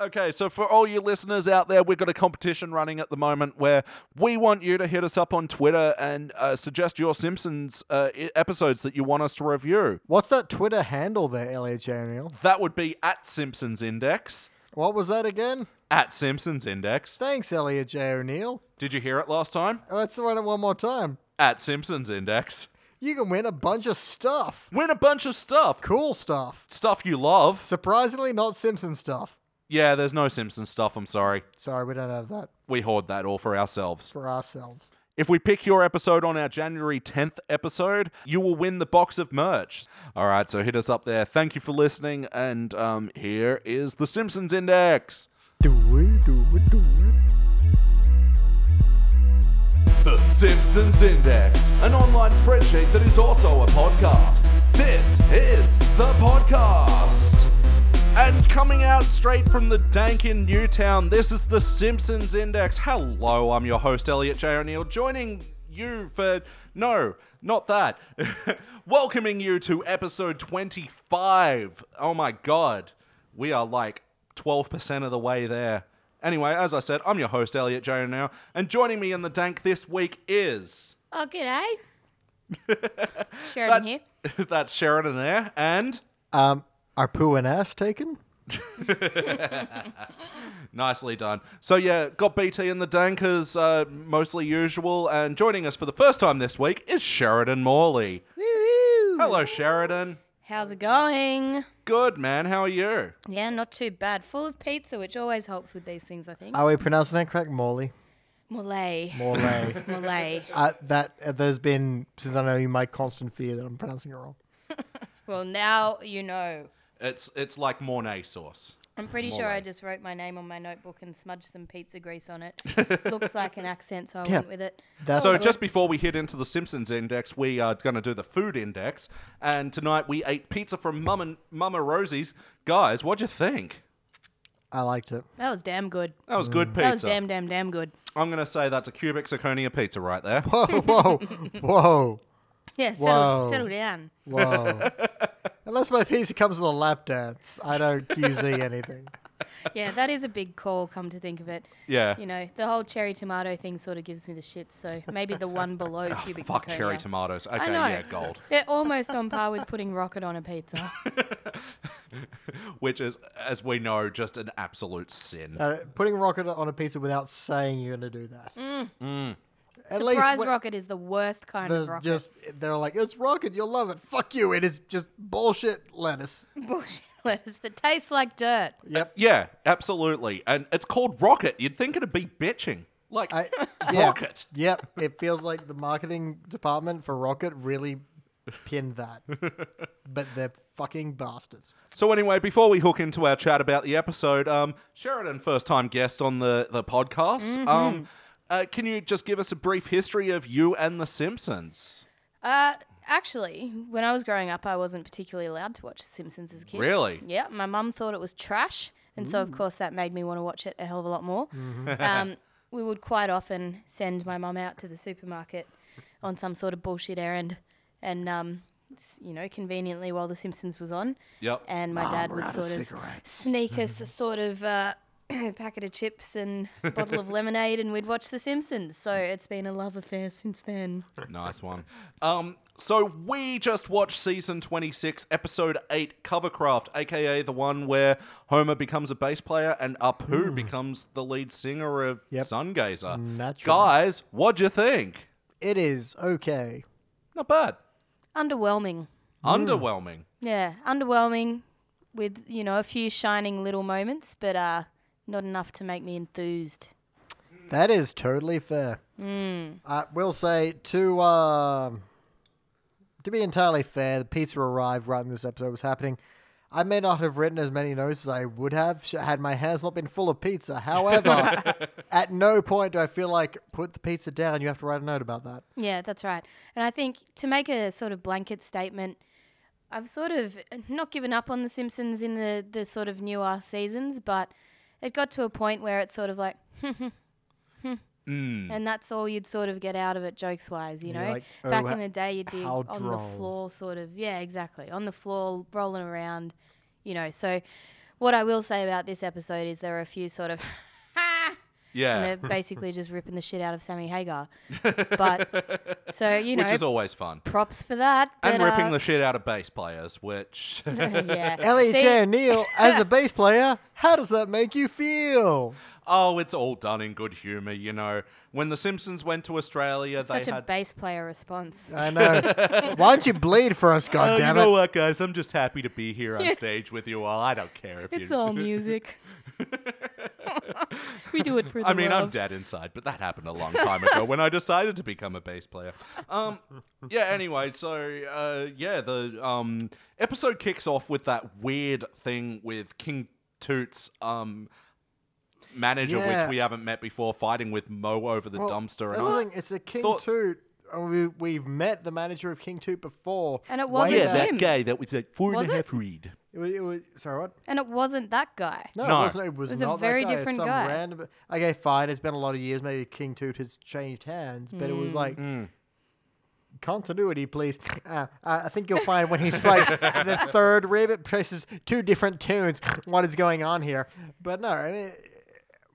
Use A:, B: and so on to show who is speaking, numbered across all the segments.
A: Okay, so for all you listeners out there, we've got a competition running at the moment where we want you to hit us up on Twitter and uh, suggest your Simpsons uh, i- episodes that you want us to review.
B: What's that Twitter handle there, Elliot Jamil?
A: That would be at Simpsons Index.
B: What was that again?
A: At Simpsons Index.
B: Thanks, Elliot J. O'Neill.
A: Did you hear it last time?
B: Let's run it one more time.
A: At Simpsons Index.
B: You can win a bunch of stuff.
A: Win a bunch of stuff.
B: Cool stuff.
A: Stuff you love.
B: Surprisingly, not Simpson stuff.
A: Yeah, there's no Simpsons stuff, I'm sorry.
B: Sorry, we don't have that
A: We hoard that all for ourselves.
B: for ourselves.
A: If we pick your episode on our January 10th episode, you will win the box of merch. All right, so hit us up there. Thank you for listening, and um, here is the Simpsons Index.
B: Do we, do we, do we?
A: The Simpsons Index, an online spreadsheet that is also a podcast. This is the podcast. And coming out straight from the dank in Newtown, this is the Simpsons Index. Hello, I'm your host, Elliot J. O'Neill, joining you for. No, not that. Welcoming you to episode 25. Oh my god. We are like 12% of the way there. Anyway, as I said, I'm your host, Elliot J. O'Neill, and joining me in the dank this week is.
C: Oh, g'day. Sheridan here.
A: that's Sheridan there, and.
B: Um, are poo and ass taken?
A: Nicely done. So yeah, got BT in the dank as uh, mostly usual, and joining us for the first time this week is Sheridan Morley.
C: Woo-hoo.
A: Hello, Sheridan.
C: How's it going?
A: Good man. How are you?
C: Yeah, not too bad. Full of pizza, which always helps with these things, I think.
B: Are we pronouncing that correct? Morley.
C: Malay.
B: Morley.
C: Malay.
B: uh, that uh, there's been since I know you, my constant fear that I'm pronouncing it wrong.
C: Well, now you know.
A: It's it's like Mornay sauce.
C: I'm pretty sure I just wrote my name on my notebook and smudged some pizza grease on it. Looks like an accent, so I went with it.
B: That's
A: So just before we hit into the Simpsons index, we are going to do the food index, and tonight we ate pizza from Mum and Mama Rosie's. Guys, what'd you think?
B: I liked it.
C: That was damn good.
A: That was good pizza.
C: Mm. That was damn, damn, damn good.
A: I'm going to say that's a cubic zirconia pizza right there.
B: Whoa, whoa, whoa, Whoa.
C: Yeah, settle, settle down.
B: whoa. Unless my pizza comes with a lap dance, I don't QZ anything.
C: Yeah, that is a big call, come to think of it.
A: Yeah.
C: You know, the whole cherry tomato thing sort of gives me the shits, so maybe the one below cubic
A: Oh, Fuck cherry
C: zirconia.
A: tomatoes. Okay,
C: know.
A: yeah, gold.
C: They're almost on par with putting rocket on a pizza.
A: Which is, as we know, just an absolute sin.
B: Uh, putting rocket on a pizza without saying you're going to do that. At least
C: Mm. Surprise
B: when-
C: rocket is the worst kind
B: there's
C: of rocket.
B: Just they're like, it's rocket, you'll love it. Fuck you, it is just bullshit lettuce.
C: bullshit lettuce that tastes like dirt.
B: Yep.
A: Yeah, absolutely. And it's called Rocket. You'd think it'd be bitching. Like,
B: I, yeah.
A: Rocket.
B: Yep. It feels like the marketing department for Rocket really pinned that. but they're fucking bastards.
A: So, anyway, before we hook into our chat about the episode, um, Sheridan, first time guest on the, the podcast,
B: Mm-hmm.
A: um, uh, can you just give us a brief history of you and The Simpsons?
C: Uh, actually, when I was growing up, I wasn't particularly allowed to watch The Simpsons as a kid.
A: Really? Mm.
C: Yeah, my mum thought it was trash, and so of course that made me want to watch it a hell of a lot more. um, we would quite often send my mum out to the supermarket on some sort of bullshit errand, and um, s- you know, conveniently while The Simpsons was on.
A: Yep.
C: And my dad would sort of sneak us a sort of uh, packet of chips and a bottle of lemonade, and we'd watch The Simpsons. So it's been a love affair since then.
A: Nice one. Um, so we just watched season 26, episode 8, Covercraft, aka the one where Homer becomes a bass player and Apu becomes the lead singer of
B: Yep.
A: Sungazer.
B: Natural.
A: Guys, what'd you think?
B: It is okay.
A: Not bad.
C: Underwhelming.
A: Underwhelming.
C: Yeah, underwhelming with, you know, a few shining little moments, but uh, not enough to make me enthused.
B: That is totally fair.
A: Mm.
B: I will say to um, to be entirely fair, the pizza arrived right when this episode was happening. I may not have written as many notes as I would have sh- had my hands not been full of pizza. However, at no point do I feel like put the pizza down. You have to write a note about that.
C: Yeah, that's right. And I think to make a sort of blanket statement, I've sort of not given up on The Simpsons in the, the sort of newer seasons, but it got to a point where it's sort of like, hmm, and that's all you'd sort of get out of it jokes wise, you
B: Mm. You're
C: know?
B: like, oh,
C: Back
B: ho-
C: in the day, you'd be
B: how
C: on the
B: droll.
C: floor, sort of. Yeah, exactly. On the floor, rolling around, you know. So What I will say about this episode is there are a few sort of. and
A: Yeah.
C: they're basically just ripping the shit out of Sammy Hagar. But so you know,
A: Which is always fun.
C: props for that.
A: And
C: but,
A: ripping
C: uh,
A: the shit out of bass players, which
C: yeah.
B: L.E.J.
C: See,
B: O'Neill as a bass player. How does that make you feel?
A: oh, it's all done in good humor, you know. When the Simpsons went to Australia, they
C: such a
A: had
C: bass player response.
B: I know. Why don't you bleed for us,
A: Oh, you
B: goddammit?
A: know what, guys? I'm just happy to be here on stage with you all. I don't care if
C: It's
A: you.
C: all music. we do it for the
A: I mean, I'm
C: love.
A: dead inside, but that happened a long time ago when I decided to become a bass player. Um, yeah. Anyway, so uh, yeah, the um, episode kicks off with that weird thing with King Toots. Um, Manager,
B: Yeah.
A: which we haven't met before, fighting with Mo over the
B: Well,
A: dumpster.
B: That's
A: And
B: the
A: all.
B: thing. It's a King
A: thought-
B: Toot. and We, we've met the manager of King Toot before.
C: And it
B: way
C: wasn't
B: back-
C: him.
A: Oh, that was like four
C: Was it?
A: read.
B: It was, it was, sorry, what?
C: And it wasn't that guy.
B: No,
A: No.
B: it wasn't. It was,
C: It was a
B: not
C: very
B: that guy. It's
C: different
B: some
C: guy.
B: Random, okay, fine. It's been a lot of years. Maybe King Toot has changed hands, but it
C: Hmm.
B: was like continuity, please. Uh, uh, I think you'll find when he strikes the third rib, it presses two different tunes. What is going on here? But no, I mean,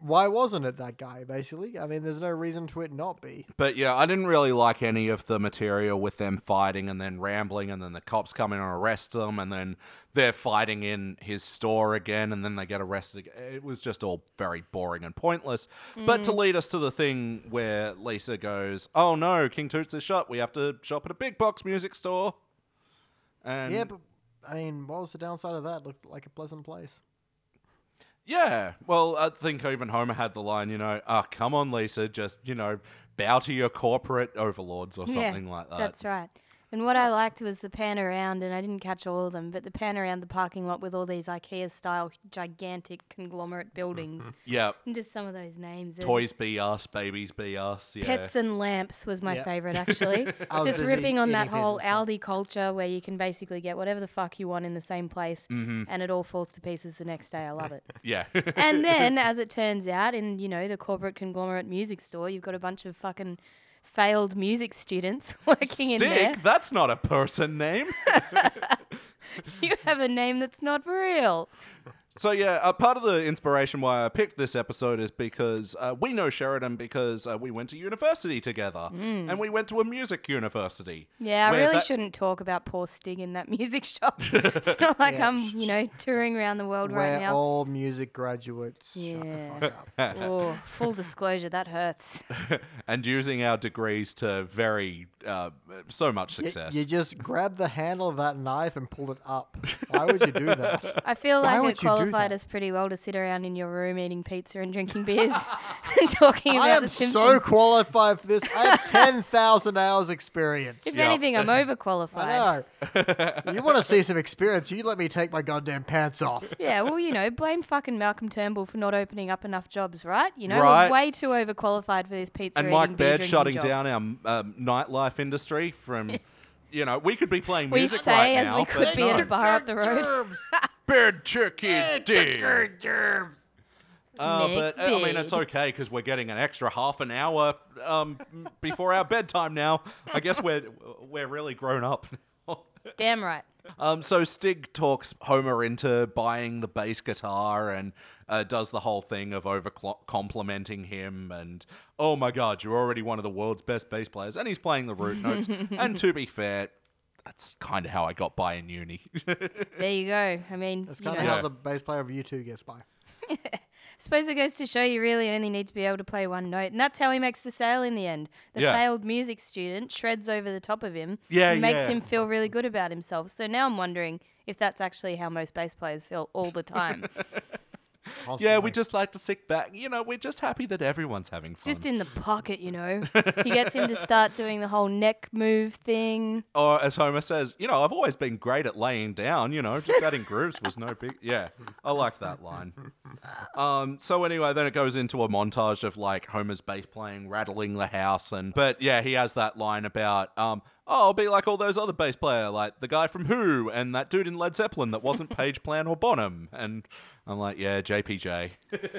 B: why wasn't it that guy? Basically, I mean, there's no reason to it not be.
A: But yeah, I didn't really like any of the material with them fighting and then rambling and then the cops come in and arrest them and then they're fighting in his store again and then they get arrested again. It was just all very boring and pointless. But to lead us to the thing where Lisa goes, "Oh no, King Toots is shut. We have to shop at a big box music store." And
B: Yeah, but I mean, what was the downside of that? Looked like a pleasant place.
A: Yeah. Well, I think even Homer had the line, you know, "Ah, come on, Lisa, just, you know, bow to your corporate overlords or something like that."
C: That's right. And what I liked was the pan around, and I didn't catch all of them, but the pan around the parking lot with all these IKEA style gigantic conglomerate buildings.
A: yeah.
C: and just some of those names. they're
A: Toys
C: just-
A: be us, babies be us. Yeah.
C: Pets and lamps was my
B: Yeah.
C: favorite, actually.
B: I was
C: just
B: busy
C: ripping on that
B: eating
C: whole
B: pieces of
C: Aldi culture where you can basically get whatever the fuck you want in the same place
B: Mm-hmm.
C: and it all falls to pieces the next day. I love it.
A: Yeah.
C: and then, as it turns out, in you know the corporate conglomerate music store, you've got a bunch of fucking failed music students working in there.
A: Dick, that's not a person name.
C: You have a name that's not real.
A: so yeah, uh, part of the inspiration why I picked this episode is because uh, we know Sheridan because uh, we went to university together, and we went to a music university.
C: Mm. Yeah, I
A: where
C: really
A: that-
C: shouldn't talk about poor Stig in that music shop. it's not like
B: Yeah.
C: I'm you know touring around the world
B: Where
C: right now.
B: all music graduates. Shut the
C: Yeah.
B: fuck up.
C: oh, full disclosure, that hurts.
A: and using our degrees to very uh, so much
B: Y-
A: success.
B: You just grabbed the handle of that knife and pulled it up. Why would you do that?
C: I feel
B: Why
C: like
B: would
C: it
B: you do
C: qualified
B: that?
C: us pretty well to sit around in your room eating pizza and drinking beers and talking about
B: I am
C: the Simpsons.
B: so qualified for this. I have 10,000 hours experience.
C: if
A: Yeah.
C: anything, I'm overqualified.
B: I know. you want to see some experience, you let me take my goddamn pants off.
C: Yeah, well, you know, blame fucking Malcolm Turnbull for not opening up enough jobs, right? You know,
A: Right.
C: we're way too overqualified for this pizza
A: and
C: eating
A: Mike
C: beer
A: Baird
C: drinking
A: shutting
C: job.
A: down our um, nightlife industry from. You know, we could be playing
C: We
A: music
C: say
A: right
C: as
A: now.
C: we could
A: but
C: be at
A: no.
C: a bar up the road.
A: Baird Turkey Deer. Uh,
C: Nick
A: but uh, I mean, it's
C: Bid.
A: okay because we're getting an extra half an hour um, before our bedtime now. I guess we're we're really grown up. now.
C: Damn right.
A: um, so Stig talks Homer into buying the bass guitar and uh, does the whole thing of over complimenting him and oh my god, you're already one of the world's best bass players, and he's playing the root notes. and to be fair, that's kind of how I got by in uni.
C: There you go. I mean,
B: That's
C: you know,
B: kind of
A: Yeah.
B: how the bass player of U2 gets by.
C: suppose it goes to show you really only need to be able to play one note, and that's how he makes the sale in the end. The
A: Yeah.
C: failed music student shreds over the top of him
A: Yeah,
C: and makes
A: yeah.
C: him feel really good about himself. So now I'm wondering if that's actually how most bass players feel all the time,
A: yeah, we
B: constantly.
A: just like to sit back. You know, we're just happy that everyone's having fun.
C: just in the pocket, you know. he gets him to start doing the whole neck move thing.
A: or as Homer says, you know, I've always been great at laying down. You know, just adding grooves was no big. Yeah, I liked that line. Um, so anyway, then it goes into a montage of like Homer's bass playing, rattling the house, and but yeah, he has that line about, um, oh, I'll be like all those other bass player, like the guy from Who and that dude in Led Zeppelin that wasn't Page Plan or Bonham, and I'm like, yeah, JPJ.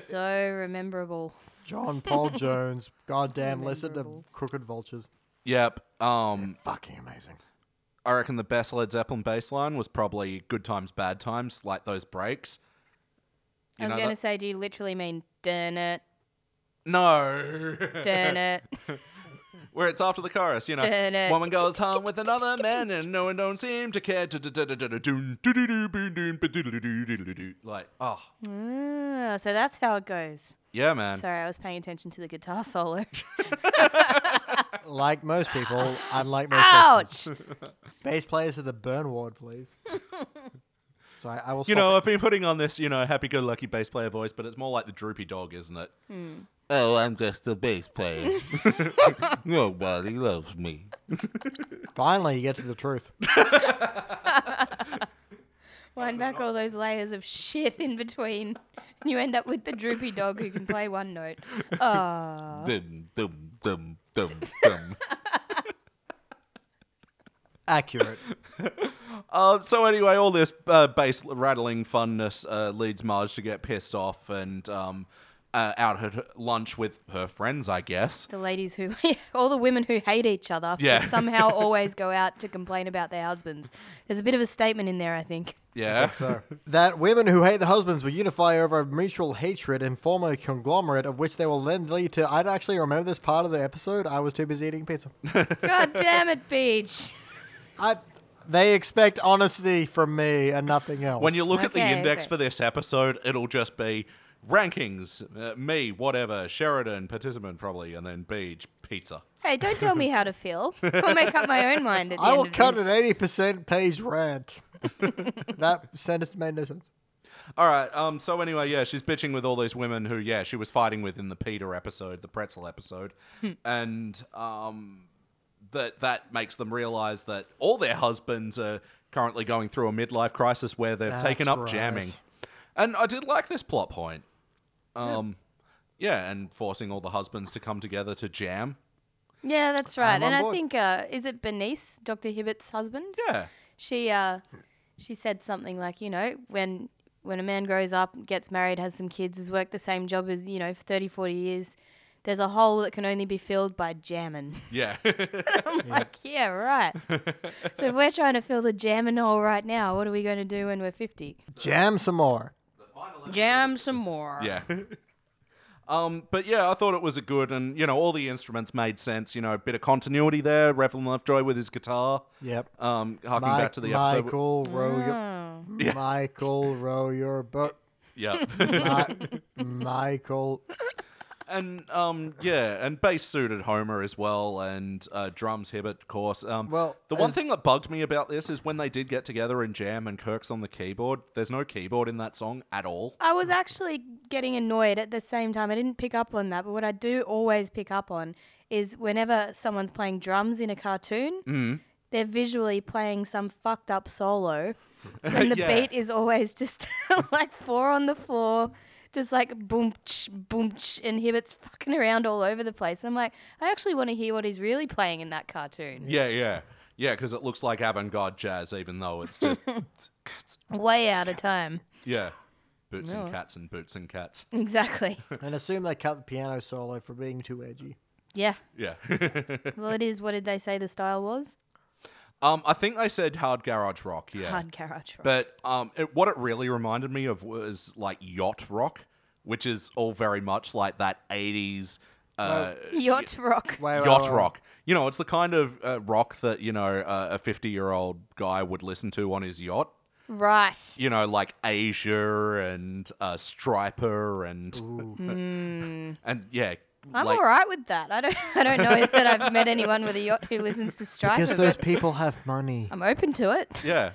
C: so rememberable.
B: John Paul Jones, goddamn, listen to Crooked Vultures.
A: Yep. Um,
B: Fucking amazing.
A: I reckon the best Led Zeppelin bass line was probably Good Times, Bad Times, like those breaks.
C: I was
A: know
C: going to
A: that-
C: say, do you literally mean dun it,
A: No.
C: dun it?
A: Where it's after the chorus, you know.
C: Dun-dun.
A: Woman goes home with another man and no one don't seem to care. Like, oh,
C: Ah, so that's how it goes.
A: yeah, man.
C: Sorry, I was paying attention to the guitar solo.
B: Like most people, unlike most people,
C: Ouch!
B: bass players of the burn ward, please. so I, I will. Swap
A: You know, I've been putting on this, you know, happy go lucky bass player voice, but it's more like the droopy dog, isn't it?
D: Oh, I'm just a bass player. Nobody loves me.
B: Finally, you get to the truth.
C: Wind back all those layers of shit in between, and you end up with the droopy dog who can play one note. Oh,
D: Dum dum dum dum dum.
B: Accurate.
A: Um, so anyway, all this uh, bass rattling funness uh, leads Marge to get pissed off and um, uh, out at lunch with her friends, I guess.
C: the ladies who, all the women who hate each other,
A: Yeah.
C: but somehow always go out to complain about their husbands. There's a bit of a statement in there, I think.
A: Yeah.
B: So that women who hate the husbands will unify over mutual hatred and form a conglomerate of which they will then lead to. I don't actually remember this part of the episode. I was too busy eating pizza.
C: God damn it, Beach!
B: I. They expect honesty from me and nothing else.
A: When you look at the
C: Okay,
A: index
C: okay.
A: for this episode, it'll just be rankings, uh, me, whatever, Sheridan, participant probably, and then Beach, pizza.
C: Hey, don't tell me how to feel. I'll make up my own mind at the
B: I
C: end
B: will
C: of
B: cut
C: this.
B: an eighty percent page rant. that sentence made no sense.
A: All right. Um. So anyway, yeah, she's bitching with all these women who, yeah, she was fighting with in the Peter episode, the pretzel episode, and um, that that makes them realize that all their husbands are currently going through a midlife crisis where they've taken
B: That's
A: up
B: right.
A: jamming. And I did like this plot point. Um, yeah, and forcing all the husbands to come together to jam.
C: Yeah, that's right.
B: I'm on
C: and I
B: board.
C: think uh, is it Bernice, Dr. Hibbert's husband?
A: Yeah.
C: She uh, she said something like, you know, when when a man grows up, gets married, has some kids, has worked the same job as you know for 30, 40 years, there's a hole that can only be filled by jamming.
A: Yeah.
C: I'm like, yeah, right. so if we're trying to fill the jamming hole right now, what are we going to do when we're fifty?
B: Jam some more.
C: Jam some more.
A: Yeah. Um, but yeah, I thought it was a good, and you know, all the instruments made sense. You know, a bit of continuity there. Reverend Lovejoy with his guitar,
B: Yep.
A: um, harking
B: Mi-
A: back to the episode. w-
B: Michael row your
C: Oh.
B: Michael row your boat.
A: Yeah,
B: Mi- Michael.
A: and um, yeah, and bass suited Homer as well, and uh, drums Hibbert, of course. Um,
B: Well,
A: the one
B: as-
A: thing that bugged me about this is when they did get together and jam, and Kirk's on the keyboard. There's no keyboard in that song at all.
C: I was actually getting annoyed at the same time. I didn't pick up on that, but what I do always pick up on is whenever someone's playing drums in a cartoon,
A: Mm-hmm.
C: they're visually playing some fucked up solo, and the
A: Yeah.
C: beat is always just like four on the floor. Just like boom, ch, boom, ch, and Hibbert's fucking around all over the place. And I'm like, I actually want to hear what he's really playing in that cartoon.
A: Yeah, yeah, yeah, because it looks like avant-garde jazz, even though it's just
C: Way out of time.
A: yeah, boots
C: No.
A: and cats and boots and cats.
C: Exactly.
B: And assume they cut the piano solo for being too edgy.
C: Yeah.
A: Yeah.
C: Well, it is. What did they say the style was?
A: um, I think they said hard garage rock. Yeah.
C: Hard garage rock.
A: But um, it, what it really reminded me of was like yacht rock, which is all very much like that '80s uh,
C: Yacht rock.
B: Wait, wait,
A: yacht
B: wait.
A: rock. You know, it's the kind of uh, rock that you know uh, a fifty-year-old guy would listen to on his yacht.
C: Right.
A: You know, like Asia and uh, Striper and and yeah,
C: I'm
A: like
C: all right with that. I don't. I don't know that I've met anyone with a yacht who listens to Striper.
B: Because those
C: but
B: people have money.
C: I'm open to it.
A: yeah.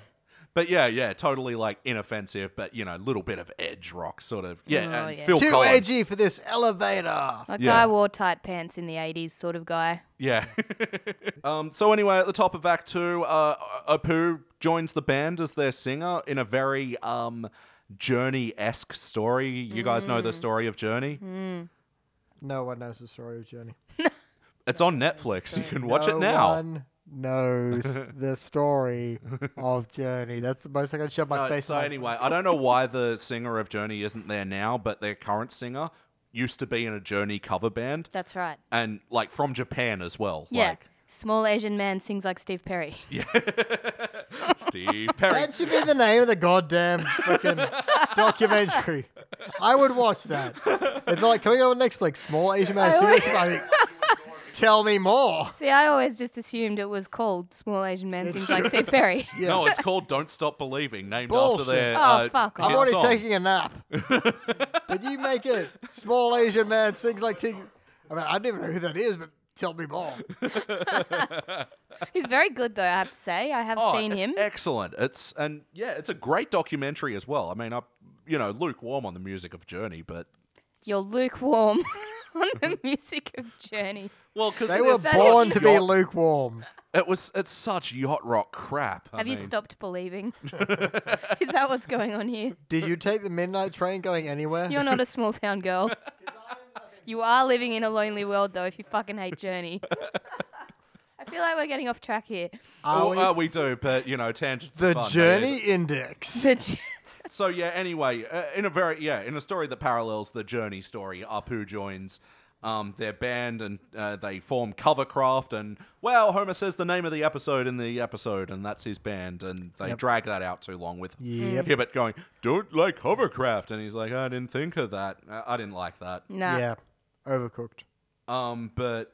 A: But yeah, yeah, totally like inoffensive, but you know, little bit of edge rock sort of. Yeah,
C: Oh,
A: and
C: yeah.
A: Phil
B: Too
A: Collins.
B: edgy for this elevator.
C: A
A: Yeah.
C: guy wore tight pants in the '80s, sort of guy.
A: Yeah. um, so anyway, at the top of Act Two, uh, Apu joins the band as their singer in a very um, Journey-esque story. You guys know
C: Mm.
A: the story of Journey.
B: No one knows the story of Journey.
A: It's on Netflix. You can watch
B: no
A: it now.
B: one knows the story of Journey. That's the most I can shove my
A: Uh,
B: face.
A: so
B: in.
A: anyway, I don't know why the singer of Journey isn't there now, but their current singer used to be in a Journey cover band,
C: That's right.
A: and like from Japan as well.
C: Yeah.
A: Like,
C: Small Asian man sings like Steve Perry.
A: Steve Perry.
B: That should be the name of the goddamn fucking documentary. I would watch that. It's like coming up next, like small Asian man.
C: I
B: singing something. Tell me more.
C: See, I always just assumed it was called Small Asian Man Sings Like Steve Perry.
A: No, it's called "Don't Stop Believing," named
B: Bullshit.
A: after their.
C: Oh,
A: uh,
C: fuck
A: hit
B: I'm already
A: song.
B: taking a nap. but you make it small Asian man sings like Tig. I mean, I don't even know who that is, but tell me more.
C: He's very good, though, I have to say. I have
A: Oh,
C: seen
A: it's
C: him.
A: Excellent. It's and yeah, it's a great documentary as well. I mean, I you know lukewarm on the music of Journey, but
C: You're lukewarm on the music of Journey.
A: well, because
B: They were
C: That
B: born
C: is-
B: to be lukewarm.
A: It was it's such yacht rock crap. I
C: Have you
A: mean,
C: stopped believing? Is that what's going on here?
B: Did you take the midnight train going anywhere?
C: You're not a small town girl. You are living in a lonely world, though, if you fucking hate Journey. I feel like we're getting off track here.
B: Are
A: Well,
B: we-
A: uh, we do, but you know, tangent.
B: the Journey Index.
C: The J-
A: So yeah. Anyway, uh, in a very yeah, in a story that parallels the Journey story, Apu joins um, their band and uh, they form Covercraft, and well, Homer says the name of the episode in the episode, and that's his band, and they drag that out too long with
B: Yep.
A: Hibbert going, "Don't like Hovercraft," and he's like, "I didn't think of that. Uh, I, I didn't like that."
C: nah.
B: Yeah, overcooked.
A: Um, but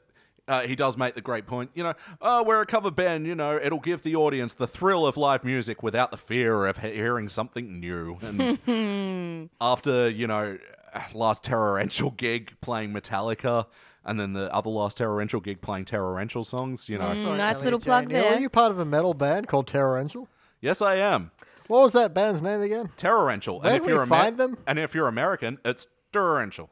A: uh, he does make the great point, you know, oh, we're a cover band, you know, it'll give the audience the thrill of live music without the fear of he- hearing something new. And after, you know, last Terrorential gig playing Metallica and then the other last Terrorential gig playing Terrorential songs, you know,
B: Sorry,
C: Mm, nice
B: Elliot
C: little
B: J.
C: plug
B: Neal, Are
C: there.
B: you part of a metal band called Terrorential?
A: yes, I am.
B: What was that band's name again?
A: Terrorential.
B: Where
A: and if
B: do we
A: you're Amer-
B: find them?
A: And if you're American, it's Terrorential.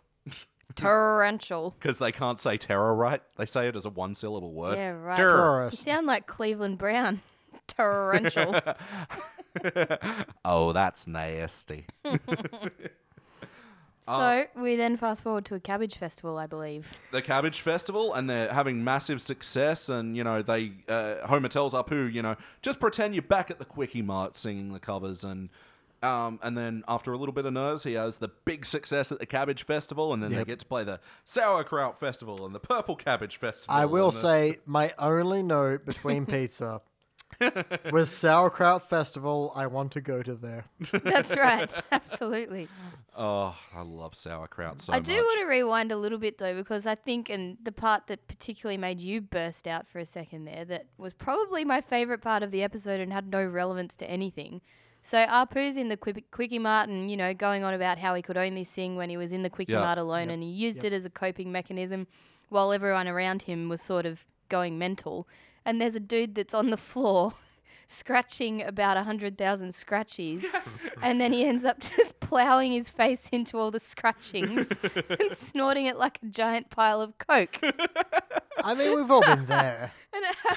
C: Torrential.
A: Because they can't say terror right. They say it as a one syllable word.
C: Yeah, right.
A: Durr.
C: You
B: Terrorist.
C: sound like Cleveland Brown. Torrential.
A: Oh, that's nasty.
C: so we then fast forward to a cabbage festival, I believe.
A: the Cabbage Festival, and they're having massive success. And you know, they uh, Homer tells Apu, you know, just pretend you're back at the Quickie Mart singing the covers, and um, and then after a little bit of nerves, he has the big success at the Cabbage Festival, and then they get to play the Sauerkraut Festival and the Purple Cabbage Festival.
B: I will
A: and the-
B: say my only note between pizza was sauerkraut festival. I want to go to there.
C: That's right. Absolutely.
A: oh, I love sauerkraut so
C: I
A: much.
C: do want to rewind a little bit though, because I think, and the part that particularly made you burst out for a second there, that was probably my favorite part of the episode and had no relevance to anything. So Apu's in the Qui- Quickie Mart and, you know, going on about how he could only sing when he was in the Quickie
A: Yeah.
C: Mart alone and he used it as a coping mechanism while everyone around him was sort of going mental. And there's a dude that's on the floor scratching about 100,000 scratchies. and then he ends up just plowing his face into all the scratchings and snorting it like a giant pile of coke.
B: I mean, we've all been there.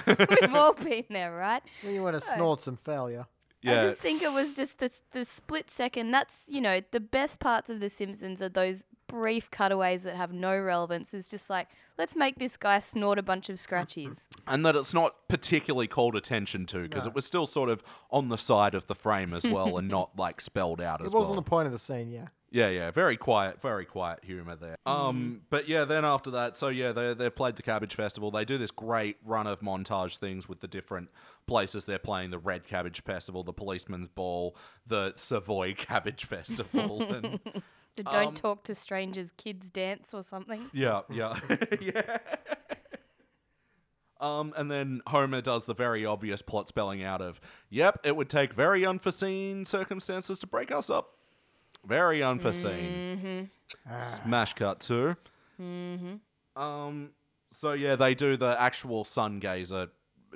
C: And we've all been there, right?
B: When you want to snort some failure.
A: yeah.
C: I just think it was just the, the split second. That's, you know, the best parts of The Simpsons are those brief cutaways that have no relevance. It's just like, let's make this guy snort a bunch of scratchies.
A: and that it's not particularly called attention to because it was still sort of on the side of the frame as well, and not like spelled out as
B: It
A: well.
B: wasn't the point of the scene, yeah.
A: Yeah, yeah, very quiet, very quiet humor there. Um, but yeah, then after that, so yeah, they they've played the Cabbage Festival. They do this great run of montage things with the different places they're playing: the Red Cabbage Festival, the Policeman's Ball, the Savoy Cabbage Festival, and
C: The Don't Talk to Strangers Kids dance or something.
A: yeah, yeah, yeah. Um, and then Homer does the very obvious plot spelling out of, "Yep, it would take very unforeseen circumstances to break us up. Very unforeseen."
C: Mm-hmm. Ah.
A: Smash cut too. Um, so yeah, they do the actual Sun Gazer,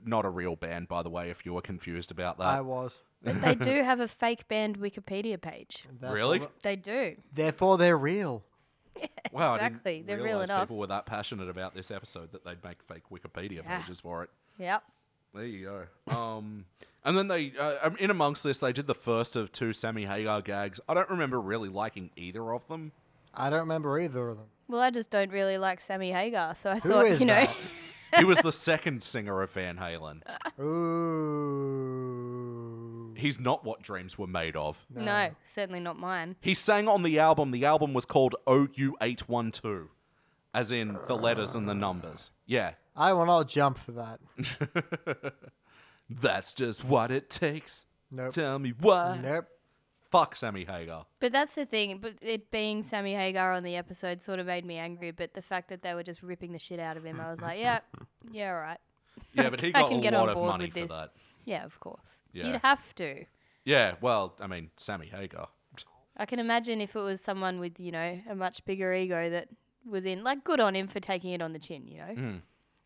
A: not a real band, by the way. If you were confused about that,
B: I was.
C: But they do have a fake band Wikipedia page.
B: That's
A: Really?
B: all that-
C: They do.
B: Therefore, they're real.
A: wow, I
C: exactly.
A: didn't
C: They're real
A: realize
C: enough.
A: people were that passionate about this episode that they'd make fake Wikipedia
C: Yeah.
A: pages for it.
C: Yep.
A: There you go. Um, and then they, uh, um, in amongst this, they did the first of two Sammy Hagar gags. I don't remember really liking either of them.
B: I don't remember either of them.
C: Well, I just don't really like Sammy Hagar, so I
B: Who
C: thought,
B: is
C: you know,
B: that?
A: He was the second singer of Van Halen.
B: Ooh.
A: He's not what dreams were made of.
C: no. certainly not mine.
A: He sang on the album. The album was called OU812, as in the letters and the numbers. Yeah.
B: I will not jump for that.
A: That's just what it takes.
B: Nope.
A: Tell me why.
B: Nope.
A: Fuck Sammy Hagar.
C: But that's the thing. But it being Sammy Hagar on the episode sort of made me angry. But the fact that they were just ripping the shit out of him, I was like, yeah, yeah, all right.
A: Yeah, but he
C: I
A: got a
C: can get on
A: lot of
C: board
A: money
C: with
A: for
C: this.
A: that.
C: Yeah, of course.
A: Yeah.
C: You'd have to.
A: Yeah, well, I mean, Sammy Hagar.
C: I can imagine if it was someone with, you know, a much bigger ego that was in, like, good on him for taking it on the chin, you know?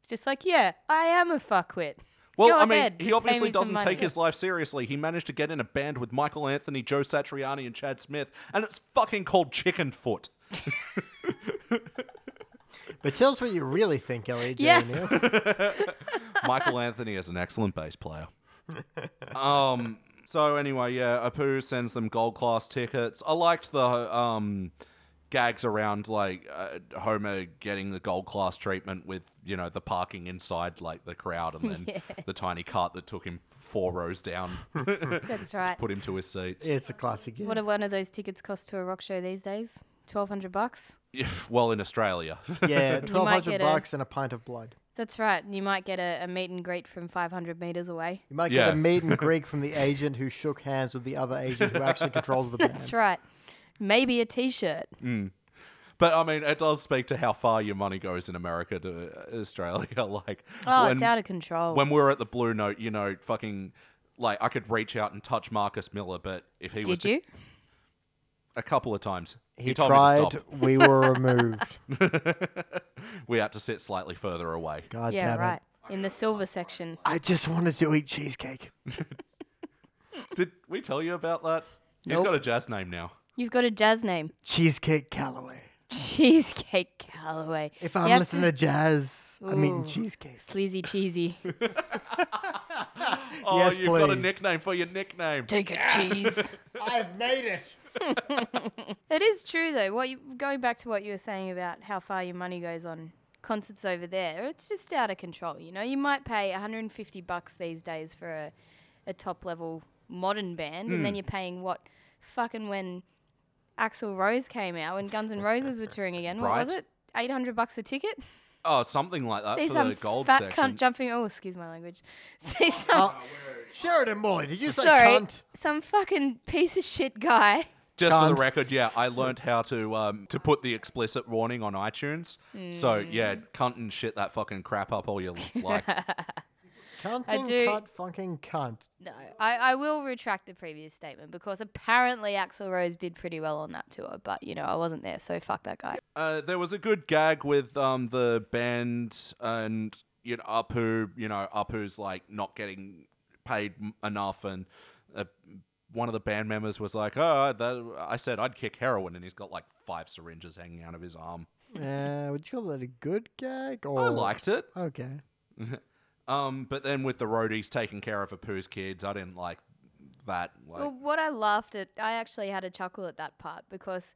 C: Just like, yeah, I am a fuckwit.
A: Hmm. Well,
C: Go
A: I mean,
C: ahead,
A: he
C: just pay
A: obviously
C: me some
A: doesn't
C: money.
A: take his life seriously. He managed to get in a band with Michael Anthony, Joe Satriani, and Chad Smith, and it's fucking called Chicken Foot.
B: But tell us what you really think, Elliot. J.
C: Yeah.
B: O'Neill.
A: Michael Anthony is an excellent bass player. Um. So anyway, yeah, Apu sends them gold class tickets. I liked the um gags around like uh, Homer getting the gold class treatment with you know the parking inside like the crowd and then the tiny cart that took him four rows down
C: That's right.
A: put him to his seats.
B: It's a classic game.
C: What do one of those tickets cost to a rock show these days? 1200 bucks?
A: If- well, in Australia,
B: yeah, twelve hundred
C: get a-
B: bucks and a pint of blood.
C: That's right. and You might get a, a meet and greet from 500 meters away.
B: You might
A: Yeah.
B: get a maiden Greek from the agent who shook hands with the other agent who actually controls the band.
C: That's right. Maybe a t shirt.
A: but I mean, it does speak to how far your money goes in America to uh, Australia. Like,
C: Oh, it's
A: when-
C: out of control.
A: when we were at the Blue Note, you know, fucking like I could reach out and touch Marcus Miller, but if he was
C: Did
A: to-
C: you?
A: a couple of times, he,
B: He
A: told me to
B: tried.
A: stop.
B: We were removed.
A: We had to sit slightly further away.
B: God
C: yeah,
B: damn it.
C: right. In the silver section.
B: I just wanted to eat cheesecake.
A: Did we tell you about that? He's
B: Nope.
A: got a jazz name now.
C: You've got a jazz name
B: Cheesecake Calloway.
C: Cheesecake Calloway.
B: If
C: You
B: I'm
C: have
B: listening to jazz, I'm eating
C: Ooh.
B: cheesecake.
C: Sleazy cheesy.
A: Oh,
B: Yes,
A: you've got a
B: please.
A: nickname for your nickname.
C: Take it, cheese.
B: I've made it.
C: It is true though. What you, going back to what you were saying about how far your money goes on concerts over there, it's just out of control. You know, you might pay 150 bucks these days for a, a top level modern band, and then
A: Hmm.
C: you're paying what fucking when Axl Rose came out when Guns N' Roses were touring again. What was
A: Right.
C: it? 800 bucks a ticket.
A: Oh, something like that
C: See
A: for
C: some
A: the gold
C: fat
A: section. Oh,
C: cunt jumping. Oh, excuse my language. See some.
B: Oh, Sheridan Morley, did you say
C: sorry,
B: cunt?
C: some fucking piece of shit guy.
A: Just for
B: Cunt.
A: the record, yeah, I learned how to um, to put the explicit warning on iTunes. So yeah, cunt and shit that fucking crap up all you like.
B: Cunting,
C: do-
B: cunt, funking cunt.
C: No, I, I will retract the previous statement because apparently Axl Rose did pretty well on that tour, but you know I wasn't there, so fuck that guy.
A: Uh, there was a good gag with um, the band and you know Apu, you know Apu's like not getting paid m- enough, and uh, one of the band members was like, "Oh, that, I said I'd kick heroin," and he's got like five syringes hanging out of his arm.
B: Yeah, would you call that a good gag? Or...
A: I liked it,
B: Okay.
A: um, but then with the roadies taking care of Apu's kids, I didn't like that. Like,
C: Well, what I laughed at, I actually had a chuckle at that part because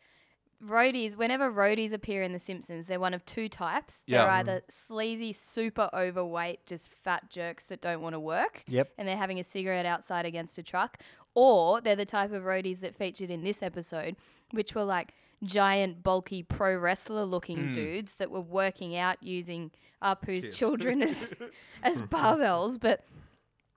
C: roadies, whenever roadies appear in The Simpsons, they're one of two types. They're
A: Yeah.
C: either sleazy, super overweight, just fat jerks that don't want to work,
B: Yep.
C: and they're having a cigarette outside against a truck, or they're the type of roadies that featured in this episode, which were like giant, bulky, pro wrestler looking dudes that were working out using Apu's children as, as barbells, but.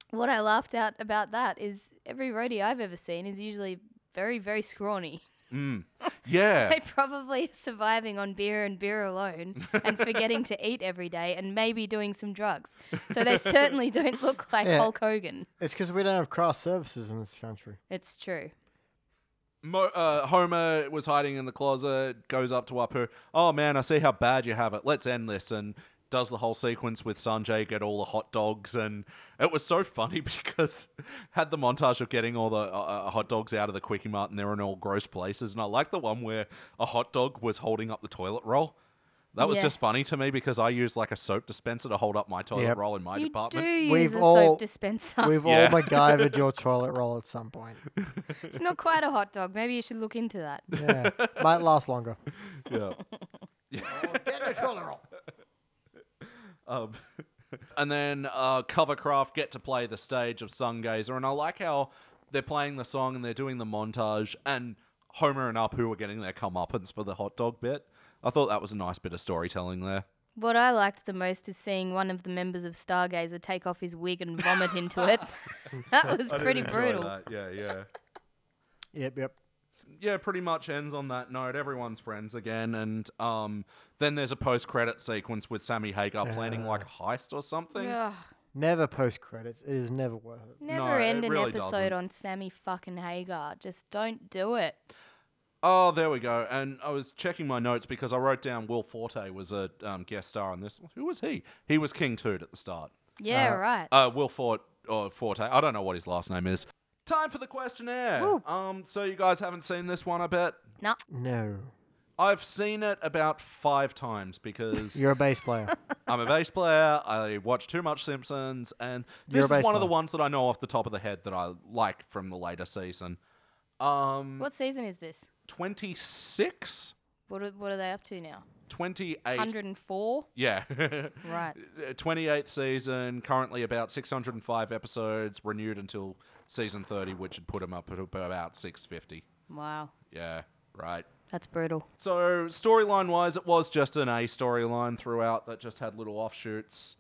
C: What I laughed at about that is every roadie I've ever seen is usually very, very scrawny.
A: yeah,
C: They probably are surviving on beer and beer alone and forgetting to eat every day and maybe doing some drugs. So they certainly don't look like
B: Yeah.
C: Hulk Hogan.
B: It's because we don't have cross services in this country.
C: It's true.
A: Mo- uh, Homer was hiding in the closet, goes up to Apu. Oh man, I see how bad you have it. Let's end this. And does the whole sequence with Sanjay get all the hot dogs? And it was so funny because had the montage of getting all the uh, uh, hot dogs out of the quickie mart, and they're in all gross places. And I like the one where a hot dog was holding up the toilet roll. That was
C: Yeah.
A: just funny to me because I use like a soap dispenser to hold up my toilet
B: Yep.
A: roll in my
C: you
A: department.
C: do use
B: We've
C: a
B: all-
C: soap dispenser.
B: We've
A: Yeah.
B: all MacGyvered your toilet roll at some point.
C: it's not quite a hot dog. Maybe you should look into that.
B: Yeah. Might last longer.
A: Yeah.
B: Oh, Get a toilet roll.
A: Um, and then uh, Covercraft get to play the stage of Sungazer, and I like how they're playing the song and they're doing the montage, and Homer and Apu are getting their comeuppance for the hot dog bit. I thought that was a nice bit of storytelling there.
C: What I liked the most is seeing one of the members of Stargazer take off his wig and vomit into it. that was
A: I did
C: pretty
A: enjoy
C: brutal.
A: that, Yeah, yeah.
B: Yep, yep.
A: yeah, pretty much ends on that note. Everyone's friends again, and um, then there's a post-credit sequence with Sammy Hagar planning like a heist or something.
C: Ugh,
B: Never post credits. It is never worth it.
C: never
A: it
C: end an
A: really
C: episode
A: doesn't.
C: on Sammy fucking Hagar. Just don't do it.
A: Oh, there we go. And I was checking my notes because I wrote down Will Forte was a um, guest star on this. Who was he? He was King Toot at the start.
C: Yeah, right.
A: Uh, Will Fort or Forte. I don't know what his last name is. Time for the questionnaire. Um, so you guys haven't seen this one, I bet.
C: no.
B: No.
A: I've seen it about five times because
B: You're a bass player.
A: I'm a bass player. I watch too much Simpsons, and
B: You're
A: this
B: a
A: is one
B: bass
A: of the
B: player.
A: ones that I know off the top of the head that I like from the later season. Um,
C: What season is this?
A: 26,
C: What are, what are they up to now?
A: 28.
C: 104?
A: Yeah.
C: Right.
A: 28th uh, season, currently about 605 episodes, renewed until season 30, which would put them up at about 650.
C: Wow.
A: Yeah, right.
C: That's brutal.
A: So storyline wise, it was just an A storyline throughout that just had little offshoots.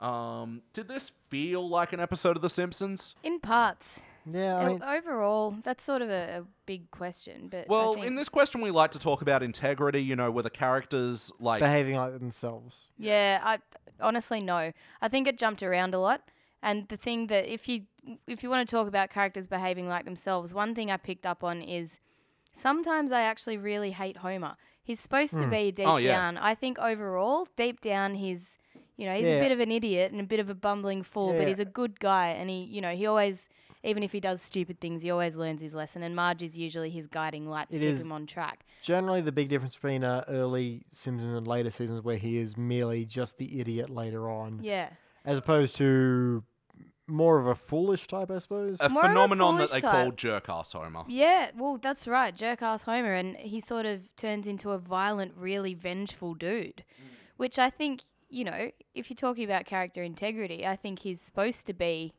A: Um, did this feel like an episode of The Simpsons?
C: In parts.
B: yeah, I
C: O-
B: mean,
C: overall, that's sort of a, a big question. But I
A: Well,
C: think-
A: in this question, we like to talk about integrity. You know, were the characters like
B: behaving like themselves.
C: Yeah, I honestly no. I think it jumped around a lot. And the thing that if you if you want to talk about characters behaving like themselves, one thing I picked up on is sometimes I actually really hate Homer. He's supposed
B: Hmm.
C: to be deep
A: Oh, yeah.
C: down. I think overall, deep down, he's you know he's
B: Yeah.
C: a bit of an idiot and a bit of a bumbling fool,
B: Yeah.
C: but he's a good guy, and he you know he always. Even if he does stupid things, he always learns his lesson, and Marge is usually his guiding light to
B: It
C: keep
B: is-
C: him on track.
B: Generally, the big difference between uh, early Simpsons and later seasons, where he is merely just the idiot later on,
C: Yeah.
B: as opposed to more of a foolish type, I suppose.
A: a
C: more of a
A: phenomenon that
C: foolish
A: they
C: type.
A: called jerk ass Homer.
C: Yeah, well, that's right, jerk ass Homer, and he sort of turns into a violent, really vengeful dude,
A: Mm.
C: which I think you know, if you're talking about character integrity, I think he's supposed to be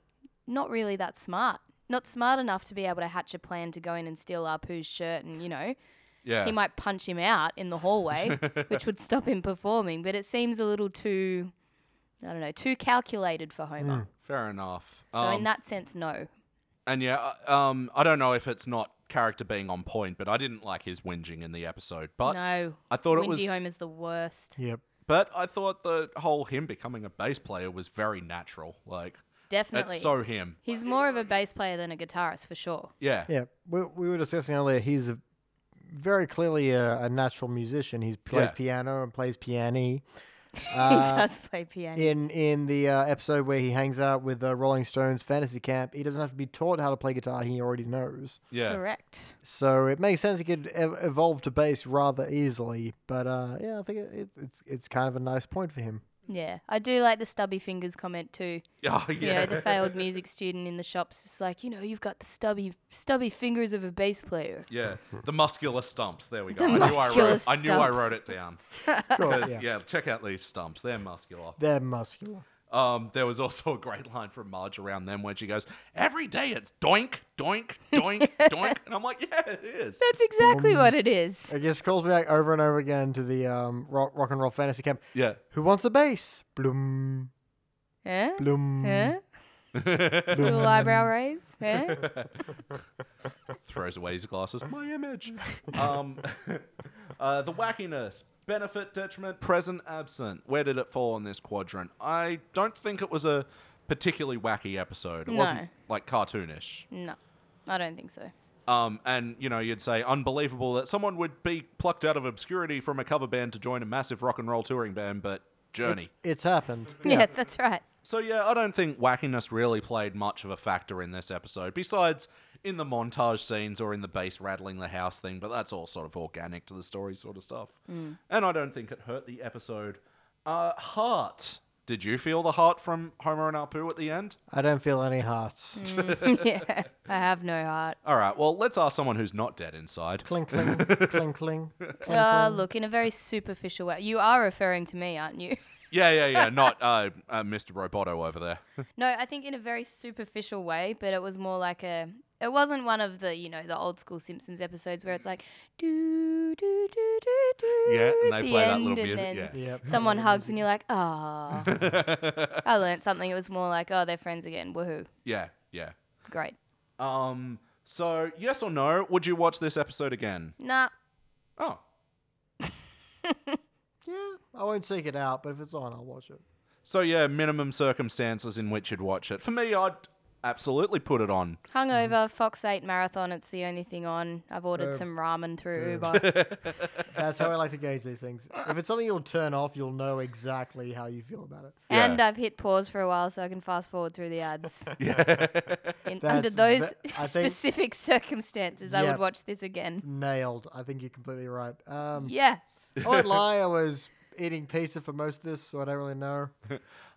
C: not really that smart, not smart enough to be able to hatch a plan to go in and steal Apu's shirt, and you know,
A: Yeah.
C: he might punch him out in the hallway, which would stop him performing. But it seems a little too, I don't know, too calculated for Homer.
A: Fair enough.
C: So
A: Um,
C: in that sense, no.
A: and yeah, uh, um, I don't know if it's not character being on point, but I didn't like his whinging in the episode. But
C: No.
A: I thought it
C: Windy
A: was.
C: Homer's the worst.
B: yep.
A: But I thought the whole him becoming a bass player was very natural. Like
C: Definitely.
A: that's so him.
C: He's more of a bass player than a guitarist for sure.
A: Yeah.
B: Yeah, we, we were discussing earlier. He's a, very clearly a, a natural musician. He plays
A: Yeah.
B: piano and plays piano.
C: he does play piano.
B: In in the uh, episode where he hangs out with uh, Rolling Stones Fantasy Camp, he doesn't have to be taught how to play guitar. He already knows.
A: Yeah.
C: Correct.
B: So it makes sense he could ev- evolve to bass rather easily. But uh, yeah, I think it, it, it's it's kind of a nice point for him.
C: Yeah. I do like the stubby fingers comment too.
A: Oh, yeah.
C: You know, the failed music student in the shops is like, you know, you've got the stubby stubby fingers of a bass player.
A: Yeah, the muscular stumps. There we go.
C: The
A: I knew I
C: muscular
A: wrote. I knew I
C: stumps.
A: wrote it down.
B: Cool,
A: 'Cause,
B: yeah.
A: yeah. check out these stumps. They're muscular.
B: They're muscular.
A: Um, there was also a great line from Marge around them when she goes, "Every day it's doink, doink, doink, doink," and I'm like, "Yeah, it is."
C: That's exactly what it is.
B: It just calls me back over and over again to the um, rock, rock and roll fantasy camp.
A: Yeah.
B: Who wants a bass? Bloom,
C: Huh?
B: bloom.
C: Huh? Little eyebrow raise? Huh?
A: Throws away his glasses. My image. Um, uh, the wackiness, benefit, detriment, present, absent. Where did it fall in this quadrant? I don't think it was a particularly wacky episode. It
C: No.
A: wasn't like cartoonish.
C: No. I don't think so.
A: Um, and you know, you'd say unbelievable that someone would be plucked out of obscurity from a cover band to join a massive rock and roll touring band, but Journey.
B: It's, it's happened.
C: Yeah, that's right.
A: so yeah, I don't think wackiness really played much of a factor in this episode, besides in the montage scenes or in the bass rattling the house thing. But that's all sort of organic to the story, sort of stuff. And I don't think it hurt the episode. Uh, heart. Did you feel the heart from Homer and Apu at the end?
B: I don't feel any hearts.
C: Mm. yeah. Ah, I have no heart.
A: All right. Well, let's ask someone who's not dead inside.
B: Cling, cling, cling, cling. cling.
C: Uh, look, in a very superficial way. You are referring to me, aren't you?
A: Yeah, yeah, yeah. Not uh, uh, Mr. Roboto over there.
C: No, I think in a very superficial way, but it was more like a It wasn't one of the you know the old school Simpsons episodes where it's like do do do do do.
A: Yeah, and
C: at
A: they
C: the
A: play that
C: end,
A: little
C: and
A: music,
C: then
A: yeah.
B: Yep.
C: Someone hugs and you're like, ah. I learnt something. It was more like, oh, they're friends again. Woohoo!
A: Yeah, yeah.
C: Great.
A: Um, so yes or no, would you watch this episode again?
C: Nah.
A: Oh.
B: Yeah, I won't seek it out, but if it's on, I'll watch it.
A: So yeah, minimum circumstances in which you'd watch it. For me, I'd absolutely put it on.
C: Hungover, Fox 8 Marathon, it's the only thing on. I've ordered
B: Uh,
C: some ramen through Uber.
B: That's how I like to gauge these things. If it's something you'll turn off, you'll know exactly how you feel about it.
A: Yeah.
C: And I've hit pause for a while so I can fast forward through the ads. In, under
B: That's
C: those
B: ve- I think-
C: specific circumstances, I
B: Yep.
C: would watch this again.
B: Nailed. I think you're completely right. Um,
C: Yes.
B: I won't lie, I was eating pizza for most of this, so I don't really know.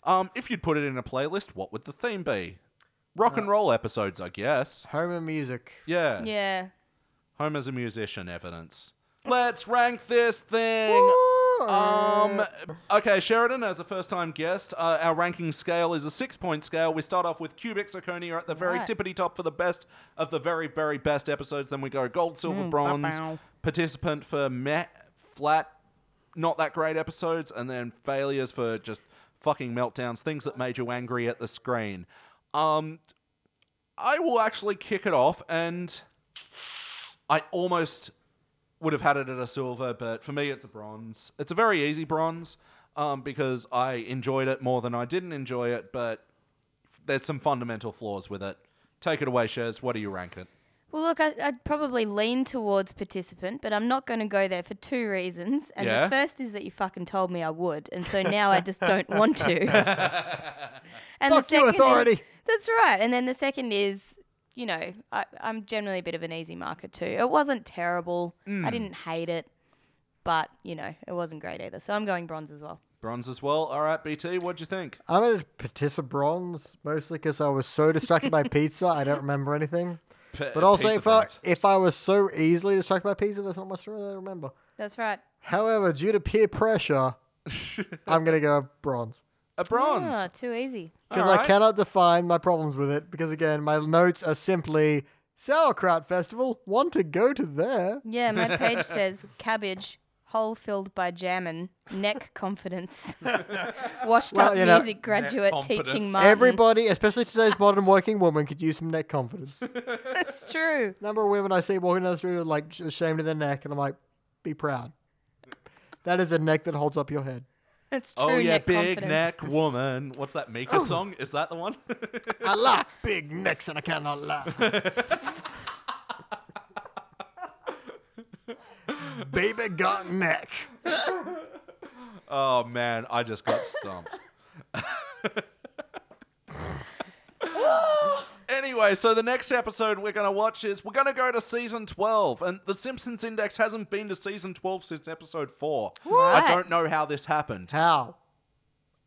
A: Um, if you'd put it in a playlist, what would the theme be? Rock and roll episodes, I guess.
B: Homer music.
A: Yeah.
C: Yeah.
A: Homer's a musician evidence. Let's rank this thing. Um, okay, Sheridan, as a first time guest, uh, our ranking scale is a six point scale. We start off with cubic zirconia at the very
C: Right.
A: tippity top for the best of the very, very best episodes. Then we go gold, silver, bronze,
C: bow.
A: participant for meh, flat, not that great episodes, and then failures for just fucking meltdowns, things that made you angry at the screen. Um, I will actually kick it off, and I almost would have had it at a silver, but for me, it's a bronze. It's a very easy bronze um, because I enjoyed it more than I didn't enjoy it, but there's some fundamental flaws with it. Take it away, Shares. What do you rank it?
C: Well, look, I, I'd probably lean towards participant, but I'm not going to go there for two reasons. And
A: Yeah?
C: the first is that you fucking told me I would, and so now I just don't want to. and
B: Fuck you, authority.
C: Is, that's right. And then the second is, you know, I, I'm generally a bit of an easy marker too. It wasn't terrible.
B: Mm.
C: I didn't hate it, but you know, it wasn't great either. So I'm going bronze as well.
A: Bronze as well. All right, BT, what'd you think?
B: I'm at participant bronze, mostly because I was so distracted by pizza, I don't remember anything.
A: Uh,
B: But also, if I, if I was so easily distracted by pizza, there's not much to really remember.
C: That's right.
B: However, due to peer pressure, I'm going to go bronze.
A: a bronze.
C: Ah, too easy.
B: Because I
A: Alright.
B: cannot define my problems with it. Because again, my notes are simply sauerkraut festival. Want to go to there?
C: Yeah, my page says cabbage, hole filled by jammin, neck confidence. Washed
B: Well,
C: up
B: you know-
C: music graduate
A: confidence.
C: teaching Martin.
B: Everybody, especially today's modern working woman, could use some neck confidence.
C: That's true.
B: Number of women I see walking down the street are like sh- ashamed of their neck, and I'm like, be proud. That is a neck that holds up your head.
C: That's true.
A: Oh yeah,
C: neck
A: big
C: confidence.
A: neck
C: Oh.
A: woman. What's that Mika song? Is that the one?
B: I like big necks, and I cannot lie. Baby got neck.
A: oh man, I just got stumped. anyway, so the next episode we're going to watch is we're going to go to season 12 and the Simpsons Index hasn't been to season 12 since episode 4.
C: What?
A: I don't know how this happened.
B: How?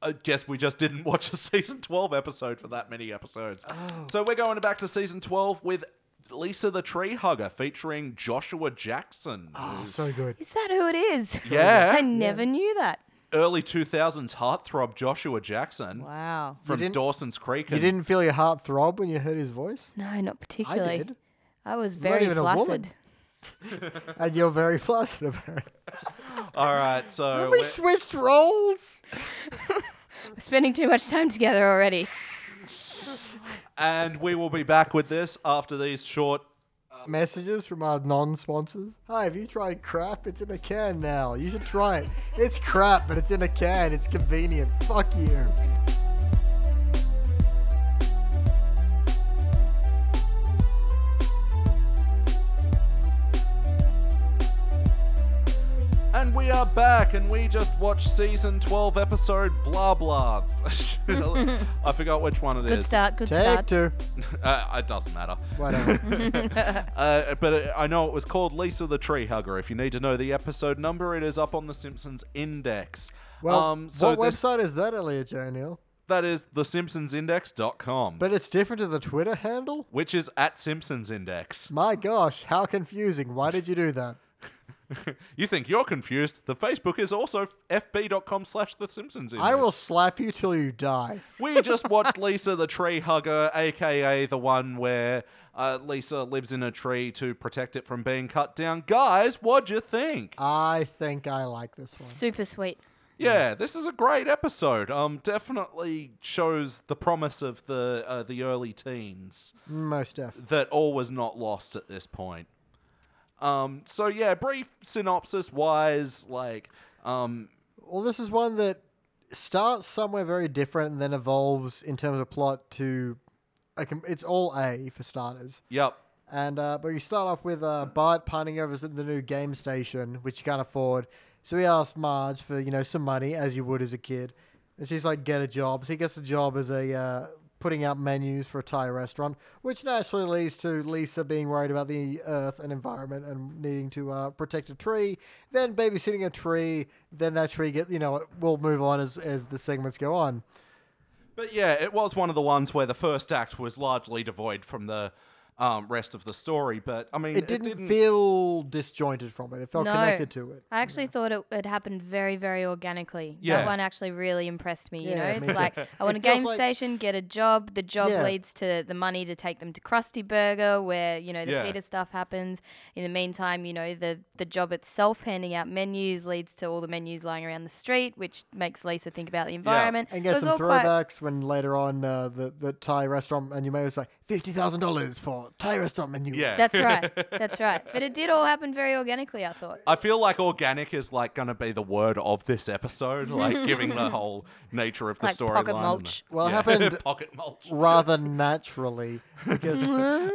A: I guess we just didn't watch a season 12 episode for that many episodes. So we're going back to season 12 with Lisa the Tree Hugger featuring Joshua Jackson.
B: Oh, so good.
C: Is that who it is?
A: Yeah.
C: I never knew that.
A: Early 2000s heartthrob Joshua Jackson
C: Wow.
A: from
B: didn't-
A: Dawson's Creek.
B: You
A: and-
B: didn't feel your heart throb when you heard his voice?
C: No, not
B: I
C: particularly.
B: did.
C: I was very
B: even a woman.
C: flustered.
B: And you're very flustered about it.
A: All right, so
B: We
A: we're-
B: switched roles.
C: We're spending too much time together already.
A: and we will be back with this after these short.
B: Messages from our non-sponsors. Hi, have you tried crap? It's in a can now. You should try it. It's crap, but it's in a can. It's convenient. Fuck you.
A: And we are back, and we just watched season 12 episode blah blah. I forgot which one it is.
C: Good start. Good
B: Take
C: start.
B: two.
A: Uh, it doesn't matter.
B: Whatever.
A: Uh, but it, I know it was called Lisa the Tree Hugger. If you need to know the episode number, it is up on the Simpsons Index.
B: Well,
A: um, so
B: what
A: this,
B: website is that, Elliot O'Neill?
A: that is thesimpsonsindex.com,
B: But it's different to the Twitter handle.
A: which is at Simpsons Index.
B: My gosh, how confusing. Why did you do that?
A: you think you're confused? The Facebook is also fb.com slash The Simpsons.
B: I will slap you till you die.
A: We just watched Lisa the Tree Hugger, aka the one where uh, Lisa lives in a tree to protect it from being cut down. Guys, what'd you think?
B: I think I like this one.
C: Super sweet.
A: Yeah, this is a great episode. Um, definitely shows the promise of the uh, the early teens
B: Most definitely.
A: that all was not lost at this point. Um, so yeah, brief synopsis wise, like, um,
B: Well, this is one that starts somewhere very different and then evolves in terms of plot to. Like, it's all A for starters.
A: yep,
B: And uh, but you start off with uh, Bart pining over the new game station, which you can't afford. So he asks Marge for you know some money, as you would as a kid, and she's like, "Get a job." So he gets a job as a uh, putting out menus for a Thai restaurant, which naturally leads to Lisa being worried about the earth and environment and needing to uh, protect a tree. Then babysitting a tree. Then that tree get you know will move on as as the segments go on.
A: But yeah, it was one of the ones where the first act was largely devoid from the um, rest of the story. But I mean,
B: It didn't, feel disjointed from it. It felt
C: No.
B: connected to it.
C: I actually thought it, it happened very, very organically.
A: Yeah.
C: That one actually really impressed me. You
B: Yeah,
C: know,
B: me
C: it's
B: too.
C: like I want a
B: It feels
C: game
B: like-
C: station, get a job. The job
B: Yeah.
C: leads to the money to take them to Krusty Burger, where you know the
A: Yeah.
C: Peter stuff happens. In the meantime, you know the the job itself, handing out menus, leads to all the menus lying around the street, which makes Lisa think about the environment.
B: And
C: It
B: get
C: was
B: some
C: all quite-
B: throwbacks when later on uh, the the Thai restaurant and you may was like fifty thousand dollars for Thai restaurant menu.
A: Yeah.
C: That's right. That's right. But it did all happen very organically. I thought.
A: I feel like organic is like going to be the word of this episode, like giving the whole nature of the
C: Like
A: storyline.
C: pocket
A: and
C: mulch.
A: the-
B: Well, it happened-
A: pocket mulch.
B: Rather naturally, because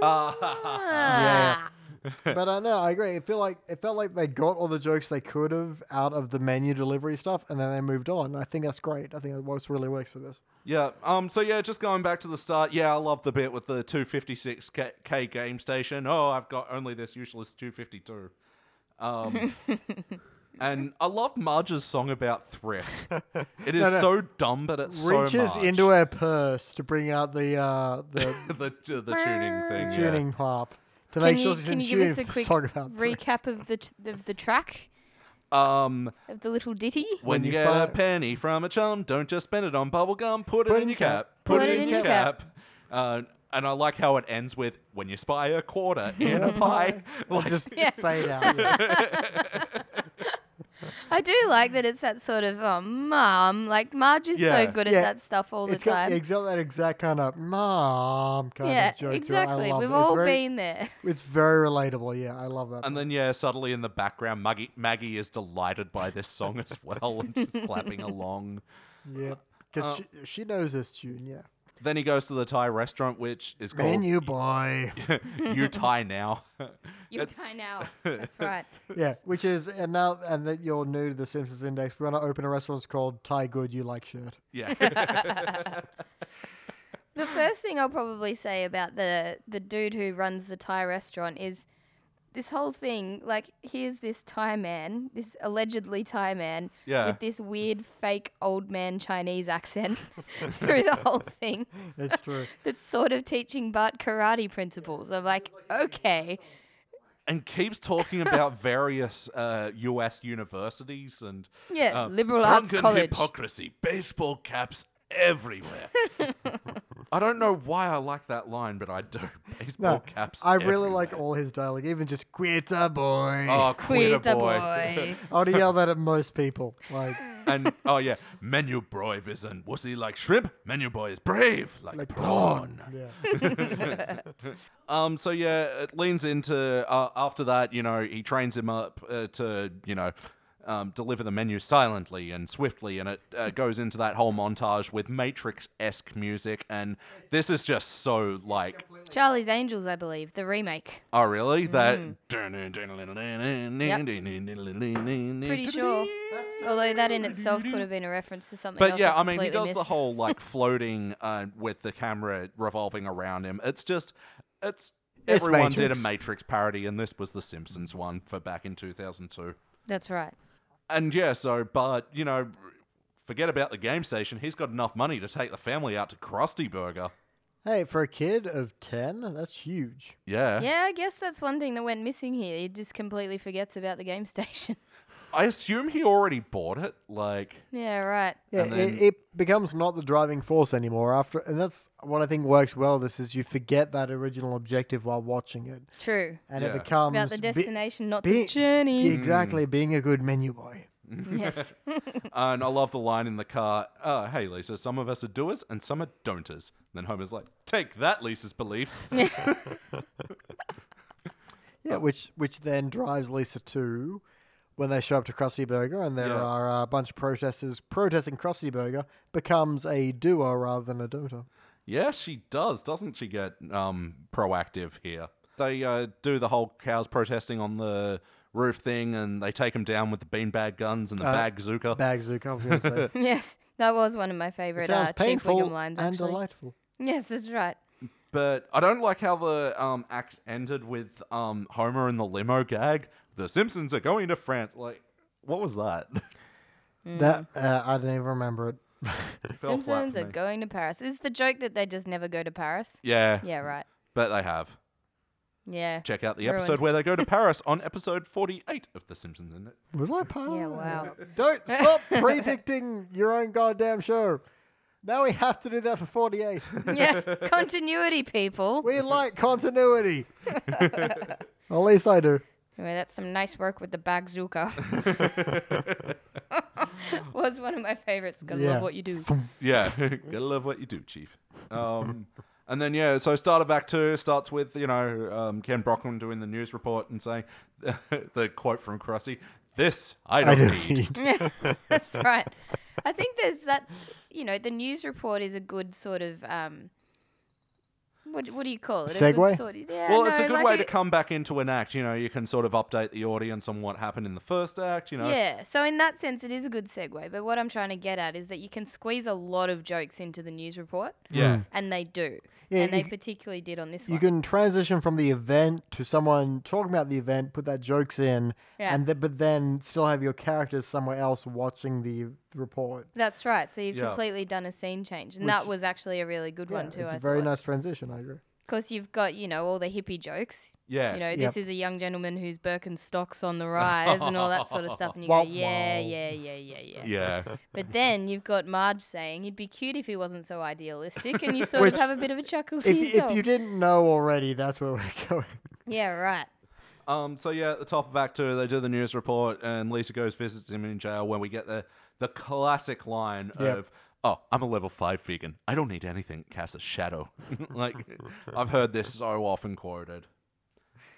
C: Ah.
B: but uh, no, I agree. It feel like it felt like they got all the jokes they could have out of the menu delivery stuff, and then they moved on. I think that's great. I think that's what really works for this.
A: Yeah. Um. So yeah, just going back to the start. Yeah, I love the bit with the 256k K game station. Oh, I've got only this useless 252. Um. and I love Marge's song about thrift. It is
B: no.
A: so dumb, but it's so
B: Reaches
A: Marge.
B: into her purse to bring out the uh, the
A: the the tuning thing.
B: tuning harp to
C: Can
B: make sure
C: you,
B: she's
C: can
B: in
C: you give
B: tune
C: us
B: for
C: a
B: the
C: quick
B: song about thrift.
C: recap of the t- of the track
A: Yeah. Um.
C: of the little ditty?
A: When,
B: When
A: you
B: you
A: get a
B: fi-
A: penny from a chum, don't just spend it on bubble gum. Put, it in your cap.
C: Put it in your cap.
A: Uh, and I like how it ends with when you spy a quarter in a pie. Like,
B: just
C: Yeah.
B: fade out. yeah.
C: I do like that it's that sort of oh, mum. Like Marge is
A: Yeah.
C: so good
B: Yeah.
C: at that stuff all
B: It's
C: the
B: got
C: time.
B: exact, that exact kind of mom kind
C: yeah,
B: of joke. To it.
C: exactly.
B: I love
C: We've
B: it.
C: all
B: it's very,
C: been there.
B: It's very relatable. Yeah, I love that.
A: and then yeah, suddenly in the background, Maggie, Maggie is delighted by this song as well, and she's clapping along. uh,
B: yeah, because she, she knows this tune. Yeah,
A: Then he goes to the Thai restaurant, which is called
B: menu boy.
A: You Thai now.
C: You
A: It's-
C: time out. That's right.
B: yeah, which is and now and that you're new to the Simpsons Index, we're gonna open a restaurant called Thai Good You Like Shirt.
A: yeah.
C: The first thing I'll probably say about the the dude who runs the Thai restaurant is this whole thing. Like, here's this Thai man, this allegedly Thai man,
A: Yeah.
C: with this weird fake old man Chinese accent through the whole thing.
B: It's true.
C: That's sort of teaching Bart karate principles. I'm like, okay.
A: and keeps talking about various uh, U.S. universities and
C: Yeah,
A: uh,
C: liberal arts
A: drunken
C: college.
A: hypocrisy, baseball caps everywhere. I don't know why I like that line, but I do. Baseball
B: No,
A: caps.
B: I really like
A: everywhere.
B: all his dialogue, even just "Quieta boy."
A: Oh, queer
C: Queer
A: boy.
B: I would yell that at most people. Like,
A: and oh yeah, menu boy isn't wussy like shrimp. Menu boy is brave like,
B: like
A: prawn.
B: Yeah.
A: Um, so yeah, it leans into uh, after that. You know, he trains him up uh, to you know um, deliver the menu silently and swiftly, and it uh, goes into that whole montage with Matrix esque music. And this is just so like,
C: Charlie's Angels, I believe, the remake.
A: oh really? That
C: Pretty sure. Although that in itself could have been a reference to something
A: But
C: else.
A: yeah,
C: I
A: I mean, he does
C: completely
A: the
C: missed.
A: whole like floating uh, with the camera revolving around him. It's just, it's.
B: It's
A: Everyone did a
B: Matrix.
A: Matrix parody, and this was the Simpsons one for back in 2002.
C: That's right.
A: And yeah, so, but, you know, forget about the game station. He's got enough money to take the family out to Krusty Burger.
B: Hey, for a kid of 10, that's huge.
A: Yeah.
C: Yeah, I guess that's one thing that went missing here. He just completely forgets about the game station.
A: I assume he already bought it. Like,
C: yeah, right.
B: Yeah,
A: And
B: it,
A: then-
B: it becomes not the driving force anymore after, and that's what I think works well. This is you forget that original objective while watching it,
C: True.
B: and
A: Yeah. Mm.
B: it
A: About
B: becomes
C: About the
B: Um, be-
C: destination, not
B: be-
C: the journey.
B: exactly being a good menu boy.
C: yes.
A: and I love the line in the car. Uh, hey, Lisa, some of us are doers and some are don'ters. Then Homer's like, take that, Lisa's beliefs.
B: Yeah, which which then drives Lisa to when they show up to Krusty Burger and there
A: Yeah.
B: are a bunch of protesters protesting Krusty Burger becomes a doer rather than a doter.
A: Yeah, she does, doesn't she? Get um, proactive here. They uh, do the whole cows protesting on the roof thing, and they take them down with the beanbag guns and the bag bazooka.
B: Bag Zook, I was going to say.
C: Yes. That was one of my favorite
B: Sounds
C: uh, Chief Wiggum
B: painful
C: lines,
B: and
C: actually.
B: delightful.
C: Yes, that's right.
A: but I don't like how the um, act ended with um, Homer and the limo gag. The Simpsons are going to France. Like, what was that?
C: Mm.
B: That uh, I don't even remember it.
A: It fell flat
C: Simpsons
A: for
C: are
A: me.
C: going to Paris. Is the joke that they just never go to Paris?
A: Yeah,
C: Yeah, right.
A: but they have.
C: Yeah.
A: Check out the
C: Ruined.
A: episode where they go to Paris on episode 48 of The Simpsons, isn't it?
B: Was I part
C: Yeah,
B: of that?
C: wow.
B: Don't stop predicting your own goddamn show. Now we have to do that for 48.
C: yeah. Continuity, people.
B: We like continuity. At least I do.
C: Anyway, that's some nice work with the bagzooka. was one of my favorites. Gotta
B: Yeah.
C: love what you do.
A: Yeah, gotta love what you do, Chief. Um, and then yeah, so start of Act Two starts with you know um, Ken Brockman doing the news report and saying the quote from Krusty: "This I don't need."
C: That's right. I think there's that. You know, the news report is a good sort of um. What what do you call it? A
B: Segue?
C: good sort of- yeah,
A: Well, it's
C: no,
A: a good
C: like
A: way to come back into an act. You know, you can sort of update the audience on what happened in the first act. You know,
C: Yeah, so in that sense, it is a good segue. But what I'm trying to get at is that you can squeeze a lot of jokes into the news report,
A: yeah,
C: and they do,
B: Hmm. Yeah,
C: and they
B: you c-
C: particularly did on this
B: You
C: one.
B: can transition from the event to someone talking about the event, put that jokes in,
C: Yeah.
B: and th- but then still have your characters somewhere else watching the report.
C: That's right. So you've
A: Yeah.
C: completely done a scene change, and that was actually a really good
B: Yeah,
C: one too.
B: it's
C: I
B: a very
C: thought.
B: nice transition, I agree.
C: Of course, you've got you know all the hippie jokes.
A: yeah.
C: You know,
B: Yep.
C: this is a young gentleman whose Birkenstocks on the rise and all that sort of stuff. And you
B: Wow,
C: go, yeah,
B: wow.
C: yeah, yeah, yeah, yeah.
A: yeah,
C: But then you've got Marge saying he'd be cute if he wasn't so idealistic, and you sort
B: Which-
C: of have a bit of a chuckle to
B: If,
C: yourself.
B: if you didn't know already, that's where we're going.
C: yeah, right.
A: Um, so yeah, at the top of Act Two, they do the news report, and Lisa goes visits him in jail. When we get the the classic line
B: Yep.
A: of "Oh, I'm a level five vegan. I don't need anything cast a shadow." like I've heard this so often quoted,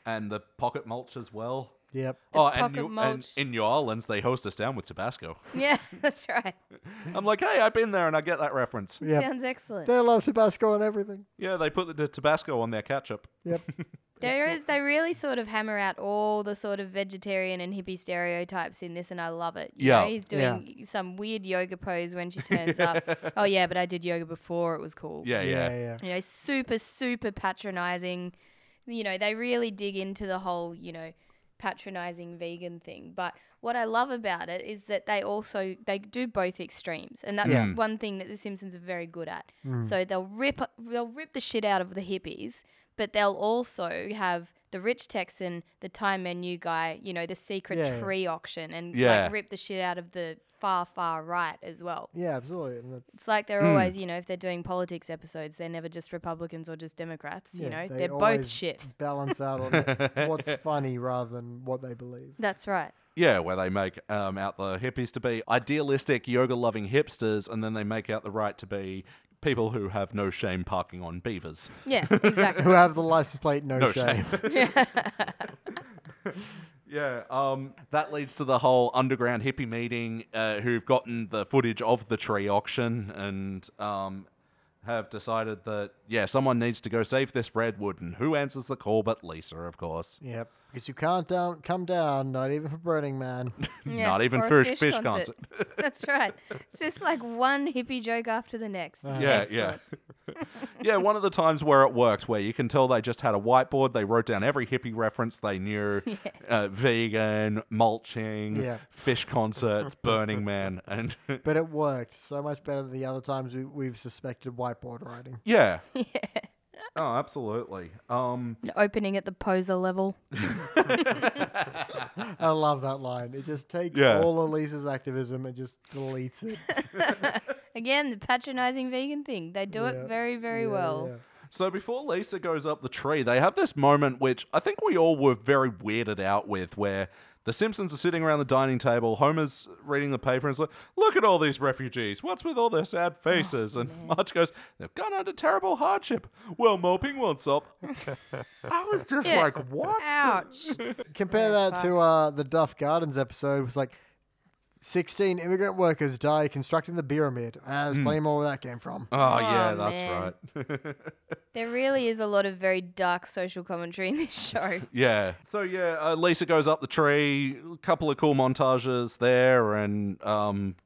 A: and the pocket mulch as well.
B: Yep.
A: oh, and,
C: pocket
A: New, and
C: mulch.
A: in New Orleans, they host us down with Tabasco.
C: Yeah, that's right.
A: I'm like, hey, I've been there, and I get that reference.
B: Yep.
C: Sounds excellent.
B: They love Tabasco and everything.
A: Yeah, they put the, the Tabasco on their ketchup.
B: Yep.
C: There is. They really sort of hammer out all the sort of vegetarian and hippie stereotypes in this, and I love it. You
A: Yeah.
C: know, he's
B: Yeah.
C: doing some weird yoga pose when she turns up. Oh yeah, but I did yoga before it was cool.
A: Yeah, yeah.
B: yeah. yeah.
C: You know, super super patronizing. You know, they really dig into the whole you know patronizing vegan thing. But what I love about it is that they also they do both extremes, and that's
B: Yeah. Mm.
C: one thing that the Simpsons are very good at. So they'll rip they'll rip the shit out of the hippies, but they'll also have the rich Texan, the time menu guy, you know, the secret
B: Yeah, yeah.
C: tree auction, and
A: Yeah.
C: like rip the shit out of the far far right as well.
B: Yeah, absolutely. And that's-
C: It's like they're always, you know, if they're doing politics episodes, they're never just Republicans or just Democrats. you
B: yeah,
C: know,
B: they
C: they are both
B: always
C: shit.
B: Balance out on what's funny rather than what they believe.
C: That's right.
A: Yeah, where they make um, out the hippies to be idealistic, yoga loving hipsters, and then they make out the right to be people who have no shame parking on beavers.
C: Yeah, exactly.
B: Who have the license plate, no,
A: No
B: shame.
A: shame. Yeah, um, that leads to the whole underground hippie meeting uh, who've gotten the footage of the tree auction and um, have decided that, yeah, someone needs to go save this redwood, and who answers the call but Lisa, of course.
B: Yep. Because you can't down, come down, not even for Burning Man.
C: Yeah,
A: Not even
C: or a
A: for a fish concert.
C: That's right. It's just like one hippie joke after the next. It's
A: Yeah,
C: excellent.
A: yeah. yeah, one of the times where it worked, where you can tell they just had a whiteboard, they wrote down every hippie reference they knew uh, vegan, mulching,
B: Yeah.
A: fish concerts, Burning Man. And
B: But it worked so much better than the other times we, we've suspected whiteboard writing.
A: yeah. yeah. Oh, absolutely. Um,
C: Opening at the poser level.
B: I love that line. It just takes
A: Yeah.
B: all Elisa's activism and just deletes it.
C: Again, the patronizing vegan thing. They do
B: Yeah.
C: it very, very
B: Yeah,
C: well.
B: yeah.
A: So before Lisa goes up the tree, they have this moment which I think we all were very weirded out with, where the Simpsons are sitting around the dining table, Homer's reading the paper and is like, "Look at all these refugees. What's with all their sad
C: Oh,
A: faces?" and Marge goes, "They've gone under terrible hardship. Well, moping won't stop." I was just
C: Yeah.
A: like, "What?"
C: Ouch.
B: Compare that to uh, the Duff Gardens episode. It was like 16 immigrant workers died constructing the pyramid. Ah,
C: Hmm.
B: there's plenty more where that came from.
A: Oh, yeah,
C: Oh,
A: that's
C: man.
A: right.
C: there really is a lot of very dark social commentary in this show.
A: Yeah. So yeah, uh, Lisa goes up the tree. A couple of cool montages there, and um,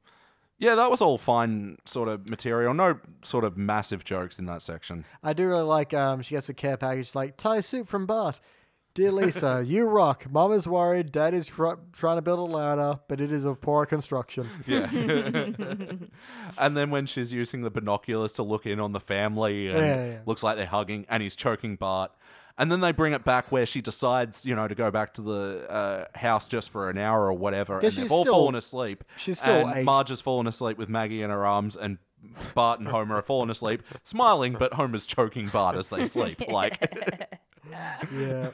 A: yeah, that was all fine sort of material. No sort of massive jokes in that section.
B: I do really like um, she gets a care package like Thai soup from Bart. Dear Lisa, you rock. Mom is worried. Dad is tr- trying to build a ladder, but it is of poor construction.
A: Yeah. and then when she's using the binoculars to look in on the family, and
B: Yeah, yeah.
A: looks like they're hugging, and he's choking Bart. And then they bring it back where she decides, you know, to go back to the uh, house just for an hour or whatever, and
B: Guess
A: they've
B: she's
A: all
B: still-
A: fallen asleep.
B: she's still
A: and
B: eight.
A: Marge has fallen asleep with Maggie in her arms, and Bart and Homer are fallen asleep, smiling, but Homer's choking Bart as they sleep. Like,
B: Yeah.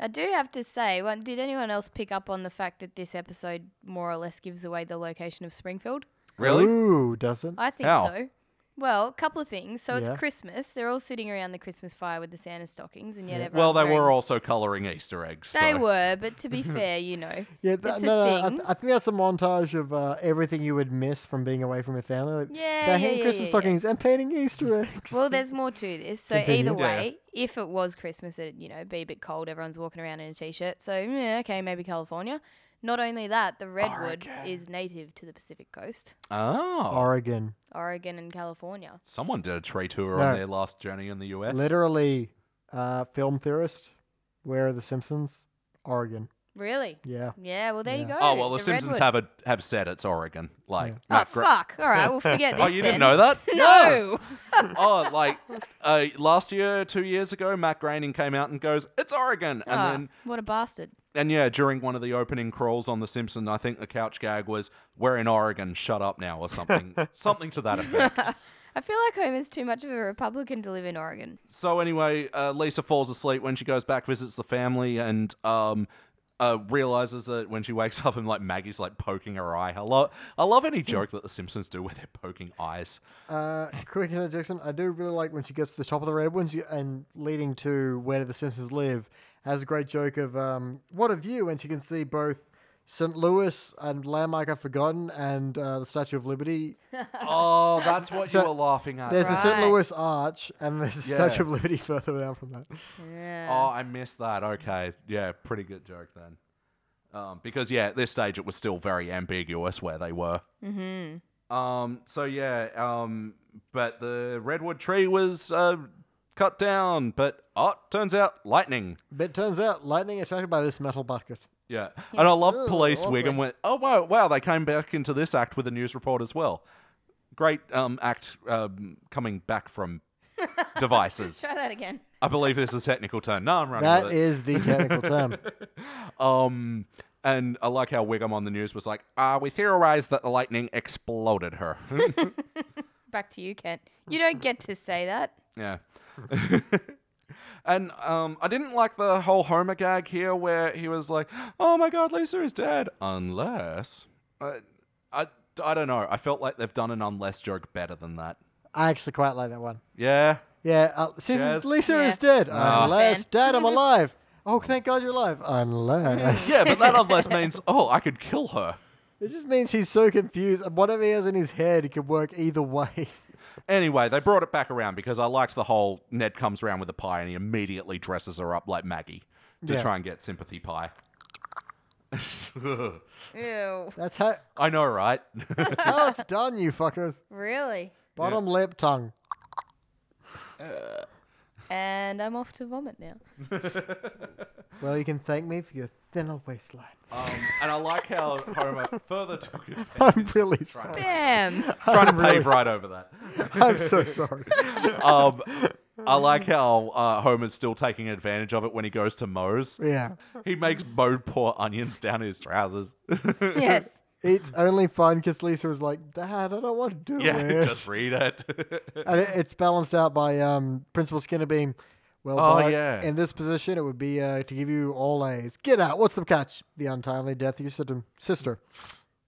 C: I do have to say, well, did anyone else pick up on the fact that this episode more or less gives away the location of Springfield?
A: really?
B: Ooh, doesn't.
C: I think
A: How?
C: so. Well, a couple of things. So
B: Yeah.
C: it's Christmas. They're all sitting around the Christmas fire with the Santa stockings, and yet everyone.
A: Well, they were also coloring Easter eggs.
C: They
A: so-
C: were, but to be fair, you know,
B: Yeah, that,
C: it's a
B: no, no, I,
C: thing.
B: th- I think that's a montage of uh, everything you would miss from being away from your family. Like,
C: Yeah,
B: they're
C: yeah,
B: hanging
C: yeah,
B: Christmas
C: yeah, yeah.
B: stockings and painting Easter eggs.
C: Well, there's more to this. So
B: Continue.
C: either
A: Yeah.
C: way, if it was Christmas, it'd you know be a bit cold. Everyone's walking around in a t-shirt. So yeah, okay, maybe California. Not only that, the redwood is native to the Pacific Coast,
A: Oh.
B: Oregon,
C: Oregon, and California.
A: Someone did a tree tour
B: No.
A: on their last journey in the US.
B: literally, uh, film theorist. Where are the Simpsons? Oregon.
C: Really?
B: Yeah.
C: Yeah. Well, there you go.
A: Oh well, the, Simpsons have a, have said it's Oregon. Like
C: Oh
A: Matt Gra-
C: fuck! All right, we'll forget this.
A: Oh, you didn't
C: then.
A: know that?
C: No.
A: oh, like uh, last year, two years ago, Matt Groening came out and goes, "It's Oregon," and
C: Ah,
A: then
C: what a bastard.
A: and yeah, during one of the opening crawls on The Simpsons, I think the couch gag was, "We're in Oregon, shut up now," or something, something to that effect.
C: I feel like Homer's too much of a Republican to live in Oregon.
A: So anyway, uh, Lisa falls asleep when she goes back, visits the family, and um, uh, realizes that when she wakes up, and like Maggie's like poking her eye. I love, I love any joke that the Simpsons do where they're poking eyes.
B: Uh, quick interjection. I do really like when she gets to the top of the redwoods you- and leading to where do the Simpsons live. Has a great joke of um, what a view, and she can see both St. Louis and landmark I've forgotten, and uh, the Statue of Liberty.
A: Oh, that's what
B: So,
A: you were laughing at.
B: There's the St.
C: Right.
B: Louis Arch, and there's the
A: Yeah.
B: Statue of Liberty further down from that.
A: Oh, I missed that. Okay, yeah, pretty good joke then. Um, because yeah, at this stage it was still very ambiguous where they were. Mm-hmm. Um, so yeah, um, but the redwood tree was uh, cut down. But oh, turns out lightning.
B: But it turns out lightning attracted by this metal bucket.
A: Yeah, and I love
C: Ooh,
A: police
C: awkward.
A: wig and went. Oh wow, wow! They came back into this act with a news report as well. Great um, act um, coming back from devices.
C: Try that again.
A: I believe this is a technical term. No, I'm running
B: That
A: with it.
B: is the technical term.
A: Um, and I like how Wiggum on the news was like, uh, we theorized that the lightning exploded her. Hmm,
C: Back to you, Kent. You don't get to say that.
A: yeah. and um, I didn't like the whole Homer gag here where he was like, oh my god, Lisa is dead. Unless. I, I, I don't know. I felt like they've done an unless joke better than that.
B: I actually quite like that one.
A: Yeah.
B: Yeah, uh, since
A: Yes.
B: Lisa is
C: Yeah.
B: dead.
A: Ah.
B: Unless,
C: Fan.
B: Dad, I'm alive. Oh, thank God you're alive. Unless.
A: Yeah, but that unless means, oh, I could kill her.
B: It just means he's so confused. and Whatever he has in his head, it could work either way.
A: Anyway, they brought it back around because I liked the whole Ned comes around with a pie and he immediately dresses her up like Maggie to
B: Yeah.
A: try and get sympathy pie.
C: Ew.
B: That's how,
A: I know, right?
B: that's how it's done, you fuckers.
C: Really?
B: Bottom lip tongue.
C: and I'm off to vomit now.
B: Well, you can thank me for your thinner waistline.
A: Um, and I like how Homer further took advantage.
B: I'm really
A: of trying to-
B: sorry.
C: Damn.
A: Trying to
B: I'm really
A: pave right over that.
B: I'm so sorry.
A: Um, I like how uh, Homer's still taking advantage of it when he goes to Moe's.
B: Yeah.
A: He makes Moe pour onions down his trousers.
C: yes.
B: It's only fun because Lisa was like, Dad, I don't want to do
A: yeah,
B: this.
A: just read it.
B: And it, it's balanced out by um, Principal Skinner being, well,
A: Oh,
B: Bart,
A: yeah.
B: in this position, it would be uh, to give you all A's. Get out. What's the catch? The untimely death of your sister. sister.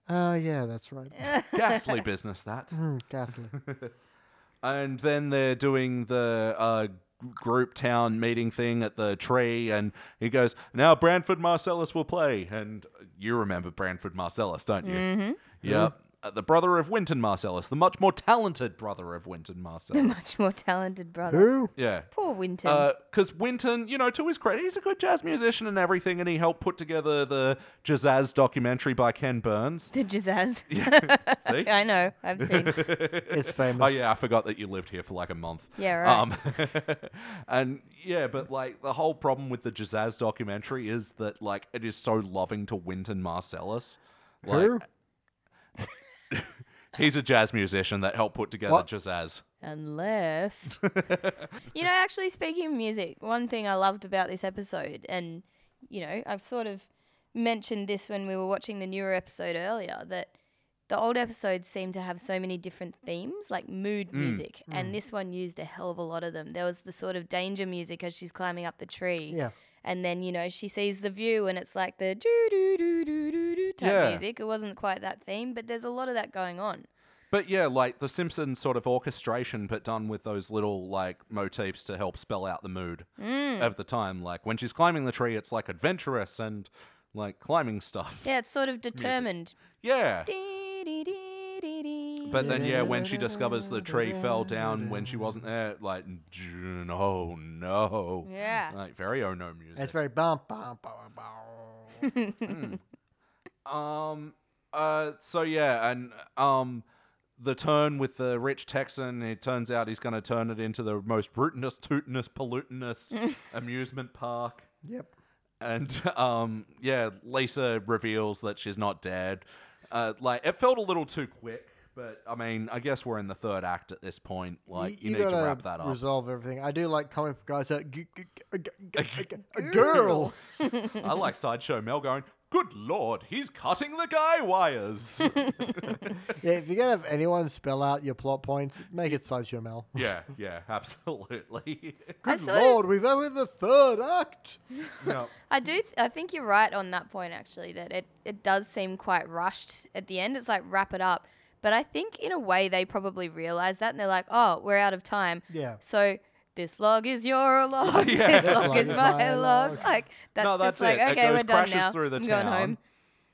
B: Uh, yeah, that's right.
A: Ghastly business, that.
B: Hmm, ghastly.
A: And then they're doing the uh, group town meeting thing at the tree, and he goes, "Now Branford Marcellus will play." And you remember Branford Marcellus, don't you? Mm-hmm. Yep. Uh, The brother of Winton Marcellus, the much more talented brother of Winton Marcellus.
C: Much more talented brother.
B: Who?
A: yeah.
C: Poor Winton.
A: Because Winton, you know, to his credit, he's a good jazz musician and everything, and he helped put together the Jazz documentary by Ken Burns.
C: the Jazz.
A: See?
C: I know. I've seen.
B: It's famous.
A: Oh yeah, I forgot that you lived here for like a month.
C: Yeah, right.
A: Um, and yeah, but like the whole problem with the Jazz documentary is that like it is so loving to Wynton Marcellus. Like,
B: Who?
A: He's a jazz musician that helped put together
B: What?
A: Jazz.
C: Unless. you know, actually, speaking of music, one thing I loved about this episode, and, you know, I've sort of mentioned this when we were watching the newer episode earlier, that the old episodes seem to have so many different themes, like mood music, and this one used a hell of a lot of them. There was the sort of danger music as she's climbing up the tree.
B: Yeah.
C: And then, you know, she sees the view and it's like the doo doo doo doo doo doo type
A: Yeah.
C: music. It wasn't quite that theme, but there's a lot of that going on.
A: But yeah, like the Simpsons sort of orchestration, but done with those little like motifs to help spell out the mood of the time. Like when she's climbing the tree, it's like adventurous and like climbing stuff.
C: Yeah, it's sort of determined.
A: Yeah.
C: Dee-dee-dee-dee-dee.
A: But then, yeah, when she discovers the tree fell down when she wasn't there, like, "June, oh no.
C: Yeah.
A: Like, very oh no music.
B: That's very bum, bum, bum, bum.
A: Um, uh, so yeah, and, um, the turn with the rich Texan, it turns out he's going to turn it into the most brutinous, tootinous, pollutinous amusement park.
B: Yep.
A: And, um, yeah, Lisa reveals that she's not dead. Uh, like, it felt a little too quick. But I mean, I guess we're in the third act at this point. Like, you, need to
B: gotta
A: wrap that up.
B: Resolve everything. I do like comic book guys that g- g- g- g- g- a girl.
A: I like Sideshow Mel going, Good lord, he's cutting the guy wires.
B: Yeah, if you're gonna have anyone spell out your plot points, make it Sideshow Mel.
A: yeah, yeah, absolutely.
C: I,
B: Good
C: sort of,
B: Lord, we've over the third act.
A: no.
C: I do. Th- I think you're right on that point, actually, that it, it does seem quite rushed at the end. It's like, wrap it up. But I think, in a way, they probably realize that and they're like, oh, we're out of time.
B: Yeah.
C: So this log is your log.
A: Yeah.
C: This log is my log. Like, that's,
A: no, that's
C: just like,
A: it.
C: okay,
A: it goes
C: we're done
A: crashes
C: now.
A: through the
C: I'm
A: town.
C: going home.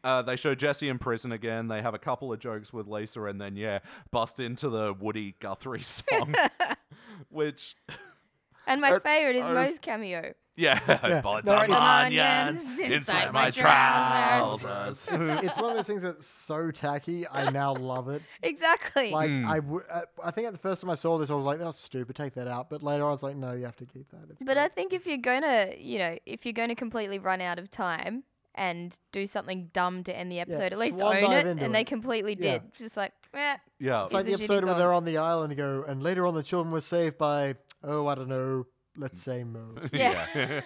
A: Uh, they show Jesse in prison again. They have a couple of jokes with Lisa, and then yeah, bust into the Woody Guthrie song, which
C: And my
A: That's-
C: favorite is
A: I was-
C: Moe's cameo.
A: yeah, bought
B: No,
A: some
B: it's-
C: Onions inside my trousers.
B: It's, it's one of those things that's so tacky. I now love it.
C: Exactly.
B: Like
A: Hmm.
B: I, w- I, I think at the first time I saw this, I was like, "That's stupid. Take that out." But later on, I was like, "No, you have to keep that." It's
C: But I think if you're gonna, you know, if you're gonna completely run out of time and do something dumb to end the episode, at least
B: swan
C: own
B: dive
C: it. And
B: into it.
C: they completely
B: Yeah.
C: did. Just like, eh.
A: Yeah,
B: It's like the
C: It's a shitty
B: episode where
C: song.
B: they're on the island and go, and later on the children were saved by, oh, I don't know, let's say Mo.
C: Yeah.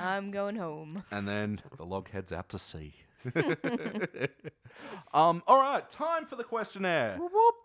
C: I'm going home.
A: and then the log heads out to sea. um, all right, time for the questionnaire.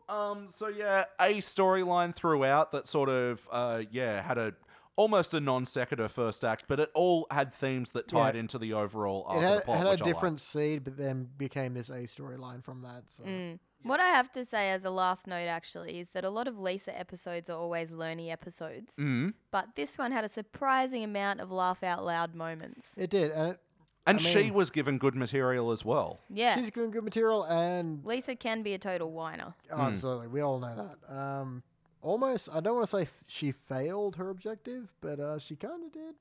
A: Um, so yeah, a storyline throughout that sort of uh, yeah had a almost a non sequitur first act, but it all had themes that tied
B: Yeah.
A: into the overall arc
B: It
A: of the
B: had,
A: plot.
B: had a
A: which I liked.
B: different seed, but then became this A storyline from that. So.
A: Mm.
C: What I have to say as a last note, actually, is that a lot of Lisa episodes are always learny episodes,
B: Mm-hmm.
A: Mhm.
C: but this one had a surprising amount of laugh out loud moments.
B: It did. And it,
A: and
B: I
A: she
B: mean-
A: was given good material as well.
C: Yeah,
B: she's doing good material, and
A: Mm.
C: Lisa can be a total whiner.
B: oh, absolutely, we all know that. Um, almost, I don't want to say f- she failed her objective, but uh, she kind of did.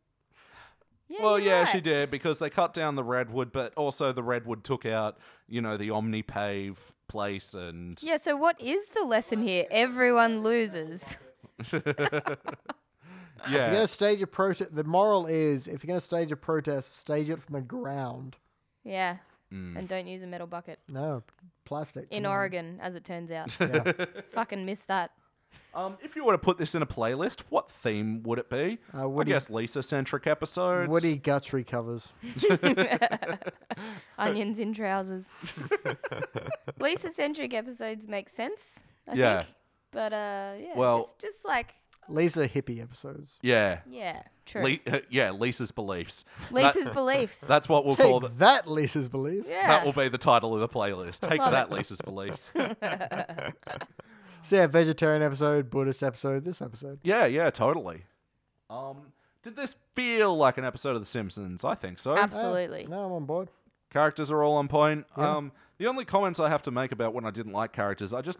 C: Yeah,
A: Well,
C: you're
A: yeah, she
C: right.
A: did because they cut down the redwood, but also the redwood took out, you know, the Omnipave place and
C: Yeah, so what is the lesson here? Everyone loses.
B: If you're
A: yeah,
B: gonna stage a protest, the moral is if you're gonna stage a protest, stage it from the ground.
C: Yeah.
B: Mm.
C: And don't use a metal bucket.
B: No, plastic.
C: In
B: come on.
C: Oregon, as it turns out.
B: Yeah.
C: Fucking miss that.
A: Um, if you were to put this in a playlist, what theme would it be?
B: Uh, Woody-
A: I guess Lisa-centric episodes.
B: Woody Guthrie covers.
C: Onions in trousers. Lisa centric episodes make sense, I
A: Yeah.
C: think. But uh yeah,
A: Well-
C: just, just like
B: Lisa hippie episodes.
A: Yeah.
C: yeah, true.
A: Le- uh, yeah, Lisa's beliefs.
C: Lisa's
A: That-
C: beliefs.
A: that's what we'll
B: Take
A: call the,
B: that, Lisa's belief.
C: yeah.
A: that will be the title of the playlist. Take
C: Love
A: that,
C: it.
A: Lisa's beliefs.
B: So yeah, vegetarian episode, Buddhist episode, this episode.
A: yeah, yeah, totally. Um, did this feel like an episode of The Simpsons? I think so.
B: Oh,
C: Absolutely.
B: no, I'm on board.
A: Characters are all on point. Um, the only comments I have to make about when I didn't like characters, I just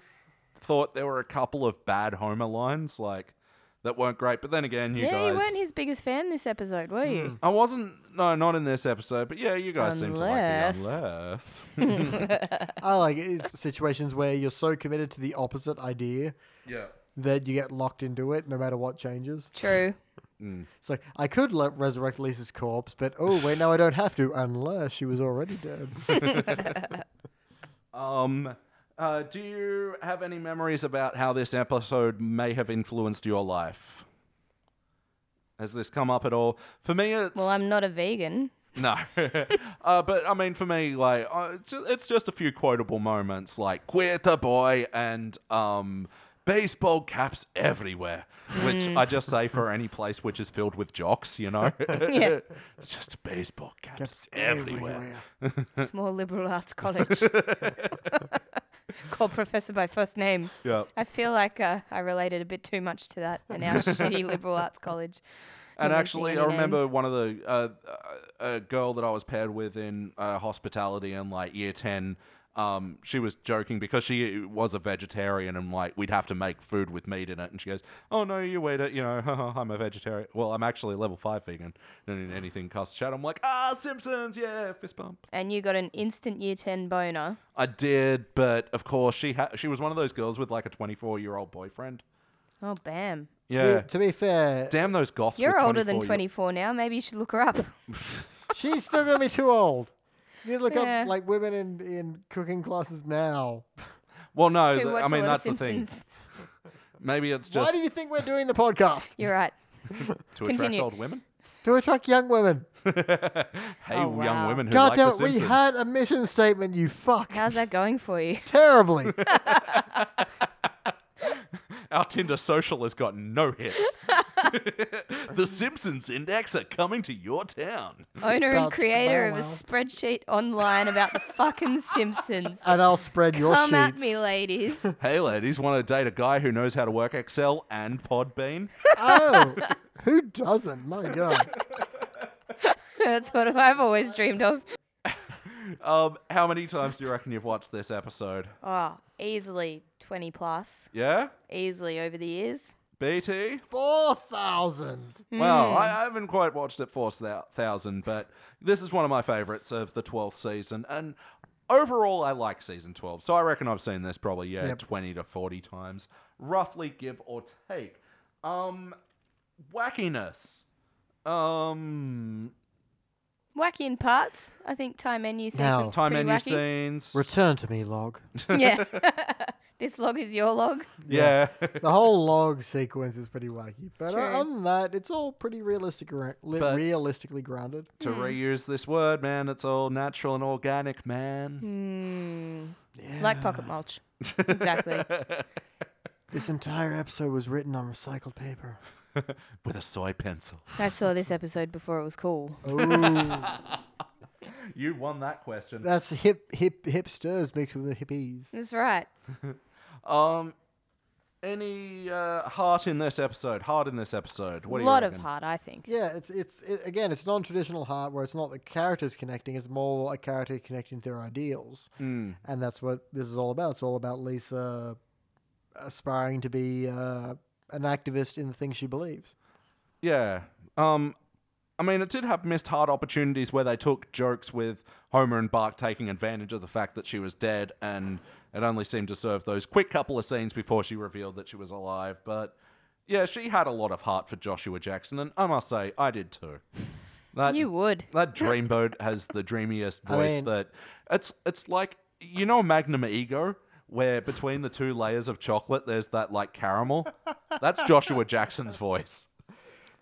A: thought there were a couple of bad Homer lines, like that weren't great. But then again, you
C: yeah,
A: guys, Mm.
C: you weren't his biggest fan this episode, were you?
A: I wasn't. No, not in this episode. But yeah, you guys seem to like
C: Unless-
A: the unless.
B: I like it. It's situations where you're so committed to the opposite idea
A: yeah.
B: that you get locked into it no matter what changes.
C: True.
B: It's like, I could le- resurrect Lisa's corpse, but oh, wait, no, I don't have to unless she was already dead.
A: Um. Uh, do you have any memories about how this episode may have influenced your life? Has this come up at all? For me, it's
C: Well, I'm not a vegan.
A: No, uh, but I mean, for me, like uh, it's ju- it's just a few quotable moments, like "Quit the boy" and um, "Baseball caps everywhere," which
C: Hmm.
A: I just say for any place which is filled with jocks, you know.
C: Yeah.
A: it's just baseball caps,
B: Caps
A: everywhere.
C: Small liberal arts college. Called professor by first name.
A: Yeah,
C: I feel like uh, I related a bit too much to that and our shitty liberal arts college.
A: and
C: Not mentioning
A: actually,
C: any
A: I remember
C: names.
A: one of the uh, uh, a girl that I was paired with in uh, hospitality in like year ten. Um, she was joking because she was a vegetarian and like we'd have to make food with meat in it, and she goes, "Oh no, you wait it, you know, I'm a vegetarian. Well, I'm actually a level five vegan, and anything casts shadow." I'm like, "Ah, Simpsons, yeah, fist bump."
C: And you got an instant year 10 boner.
A: I did, but of course she ha- she was one of those girls with like a 24 year old boyfriend.
C: Oh, bam.
A: Yeah,
B: To be fair,
A: damn those goths.
C: You're
A: with
C: older than
A: 24 year-
C: 24 now. Maybe you should look her up.
B: she's still going to be too old. You need to look
C: Yeah.
B: up like women in, in cooking classes now.
A: Well, no,
C: Who
A: th-
C: watch
A: I
C: a
A: mean
C: lot
A: that's
C: of
A: the thing.
C: Simpsons.
A: Maybe it's
B: Why
A: just
B: do you think we're doing the podcast?
C: You're right.
A: to attract
C: Continue.
A: old women.
B: To attract young women.
A: Hey, young
C: Oh, wow.
A: women who
B: God
A: like
B: damn
A: The
B: it, we
A: Simpsons.
B: had a mission statement, you fuck.
C: How's that going for you?
B: Terribly.
A: Our Tinder social has got no hits. the Simpsons Index are coming to your town.
C: Owner and
B: That's
C: creator
B: Cromwell.
C: of a spreadsheet online about the fucking Simpsons.
B: and I'll spread your
C: Come
B: sheets.
C: at me, ladies.
A: Hey, ladies, want to date a guy who knows how to work Excel and Podbean?
B: Oh, who doesn't? My God.
C: That's what I've always dreamed of.
A: um, how many times do you reckon you've watched this episode?
C: Oh, easily 20 plus.
A: Yeah,
C: Easily over the years.
A: BT.
B: 4,000.
A: Wow, I, I haven't quite watched it four thousand, but this is one of my favorites of the twelfth season, and overall, I like season twelve. So I reckon I've seen this probably yeah
B: Yep.
A: twenty to forty times, roughly, give or take. Um, wackiness. Um,
C: Wacky in parts. I think time menu
B: Now-
C: sequence.
A: time
C: pretty
A: menu
C: wacky.
A: scenes.
B: Return to me, log.
C: Yeah. this log is your log.
A: yeah,
B: The whole log sequence is pretty wacky. But uh,
C: True.
B: other than that, it's all pretty realistic, gra- li-
A: But-
B: realistically grounded.
A: to reuse this word, man, it's all natural and organic, man.
C: Mm. Like pocket mulch. Exactly.
B: This entire episode was written on recycled paper.
A: With a soy pencil.
C: I saw this episode before it was cool.
B: Ooh,
A: You won that question.
B: that's hip, hip, hipsters mixed with the hippies.
C: That's right.
A: Um, any uh, heart in this episode? Heart in this episode? What
C: A
A: do
C: lot
A: you
C: of
A: reckon?
C: heart, I think.
B: Yeah, it's it's it, again, it's non-traditional heart where it's not the characters connecting; it's more a character connecting to their ideals, mm. and that's what this is all about. It's all about Lisa aspiring to be uh, an activist in the things she believes.
A: Yeah. Um, I mean, it did have missed hard opportunities where they took jokes with Homer and Bark taking advantage of the fact that she was dead, and it only seemed to serve those quick couple of scenes before she revealed that she was alive. But yeah, she had a lot of heart for Joshua Jackson, and I must say, I did too. That,
C: You would.
A: that dreamboat has the dreamiest voice
B: mean-
A: that it's it's like you know magnum ego where between the two layers of chocolate there's that like caramel that's joshua jackson's voice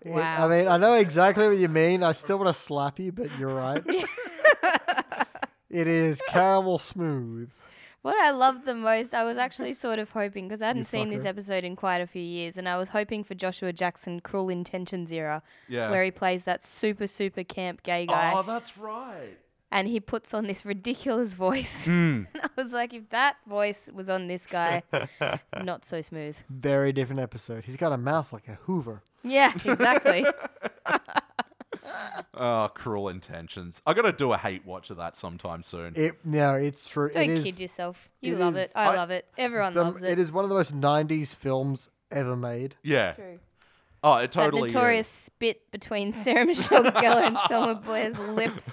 B: Yeah,
C: Wow.
B: I mean, I know exactly what you mean. I still want to slap you, but you're right. it is caramel smooth.
C: What I loved the most, I was actually sort of hoping because I hadn't seen this
B: fucker.
C: episode in quite a few years, and I was hoping for Joshua Jackson Cruel Intentions era,
A: Yeah.
C: where he plays that super super camp gay guy,
A: oh that's right
C: and he puts on this ridiculous voice.
A: Hmm.
C: and I was like, if that voice was on this guy, not so smooth.
B: Very different episode. He's got a mouth like a Hoover.
C: Yeah, exactly.
A: oh cruel intentions i gotta do a hate watch of that sometime soon
B: It no, it's true.
C: Don't
B: it is,
C: kid yourself. You
B: it
C: love
B: is-
C: it. I,
A: I-
C: love it. Everyone
B: the-
C: loves it.
B: it is one of the most '90s films ever made.
A: yeah
C: True.
A: oh it
C: That
A: totally
C: notorious
A: is.
C: spit between Sarah Michelle Gellar and Selma Blair's lips.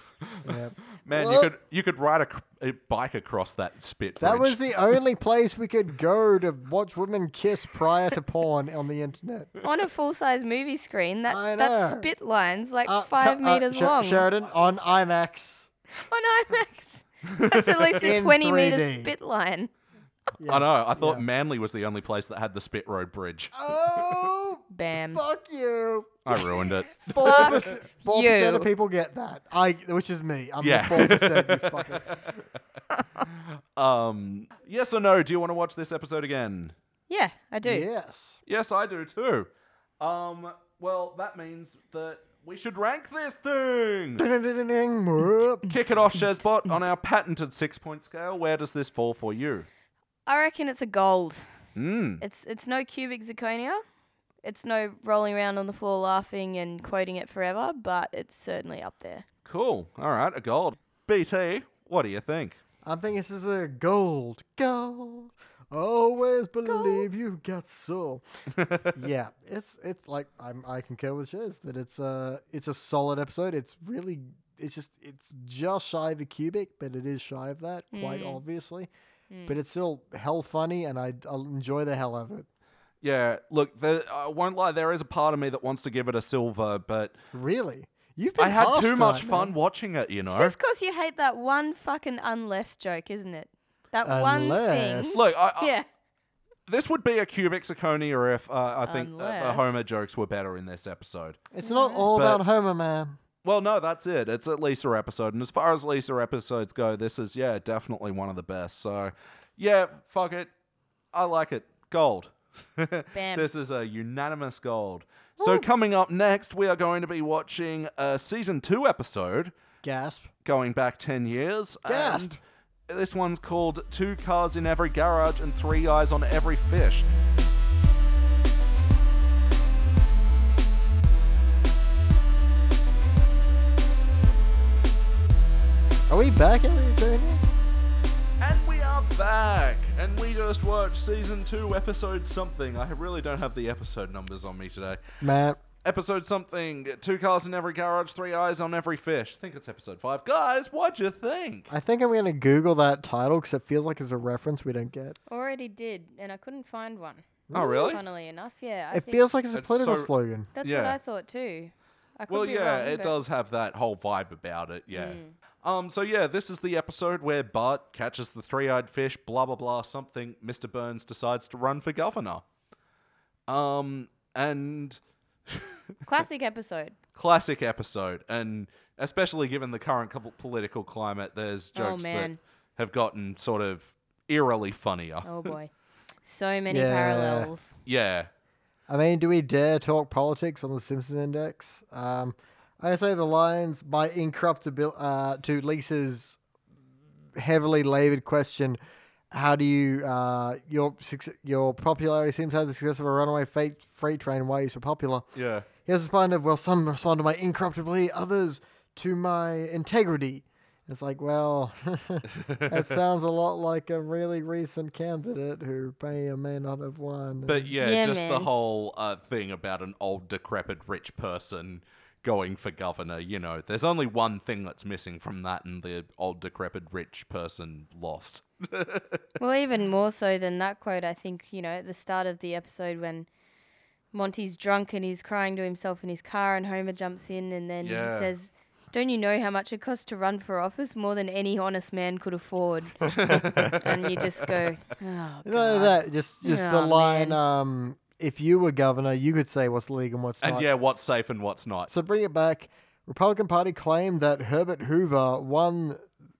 B: Yep.
A: man you could you could ride a, cr- a bike across that spit
B: That
A: bridge.
B: was the only place we could go to watch women kiss prior to porn on the internet.
C: on a full size movie screen.
B: I
C: That that
B: know.
C: spit line's like
B: Uh,
C: five
B: co- uh,
C: meters
B: Sher-
C: long
B: Sheridan on IMAX.
C: on IMAX. That's at least a
B: In
C: twenty meter
B: 3D.
C: spit line.
A: i know i thought
B: Yeah.
A: manly was the only place that had the spit road bridge
B: Oh,
C: Bam.
B: fuck you.
A: i ruined it
B: Four percent
C: you.
B: of people get that. I, which is me. I'm
A: Yeah.
B: the four percent. You fucker.
A: um yes or no do you want to watch this episode again
C: Yeah, I do.
B: Yes.
A: Yes, I do too. Um, well, that means that we should rank this thing.
B: Ding-a-ding-a-ding, whoop.
A: Kick it off, Shazbot, on our patented six point scale. Where does this fall for you?
C: I reckon it's a gold.
A: Mm.
C: It's it's no cubic zirconia. It's no rolling around on the floor laughing and quoting it forever, but it's certainly up there.
A: Cool. All right, a gold. BT, what do you think?
B: I'm thinking this is a gold, gold. Always believe you got soul. yeah, it's it's like I'm I concur with Shiz that it's a it's a solid episode. It's really it's just it's just shy of a cubic, but it is shy of that quite
A: Mm.
B: obviously. But it's still hell funny, and I I'll enjoy the hell of it.
A: Yeah, look, there, I won't lie, there is a part of me that wants to give it a silver, but
B: Really, you've been
A: I had too
B: harsh
A: much
B: tonight,
A: fun
B: man.
A: watching it, you
C: It's
A: know?
C: just 'cause you hate that one fucking unless joke, isn't it? That one
B: Unless.
C: thing.
A: Look, I, I,
C: yeah.
A: this would be a cubic zirconia if uh, I think uh, the
C: Unless-
A: Homer jokes were better in this episode.
B: It's not all
A: But-
B: about Homer, man.
A: Well, no, that's it. It's a Lisa episode. And as far as Lisa episodes go, this is, yeah, definitely one of the best. So, yeah, fuck it. I like it. Gold.
C: Bam.
A: This is a unanimous gold. So, coming up next, we are going to be watching a season two episode
B: Gasp.
A: going back 10 years.
B: Gasp.
A: And this one's called Two Cars in Every Garage and Three Eyes on Every Fish.
B: Are we back in the journey?
A: And we are back, and we just watched season two, episode something. I really don't have the episode numbers on me today.
B: Matt.
A: Episode something, two cars in every garage, three eyes on every fish. I think it's episode five. Guys, what'd you think?
B: I think I'm going to Google that title because it feels like it's a reference we don't get.
C: Already did, and I couldn't find one.
A: Oh, really?
C: Funnily enough, yeah. I
B: it
C: think
B: feels like it's a
A: It's
B: political
A: so-
B: slogan.
C: That's what
A: Yeah.
C: I thought too. I could
A: Well,
C: be
A: yeah,
C: wrong,
A: it
C: but- Mm.
A: does have that whole vibe about it, yeah. Um, so yeah, this is the episode where Bart catches the three-eyed fish, blah blah blah, something. Mr. Burns decides to run for governor. Um, and
C: Classic episode.
A: classic episode, and especially given the current couple political climate, there's
C: Oh,
A: jokes that
C: man.
A: have gotten sort of eerily funnier.
C: Oh boy, so many
B: Yeah.
C: parallels.
A: Yeah,
B: I mean, do we dare talk politics on the Simpson Index? Um, I say the lines by incorruptibility uh, to Lisa's heavily labored question. How do you uh, your suc- your popularity seems to have the success of a runaway fate, freight train? Why are you so popular?
A: yeah.
B: He has responded, well, some respond to my incorruptibility, others to my integrity. It's like, well, that sounds a lot like a really recent candidate who may or may not have won.
A: But yeah,
C: Yeah,
A: just the
C: man.
A: whole uh, thing about an old, decrepit, rich person going for governor, you know, there's only one thing that's missing from that, and the old decrepit rich person lost.
C: Well, even more so than that quote, I think, you know, at the start of the episode when Monty's drunk and he's crying to himself in his car and Homer jumps in and then
A: Yeah.
C: he says, Don't you know how much it costs to run for office? More than any honest man could afford. and you just go, Oh,
B: You know
C: God."
B: that just just the
C: Aw,
B: line.
C: man.
B: Um, if you were governor, you could say what's legal and what's
A: And
B: not.
A: yeah, what's safe and what's not.
B: So bring it back. Republican Party claimed that Herbert Hoover won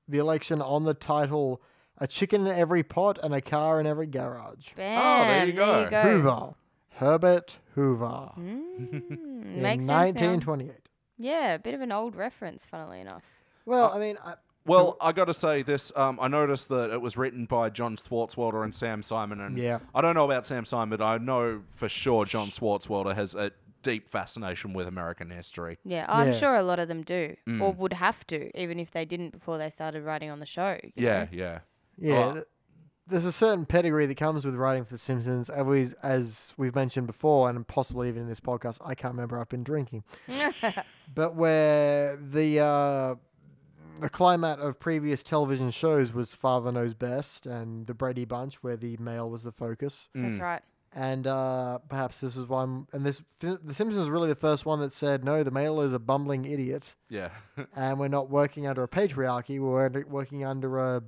B: the election on the title "A chicken in every pot and a car in every garage."
C: Bam,
A: Oh, there you go.
B: Hoover, Herbert Hoover,
C: Mm,
B: in
C: makes sense. now.
B: 1928.
C: Yeah, a bit of an old reference, funnily enough.
B: Well, I mean, I,
A: Well, I got to say this. Um, I noticed that it was written by John Swartzwelder and Sam Simon. And
B: Yeah.
A: I don't know about Sam Simon, but I know for sure John Swartzwelder has a deep fascination with American history.
C: Yeah, I'm
B: Yeah.
C: sure a lot of them do, or
A: Mm.
C: would have to, even if they didn't before they started writing on the show. you
A: Yeah,
C: know?
A: yeah.
B: yeah,
A: Oh.
B: th- there's a certain pedigree that comes with writing for The Simpsons. As we- as we've mentioned before, and possibly even in this podcast, I can't remember. I've been drinking. but where the uh, the climate of previous television shows was Father Knows Best and The Brady Bunch, where the male was the focus,
A: Mm.
C: That's right.
B: and uh, perhaps this is one. And this The Simpsons is really the first one that said, "No, the male is a bumbling idiot,
A: Yeah.
B: and we're not working under a patriarchy. We're under- working under a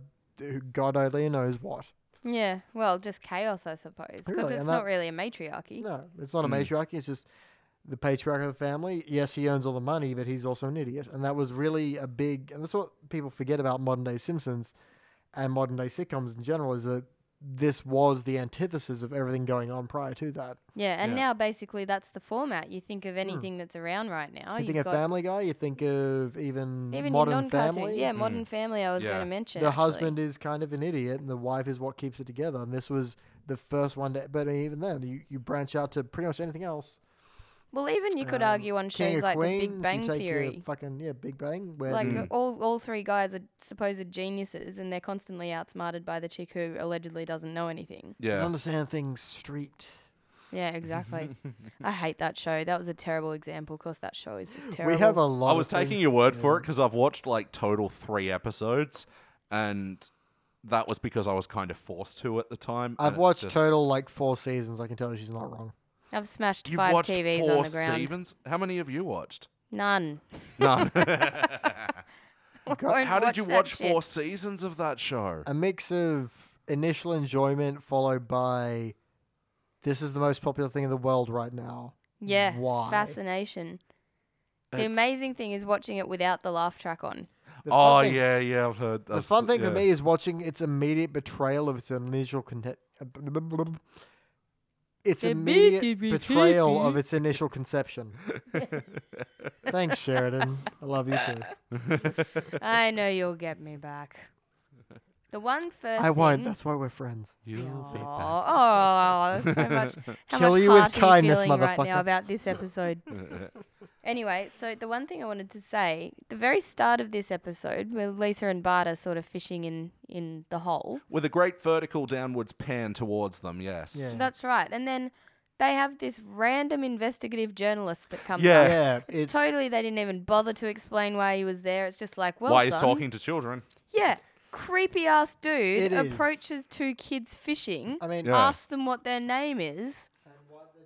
B: God only knows what."
C: Yeah, well, just chaos, I suppose, because
B: Really,
C: it's
B: and
C: not
B: that-
C: really a matriarchy.
B: No, it's not a matriarchy. It's just the patriarch of the family. Yes, he earns all the money, but he's also an idiot. And that was really a big, and that's what people forget about modern day Simpsons and modern day sitcoms in general is that this was the antithesis of everything going on prior to that.
C: Yeah, and
A: Yeah.
C: now basically that's the format. You think of anything that's around right now.
B: Hmm. you
C: you've
B: think of
C: Oh, got
B: Family Guy, you think of even,
C: even your
B: Modern
C: non-cartoons.
B: Family.
C: Yeah, Modern Family. I was
A: Hmm. Yeah.
C: going to mention
B: the
C: actually.
B: husband is kind of an idiot, and the wife is what keeps it together. And this was the first one, to, but even then, you, you branch out to pretty much anything else.
C: Well, even you could
B: Um,
C: argue on
B: King
C: shows
B: of
C: like
B: Queens,
C: The Big Bang
B: you take your
C: Theory.
B: fucking yeah, Big Bang. Where
C: Like
B: the-
C: uh, all, all three guys are supposed geniuses, and they're constantly outsmarted by the chick who allegedly doesn't know anything.
B: I
A: Yeah.
B: understand things street.
C: Yeah, exactly. I hate that show. That was a terrible example. Of course, that show is just terrible.
B: We have a lot.
A: I
B: of
A: was taking
B: things
A: your
B: to
A: word
B: say.
A: for it because I've watched like total three episodes, and that was because I was kind of forced to at the time. and
B: I've
A: it's
B: watched
A: just-
B: total like four seasons. I can tell you she's not wrong.
C: I've smashed
A: You've
C: five
A: watched
C: TVs
A: four
C: on the ground.
A: Stevens? How many have you watched?
C: None.
A: None.
C: Won't
A: How did you
C: that
A: watch
C: shit.
A: four seasons of that show?
B: A mix of initial enjoyment followed by, this is the most popular thing in the world right now.
C: Yeah,
B: Why?
C: fascination. The
A: It's-
C: amazing thing is watching it without the laugh track on.
B: The
A: Oh
B: fun thing,
A: yeah, yeah, I've heard.
B: The
A: that's-
B: fun thing
A: yeah.
B: for me is watching its immediate betrayal of its initial content. Its immediate betrayal of its initial conception. Thanks, Sheridan. I love you too.
C: I know you'll get me back. The one first.
B: I won't.
C: thing-
B: That's why we're friends.
A: You'll be back.
C: Oh, oh, so much. How
B: Kill
C: much
B: you with
C: heart are
B: kindness,
C: feeling Right
B: motherfucker.
C: now about this episode. anyway, so the one thing I wanted to say, the very start of this episode, where Lisa and Bart are sort of fishing in in the hole.
A: With a great vertical downwards pan towards them, yes.
B: Yeah.
C: That's right, and then they have this random investigative journalist that comes.
A: Yeah.
C: up.
B: Yeah,
C: It's, totally they didn't even bother to explain why he was there. It's just like, well,
A: Why he's
C: son,
A: talking to children?
C: Yeah, creepy ass dude
B: It is. Uh,
C: approaches two kids fishing.
B: I mean,
A: Yeah.
C: asks them what their name is.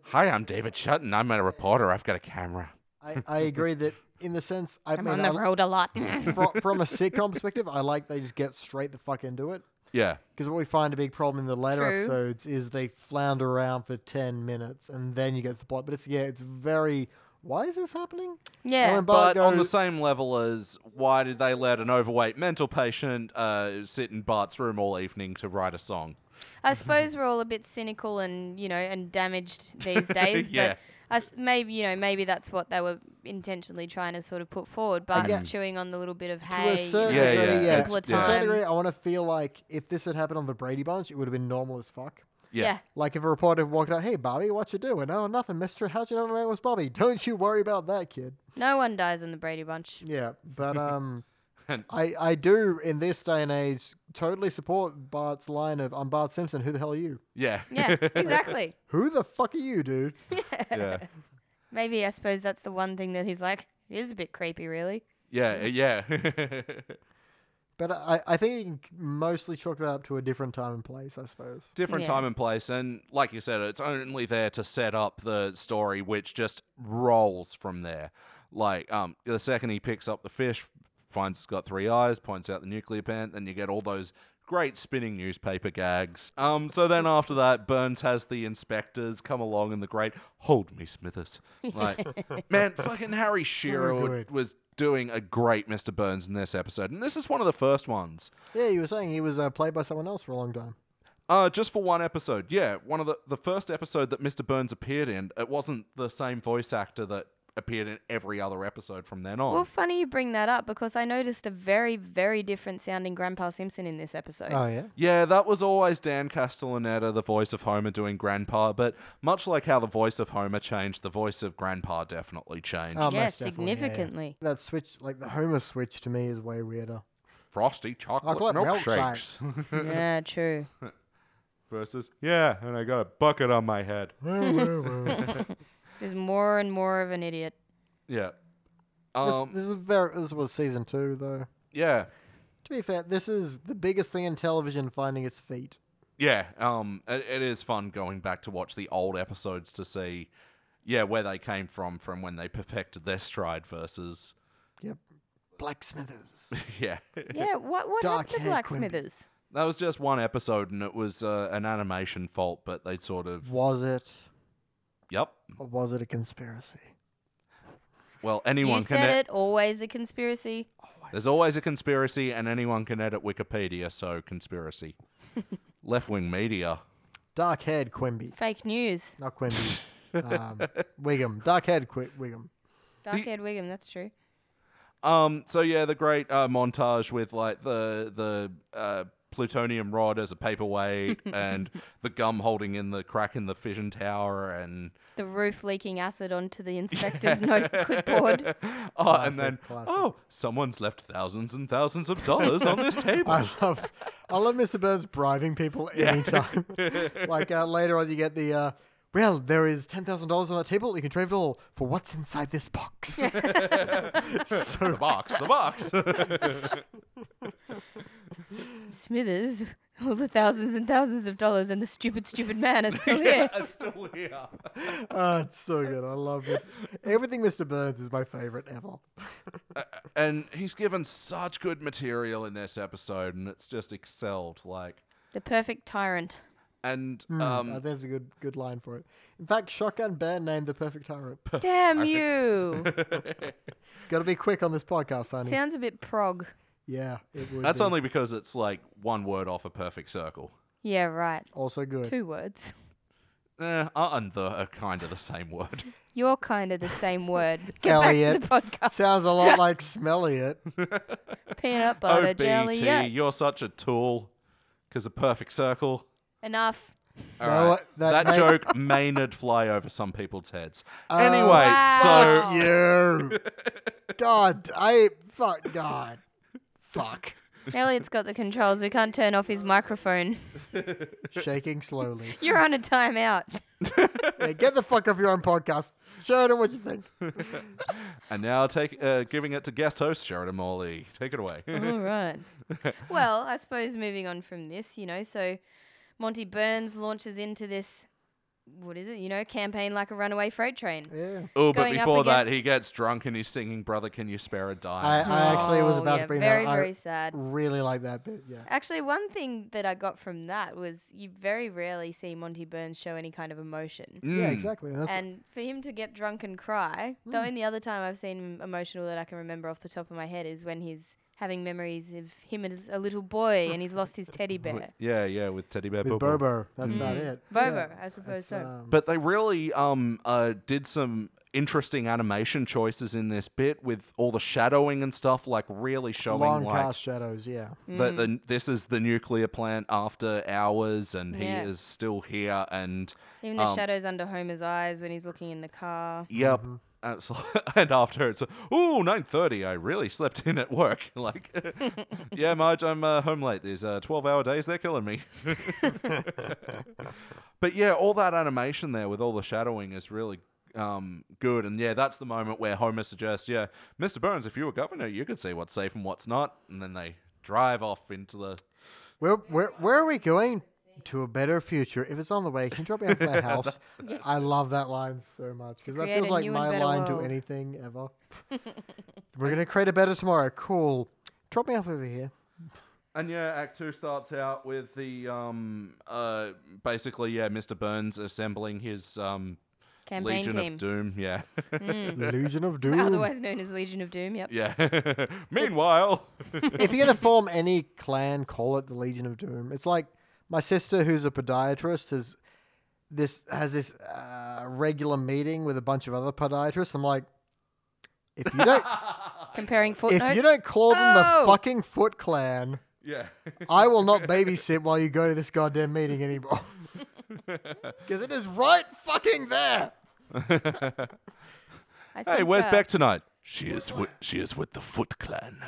A: Hi, I'm David Shutton. I'm a reporter. I've got a camera.
B: I, I agree that in the sense I
C: I'm
B: mean,
C: on the
B: I,
C: road a lot.
B: fro- from a sitcom perspective, I like they just get straight the fuck into it.
A: Yeah.
B: Because what we find a big problem in the later
C: True.
B: episodes is they flounder around for ten minutes and then you get the plot. But it's yeah, it's very why is this happening? And
C: yeah,
B: when Bart
A: But on the
B: goes-
A: same level as why did they let an overweight mental patient uh, sit in Bart's room all evening to write a song?
C: I suppose we're all a bit cynical and you know and damaged these days.
A: Yeah.
C: But I s- maybe you know maybe that's what they were intentionally trying to sort of put forward. Bart's
B: guess-
C: chewing on the little bit of
B: to
C: hay.
B: a certain
A: Yeah,
B: degree,
A: yeah,
B: yeah,
A: it's-
B: to
C: simpler
B: a
A: yeah.
B: certain degree,
C: time.
B: I want to feel like if this had happened on the Brady Bunch, it would have been normal as fuck.
C: Yeah.
B: Like if a reporter walked out, "Hey, Bobby, what you doing?" "Oh, nothing, Mister. How'd you know my name was Bobby?" "Don't you worry about that, kid."
C: No one dies in the Brady Bunch.
B: Yeah, but um,
A: And-
B: I I do in this day and age totally support Bart's line of "I'm Bart Simpson. Who the hell are you?
A: Yeah.
C: Yeah, exactly.
B: Who the fuck are you, dude?"
A: yeah.
C: Maybe I suppose that's the one thing that he's like, It is a bit creepy, really.
A: Yeah, yeah.
B: But I, I think you can mostly chalk that up to a different time and place, I suppose.
A: Different
C: Yeah.
A: time and place, and like you said, it's only there to set up the story, which just rolls from there. Like, um, the second he picks up the fish, finds it's got three eyes, points out the nuclear plant, then you get all those great spinning newspaper gags. Um, so then after that, Burns has the inspectors come along and the great hold me, Smithers. Like, man, fucking Harry Shearer
B: good.
A: was doing a great Mr. Burns in this episode, and this is one of the first ones.
B: Yeah, you were saying he was uh, played by someone else for a long time.
A: Uh, just for one episode, yeah. One of the the first episode that Mr. Burns appeared in, it wasn't the same voice actor that appeared in every other episode from then on.
C: Well, funny you bring that up because I noticed a very, very different sounding Grandpa Simpson in this episode.
B: Oh, yeah?
A: Yeah, that was always Dan Castellaneta, the voice of Homer, doing Grandpa. But much like how the voice of Homer changed, the voice of Grandpa definitely changed.
B: Oh,
C: yeah,
B: most definitely, yeah, yeah.
C: significantly.
B: That switch, like the Homer switch to me is way weirder.
A: Frosty chocolate
B: Chocolate
A: milkshakes
C: Yeah, true.
A: versus yeah, and I got a bucket on my head.
C: Just more and more of an idiot.
A: Yeah,
B: This-
A: um,
B: this, is very, this was season two, though.
A: yeah.
B: To be fair, this is the biggest thing in television finding its feet.
A: Yeah, um, it, it is fun going back to watch the old episodes to see, yeah, where they came from from when they perfected their stride versus,
B: Yep. Blacksmithers.
A: yeah,
C: Yeah, what what happened to
B: Dark-haired Quimby.
C: Blacksmithers?
A: that was just one episode and it was uh, an animation fault, but they sort of,
B: was it,
A: yep.
B: or was it a conspiracy?
A: Well, anyone
C: you
A: can.
C: said
A: e-
C: it. Always a conspiracy.
A: There's always a conspiracy, and anyone can edit Wikipedia, so conspiracy. Left wing media.
B: Dark haired Quimby.
C: Fake news.
B: Not Quimby. um, Wiggum. Dark haired Qu- Wiggum.
C: Dark-haired Wiggum. That's true.
A: Um. So yeah, the great uh, montage with like the the uh, plutonium rod as a paperweight, and the gum holding in the crack in the fission tower, and
C: The roof leaking acid onto the inspector's note clipboard.
A: oh, and then
B: classic.
A: oh, someone's left thousands and thousands of dollars on this table.
B: I love, I love Mr. Burns bribing people anytime. like uh, later on, you get the, uh, well, there is ten thousand dollars on that table. You can trade it all for what's inside this box.
A: the box, the box.
C: Smithers. All the thousands and thousands of dollars and the stupid, stupid man are still here.
A: It's still here.
B: oh, it's so good. I love this. Everything Mr. Burns is my favorite ever.
A: And he's given such good material in this episode, and it's just excelled. Like,
C: The perfect tyrant.
A: and
B: Uh,
A: um,
B: there's a good, good line for it. In fact, Shotgun Bear named the perfect tyrant.
C: Damn you.
B: Got to be quick on this podcast, honey.
C: Sounds a bit prog.
B: yeah, it would.
A: that's
B: be.
A: only because it's like one word off a perfect circle.
C: Yeah, right.
B: also good.
C: Two words.
A: Eh, art and the are kind of the same word.
C: You're kind of the same word. Get
B: Elliot.
C: back to the podcast.
B: Sounds a lot like Smelly It.
C: Peanut butter jelly. Yeah.
A: you're such a tool. Because a perfect circle.
C: Enough.
A: All
B: No,
A: right.
B: what-
A: That,
B: that may- Oh,
A: joke may not fly over some people's heads. anyway,
C: Wow.
A: so
B: you. God, I fuck God. Fuck.
C: Elliot's got the controls. We can't turn off his microphone.
B: Shaking slowly.
C: You're on a timeout.
B: Yeah, get the fuck off your own podcast. Sheridan, what you think?
A: and now take uh, giving it to guest host Sheridan Morley. Take it away.
C: All right. well, I suppose moving on from this, you know, so Monty Burns launches into this, what is it, you know, campaign like a runaway freight train.
B: Yeah.
A: oh, but
C: Going up
A: before that,
C: against-
A: he gets drunk and he's singing "Brother, Can You Spare a
B: I,
A: Dime?"
B: I actually was
C: Oh,
B: about
C: yeah,
B: to bring
C: very,
B: that. up.
C: very
B: I
C: sad.
B: really like that bit. Yeah.
C: Actually, one thing that I got from that was you very rarely see Monty Burns show any kind of emotion.
B: Yeah,
A: Mm.
B: exactly. That's Mm.
C: And for him to get drunk and cry, the only other time I've seen him emotional that I can remember off the top of my head is when he's having memories of him as a little boy and he's lost his teddy bear.
A: Yeah, yeah, with Teddy Bear
B: with
A: Bobo.
B: Bobo. That's about it.
C: Hmm. Bobo,
B: Yeah.
C: I suppose
B: It's,
C: so.
B: um,
A: But they really um, uh, did some interesting animation choices in this bit with all the shadowing and stuff, like really showing
B: long
A: like
B: cast shadows, yeah.
A: that the, this is the nuclear plant after hours, and
C: Yeah.
A: he is still here. And
C: Even the
A: um,
C: shadows under Homer's eyes when he's looking in the car.
A: yep, absolutely. and after it's ooh nine thirty, I really slept in at work. like, yeah, Marge, I'm uh, home late. These uh, twelve hour days, they're killing me. but yeah, all that animation there with all the shadowing is really um, good. And yeah, that's the moment where Homer suggests, yeah, Mr. Burns, if you were governor, you could see what's safe and what's not. And then they drive off into the.
B: Where, where, where are we going? To a better future. If it's on the way, can you drop me off at my house? I love that line so much because that
C: create
B: feels
C: a
B: like
C: new and
B: my
C: better
B: line to
C: world.
B: anything ever. We're gonna create a better tomorrow. Cool. Drop me off over here.
A: And yeah, Act Two starts out with the um, uh, basically yeah, Mr. Burns assembling his um,
C: Campaign
A: Legion
C: team. Mm.
A: of Doom. Yeah,
C: Hmm.
B: Legion of Doom.
C: Otherwise known as Legion of Doom, yep.
A: yeah. Meanwhile,
B: if you're gonna form any clan, call it the Legion of Doom. It's like my sister, who's a podiatrist, has this has this uh, regular meeting with a bunch of other podiatrists. I'm like, if you don't
C: Comparing
B: if
C: footnotes.
B: you don't call them
C: Oh!
B: the fucking Foot Clan,
A: yeah,
B: I will not babysit while you go to this goddamn meeting anymore. Because it is right fucking there.
C: I
A: hey,
C: think,
A: where's
C: uh,
A: Beck tonight? She is with, she is with the Foot Clan.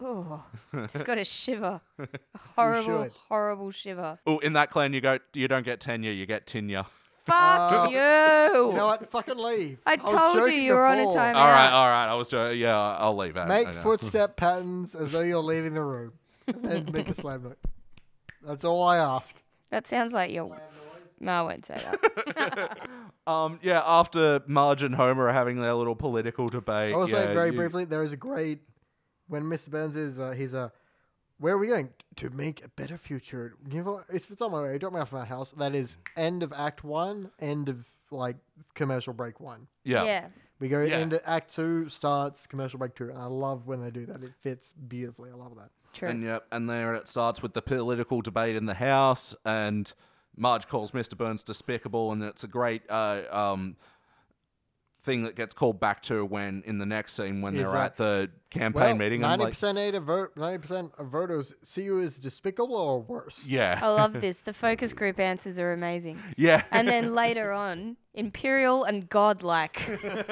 C: Oh, just got a shiver. A horrible,
B: should.
C: horrible shiver.
A: Oh, in that clan you go you don't get tenure, you get tenure.
C: Fuck
A: Uh,
C: you.
B: You know what? Fucking leave.
C: I
B: was
C: told you
B: joking
C: you were on a
B: before.
C: timer.
A: All right,
C: out.
A: all right. I was joking. Yeah, I'll leave. Out.
B: Make footstep patterns as though you're leaving the room. and make a slam note. That's all I ask.
C: That sounds like your. No, I won't say that.
A: Um, yeah. After Marge and Homer are having their little political debate.
B: I will
A: yeah,
B: say very
A: you-
B: briefly, there is a great when Mr. Burns is uh, he's a where are we going to make a better future? You know, if it's on my way, drop me off at my house. That is end of Act One, end of like commercial break one.
A: Yeah.
C: yeah.
B: We go
A: Yeah.
B: into Act Two, starts commercial break two, and I love when they do that. It fits beautifully. I love that.
C: True.
A: And yep. And there it starts with the political debate in the house, and Marge calls Mr. Burns despicable, and it's a great uh, um thing that gets called back to when in the next scene when
B: He's
A: they're
B: like,
A: at the campaign
B: Well,
A: meeting. I'm
B: ninety
A: like,
B: percent of vote, ninety percent of voters see you as despicable or worse.
A: yeah,
C: I love this. The focus group answers are amazing.
A: yeah.
C: And then later on, imperial and godlike.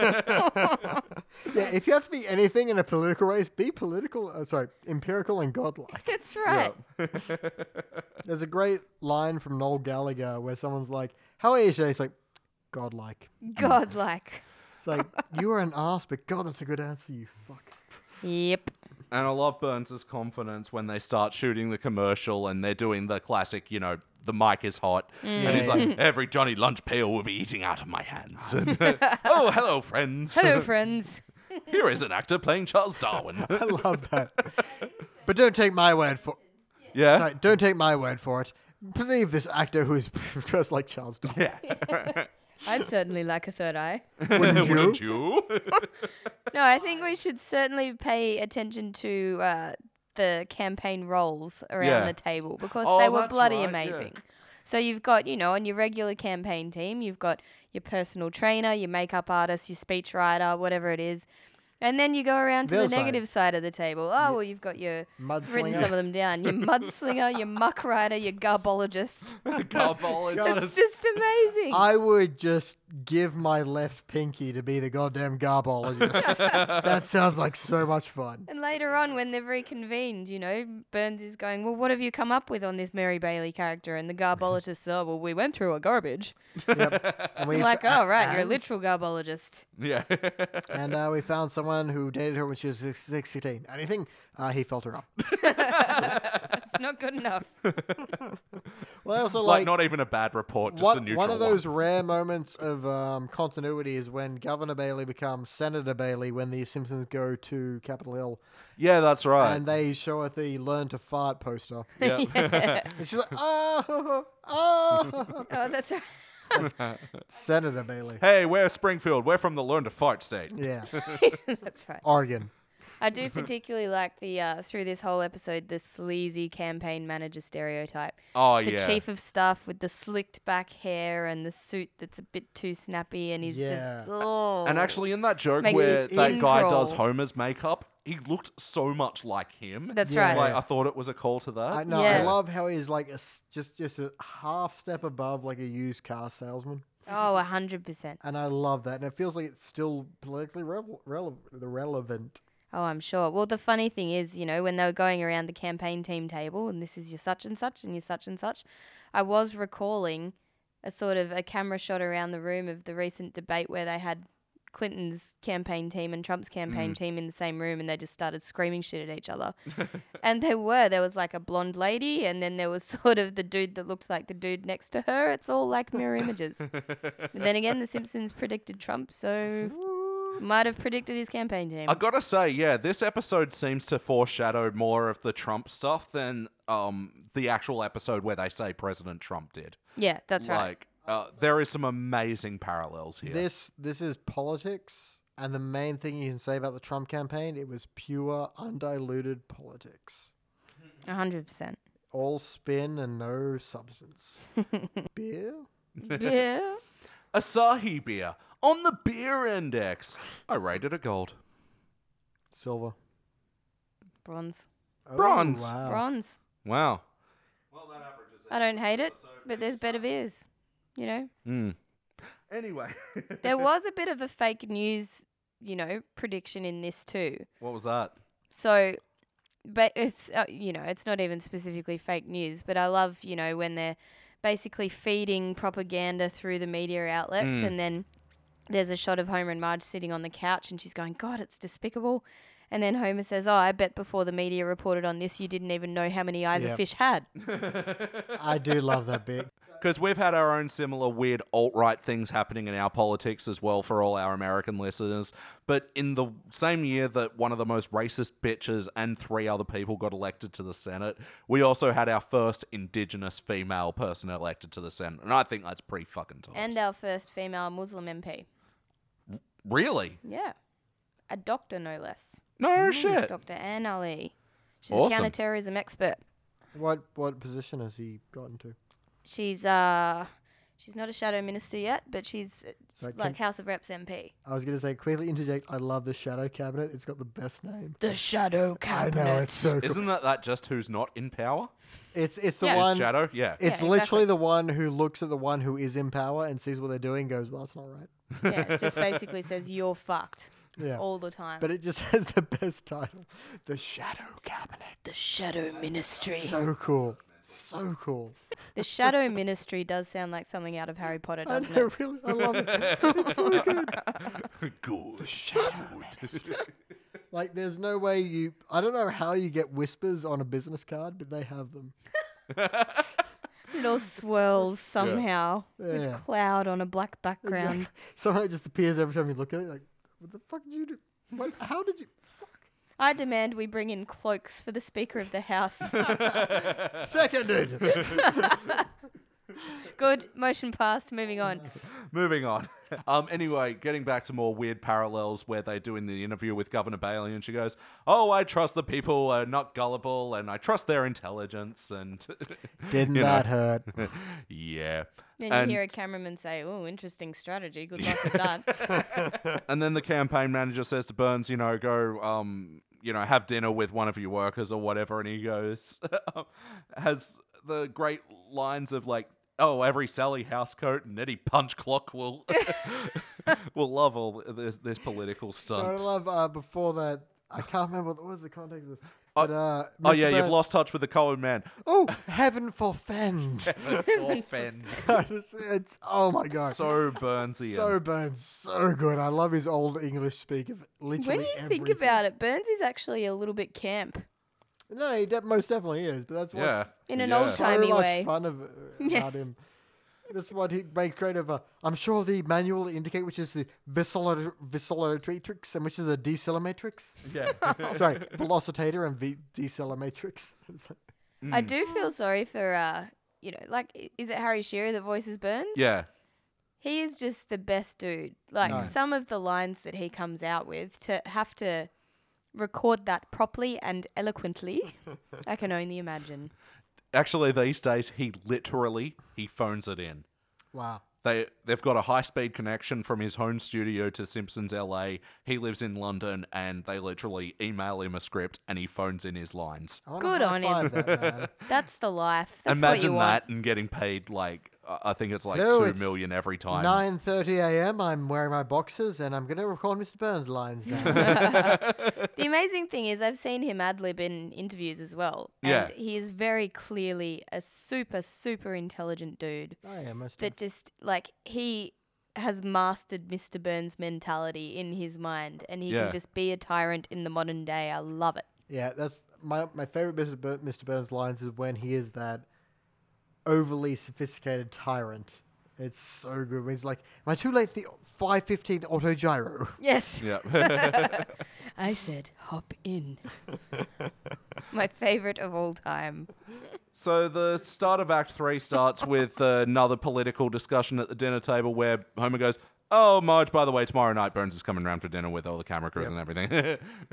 B: Yeah, if you have to be anything in a political race, be political. Uh, sorry, empirical and godlike.
C: That's right.
B: There's a great line from Noel Gallagher where someone's like, "How are you today?" He's like, "Godlike."
C: Godlike.
B: It's like you are an ass, but God, that's a good answer. You fuck.
C: Yep.
A: And I love Burns' confidence when they start shooting the commercial and they're doing the classic, you know, the mic is hot. And he's
B: Yeah.
C: Mm.
A: like, every Johnny Lunch pail will be eating out of my hands. And, oh, hello, friends.
C: Hello, friends.
A: Here is an actor playing Charles Darwin.
B: I love that. but don't take my word for.
A: yeah.
B: Sorry, don't take my word for it. Believe this actor who is dressed like Charles Darwin.
A: Yeah.
C: I'd certainly like a third eye.
B: Wouldn't you?
A: Wouldn't you?
C: No, I think we should certainly pay attention to uh, the campaign roles around
A: Yeah.
C: the table because
A: Oh,
C: they were
A: that's
C: bloody
A: right, yeah.
C: amazing. So you've got, you know, on your regular campaign team, you've got your personal trainer, your makeup artist, your speech writer, whatever it is. And then you go around to
B: The
C: the,
B: other side.
C: negative side of the table. Oh, well, you've got your written
B: Mudslinger.
C: some of them down. Your mudslinger, your muck rider, your garbologist. It's
A: Garbologist.
C: just amazing.
B: I would just give my left pinky to be the goddamn garbologist. that sounds like so much fun.
C: And later on, when they've reconvened, you know, Burns is going, Well, what have you come up with on this Mary Bailey character? And the garbologist, Oh, well, we went through a garbage.
B: Yep. And we
C: I'm like, Oh, right, you're a
B: and-
C: literal garbologist.
A: Yeah.
B: And uh, we found someone who dated her when she was six- 16. Anything? Uh, he felt her up.
C: It's not good enough.
B: Well, I also
A: like,
B: like,
A: not even a bad report, just a
B: one,
A: neutral
B: one of those rare moments of um, continuity is when Governor Bailey becomes Senator Bailey when the Simpsons go to Capitol Hill
A: Yeah, that's right.
B: and they show her the Learn to Fart poster.
A: yeah.
B: And she's like, oh, oh,
C: Oh, that's right.
B: Senator Bailey.
A: hey, we're Springfield. We're from the Learn to Fart state.
B: Yeah,
C: that's right.
B: Oregon.
C: I do particularly like the, uh, through this whole episode, the sleazy campaign manager stereotype.
A: Oh,
C: The
A: yeah.
C: chief of staff with the slicked back hair and the suit that's a bit too snappy, and he's
B: Yeah.
C: just, Oh.
A: And actually, in that joke
C: makes
A: where
C: his
A: that
C: skin
A: guy
C: crawl.
A: does Homer's makeup, he looked so much like him.
C: That's
B: Yeah.
C: right.
A: Like, I thought it was a call to that.
B: I know. I
C: Yeah.
B: love how he's like a s just just a half step above like a used car salesman,
C: Oh, 100%.
B: and I love that. And it feels like it's still politically revel- rele- relevant.
C: Oh, I'm sure. Well, the funny thing is, you know, when they were going around the campaign team table, and this is your such and such and your such and such, I was recalling a sort of a camera shot around the room of the recent debate where they had Clinton's campaign team and Trump's campaign team in the same room and they just started screaming shit at each other. and there were. There was like a blonde lady and then there was sort of the dude that looked like the dude next to her. It's all like mirror images. but then again, The Simpsons predicted Trump, so might have predicted his campaign team.
A: I gotta say, yeah, this episode seems to foreshadow more of the Trump stuff than um, the actual episode where they say President Trump did.
C: yeah, that's right.
A: Like, uh, there is some amazing parallels here.
B: This this is politics, and the main thing you can say about the Trump campaign, it was pure, undiluted politics.
C: A 100%.
B: All spin and no substance. Beer?
C: yeah.
A: Asahi beer on the beer index. I rated a gold.
B: Silver.
C: Bronze.
B: Oh,
A: Bronze.
B: wow.
C: Bronze.
A: Wow.
C: I don't hate it, but there's better beers. You know,
A: Hmm. Anyway,
C: there was a bit of a fake news, you know, prediction in this too.
A: what was that?
C: So, but it's uh, you know, it's not even specifically fake news, but I love you know when they're basically feeding propaganda through the media outlets,
A: Mm.
C: and then there's a shot of Homer and Marge sitting on the couch, and she's going, "God, it's despicable." And then Homer says, "Oh, I bet before the media reported on this, you didn't even know how many eyes a
B: Yep.
C: fish had."
B: I do love that bit.
A: Because we've had our own similar weird alt right things happening in our politics as well for all our American listeners. But in the same year that one of the most racist bitches and three other people got elected to the Senate, we also had our first indigenous female person elected to the Senate. And I think that's pretty fucking tough.
C: And uh, our first female Muslim MP.
A: really?
C: Yeah. A doctor, no less.
A: No shit.
C: Dr. Ann Ali. She's
A: Awesome.
C: a counterterrorism expert.
B: What what position has he gotten to?
C: She's uh, she's not a shadow minister yet, but she's uh,
B: So can-
C: like House of Reps MP.
B: I was gonna say quickly interject. I love the shadow cabinet. It's got the best name.
C: The shadow
B: I
C: cabinet.
B: know it's so. Cool.
A: Isn't that, that just who's not in power?
B: It's it's the
C: Yeah. Is
A: Is
B: one.
A: Shadow? Yeah.
B: It's
C: Yeah,
B: literally
C: exactly.
B: the one who looks at the one who is in power and sees what they're doing. Goes, well, that's not right.
C: yeah, it just basically says you're fucked
B: Yeah.
C: all the time.
B: But it just has the best title, the shadow cabinet.
C: the shadow ministry.
B: So cool. So cool.
C: the shadow ministry does sound like something out of Harry Potter,
B: I
C: doesn't
B: know,
C: it?
B: really. I love it.
A: Good.
B: Like, there's no way you. I don't know how you get whispers on a business card, but they have them.
C: It all swirls somehow
B: Yeah.
C: with cloud on a black background.
B: Exactly. Somehow it just appears every time you look at it. Like, what the fuck did you do? What? How did you? Fuck.
C: I demand we bring in cloaks for the Speaker of the House.
B: Seconded.
C: Good. Motion passed. Moving on.
A: Moving on. Um, anyway, getting back to more weird parallels where they do in the interview with Governor Bailey, and she goes, "Oh, I trust the people are not gullible, and I trust their intelligence." And
B: Didn't
A: You know.
B: that hurt?
A: yeah,
C: Then
A: And-
C: you hear a cameraman say, Oh, interesting strategy. Good luck with that.
A: and then the campaign manager says to Burns, "You know, go, um, you know, have dinner with one of your workers or whatever," and he goes, has the great lines of like. Oh, every Sally Housecoat and Eddie Punchclock will will love all this, this political stuff.
B: I love uh, before that. I can't remember what was the context of this.
A: Oh-
B: But, uh,
A: Oh
B: Mr.
A: yeah, you've
B: Burns-
A: lost touch with the common man.
B: Oh, heaven forfend. I just- it's oh my god.
A: so Burnsian.
B: So Burns, so good. I love his old English speak of literally.
C: when you think about it, Burns is actually a little bit camp.
B: no, he de- most definitely is. But that's
A: yeah.
B: what's
C: In an
A: Yeah.
C: old time- Timey
B: so much
C: way.
B: fun of, uh, about him. That's what he makes great of. A, I'm sure the manual will indicate which is the viscelar- vacillatory and which is a decelerometrix.
A: Yeah.
B: Sorry, velocitator and v- decelerometrix. It's like-
A: Mm.
C: I do feel sorry for, uh, you know, like, i- is it Harry Shearer that voices Burns?
A: yeah.
C: He is just the best dude. Like,
B: No.
C: some of the lines that he comes out with to have to record that properly and eloquently, I can only imagine.
A: Actually, these days he literally he phones it in.
B: wow.
A: They they've got a high speed connection from his home studio to Simpsons LA. He lives in London, and they literally email him a script, and he phones in his lines.
B: I wanna
C: Good on him.
B: high-five That, man.
C: That's the life. That's what you
A: Imagine
C: want.
A: that and getting paid like I I think it's like
B: No,
A: two
B: it's
A: million every time.
B: 9:30 a.m. I'm wearing my boxers and I'm gonna record Mr. Burns lines now.
C: The amazing thing is, I've seen him ad lib in interviews as well. And
A: Yeah.
C: he is very clearly a super, super intelligent dude
B: I am most.
C: that just, like, he has mastered Mr. Burns' mentality in his mind and he
A: Yeah.
C: can just be a tyrant in the modern day. I love it.
B: Yeah, that's my my favorite Mr. Bur- Mr. Burns lines is when he is that overly sophisticated tyrant. It's so good. When he's like, "Am I too late? for The five fifteen auto gyro."
C: Yes.
A: Yeah.
C: I said, hop in. My favorite of all time.
A: so the start of Act Three starts with uh, another political discussion at the dinner table where Homer goes, "Oh, Marge, by the way, tomorrow night Burns is coming round for dinner with all the camera crews and everything."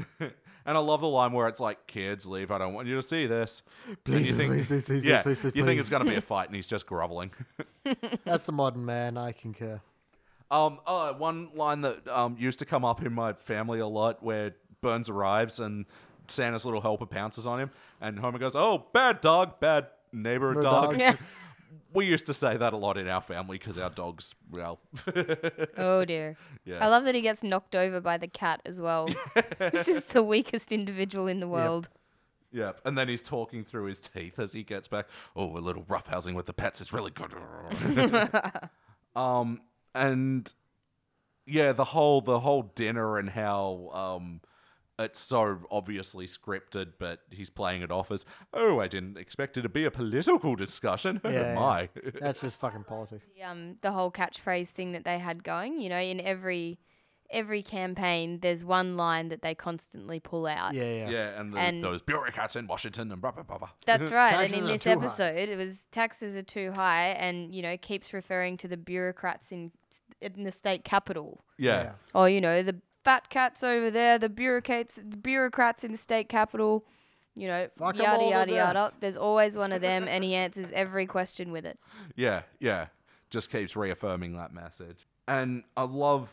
A: and I love the line where it's like, "Kids, leave! I don't want you to see this." And you
B: Please,
A: think,
B: please, please, please,
A: yeah,
B: please, please,
A: you think it's
B: please.
A: gonna be a fight, and he's just groveling.
B: That's the modern man. I concur.
A: Um, oh, one line that um, used to come up in my family a lot where Burns arrives and Santa's little helper pounces on him, and Homer goes, Oh, bad dog, bad neighbor
B: Bad
A: dog.
B: dog.
C: Yeah.
A: we used to say that a lot in our family because our dogs, well,
C: Oh dear.
A: Yeah.
C: I love that he gets knocked over by the cat as well. He's just the weakest individual in the world.
A: yeah. And then he's talking through his teeth as he gets back, Oh, a little roughhousing with the pets is really good. um, and yeah, the whole the whole dinner and how um it's so obviously scripted, but he's playing it off as oh, I didn't expect it to be a political discussion. Oh
B: Yeah, yeah.
A: my,
B: That's just fucking politics.
C: The, um, the whole catchphrase thing that they had going, you know, in every every campaign, there's one line that they constantly pull out.
B: Yeah,
A: yeah,
B: yeah.
A: and, the,
C: And-
A: those bureaucrats in Washington and blah blah blah. blah.
C: That's right. and
B: Taxes
C: in
B: are
C: this
B: too high.
C: episode, it was taxes are too high, and you know keeps referring to the bureaucrats in in the state capital.
A: yeah,
C: or you know the fat cats over there, the bureaucrats, bureaucrats in the state capital, you know,
B: Fuck 'em all to
C: yada yada
B: death.
C: yada. There's always one of them, and he answers every question with it.
A: Yeah, yeah. Just keeps reaffirming that message. And I love,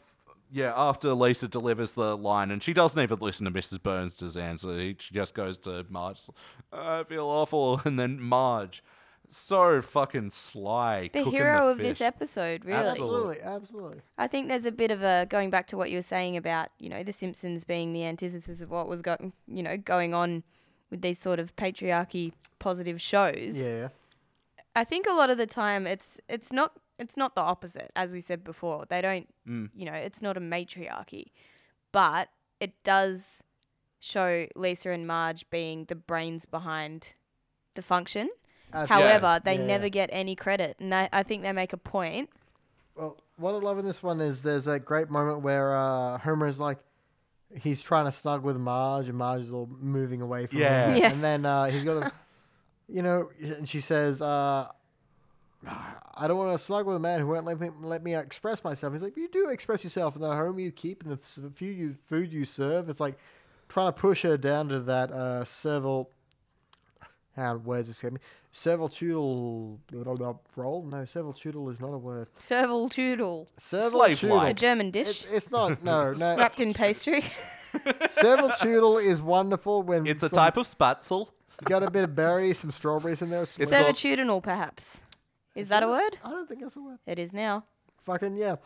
A: yeah, after Lisa delivers the line, and she doesn't even listen to Mrs. Burns' answer. He- She just goes to Marge, "Oh, I feel awful. And then Marge, so fucking sly.
C: The
A: cooking
C: hero
A: the
C: of this
A: fish.
C: episode, really.
A: Absolutely.
B: Absolutely, absolutely.
C: I think there's a bit of a going back to what you were saying about you know the Simpsons being the antithesis of what was going you know going on with these sort of patriarchy positive shows.
B: Yeah, yeah.
C: I think a lot of the time it's it's not it's not the opposite as we said before. They don't
B: Mm.
C: you know, it's not a matriarchy. But it does show Lisa and Marge being the brains behind the function.
B: Absolutely.
C: However, they
B: Yeah,
C: never
B: yeah.
C: get any credit and I, I think they make a point.
B: Well, what I love in this one is there's that great moment where uh, Homer is like, he's trying to snuggle with Marge, and Marge is all moving away from
A: Yeah.
B: him.
C: Yeah.
B: And then uh, he's got, the, you know, and she says, uh, I don't want to snuggle with a man who won't let me let me express myself. He's like, you do express yourself in the home you keep and the s- food you food you serve. It's like trying to push her down to that uh, servile. How words escape me? Servile role? No, servile is not a word.
C: Serval toodle.
A: Slave-like.
C: It's a
B: Servitude.
C: German
B: It's, uh,
C: dish
B: it's not. No, no.
C: wrapped in pastry.
B: Servitude is wonderful when
A: It's a
B: some-
A: type of spatzel.
B: you got a bit of berry, some strawberries in there. Some
A: It's
B: lemon-
A: called-
C: Servitudinal perhaps. Is that a word?
B: I don't think that's a word.
C: It is now.
B: Fucking yeah.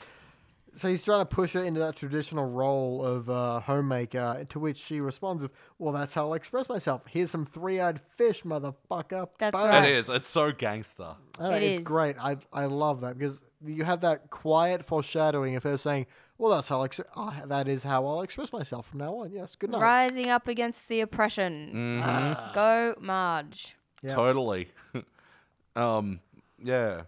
B: So he's trying to push her into that traditional role of uh, homemaker, to which she responds, "Of well, that's how I express myself. Here's some three-eyed fish, motherfucker."
C: That's
B: Boom.
C: right.
A: It is. It's so gangster.
B: I don't know,
C: It
B: it's
C: is.
B: great. I I love that because you have that quiet foreshadowing of her saying, "Well, that's how I ex- ah, that is how I'll express myself from now on." Yes, good night.
C: Rising up against the oppression.
B: Mm-hmm.
C: Go Marge.
B: Yeah.
A: Totally. um, yeah.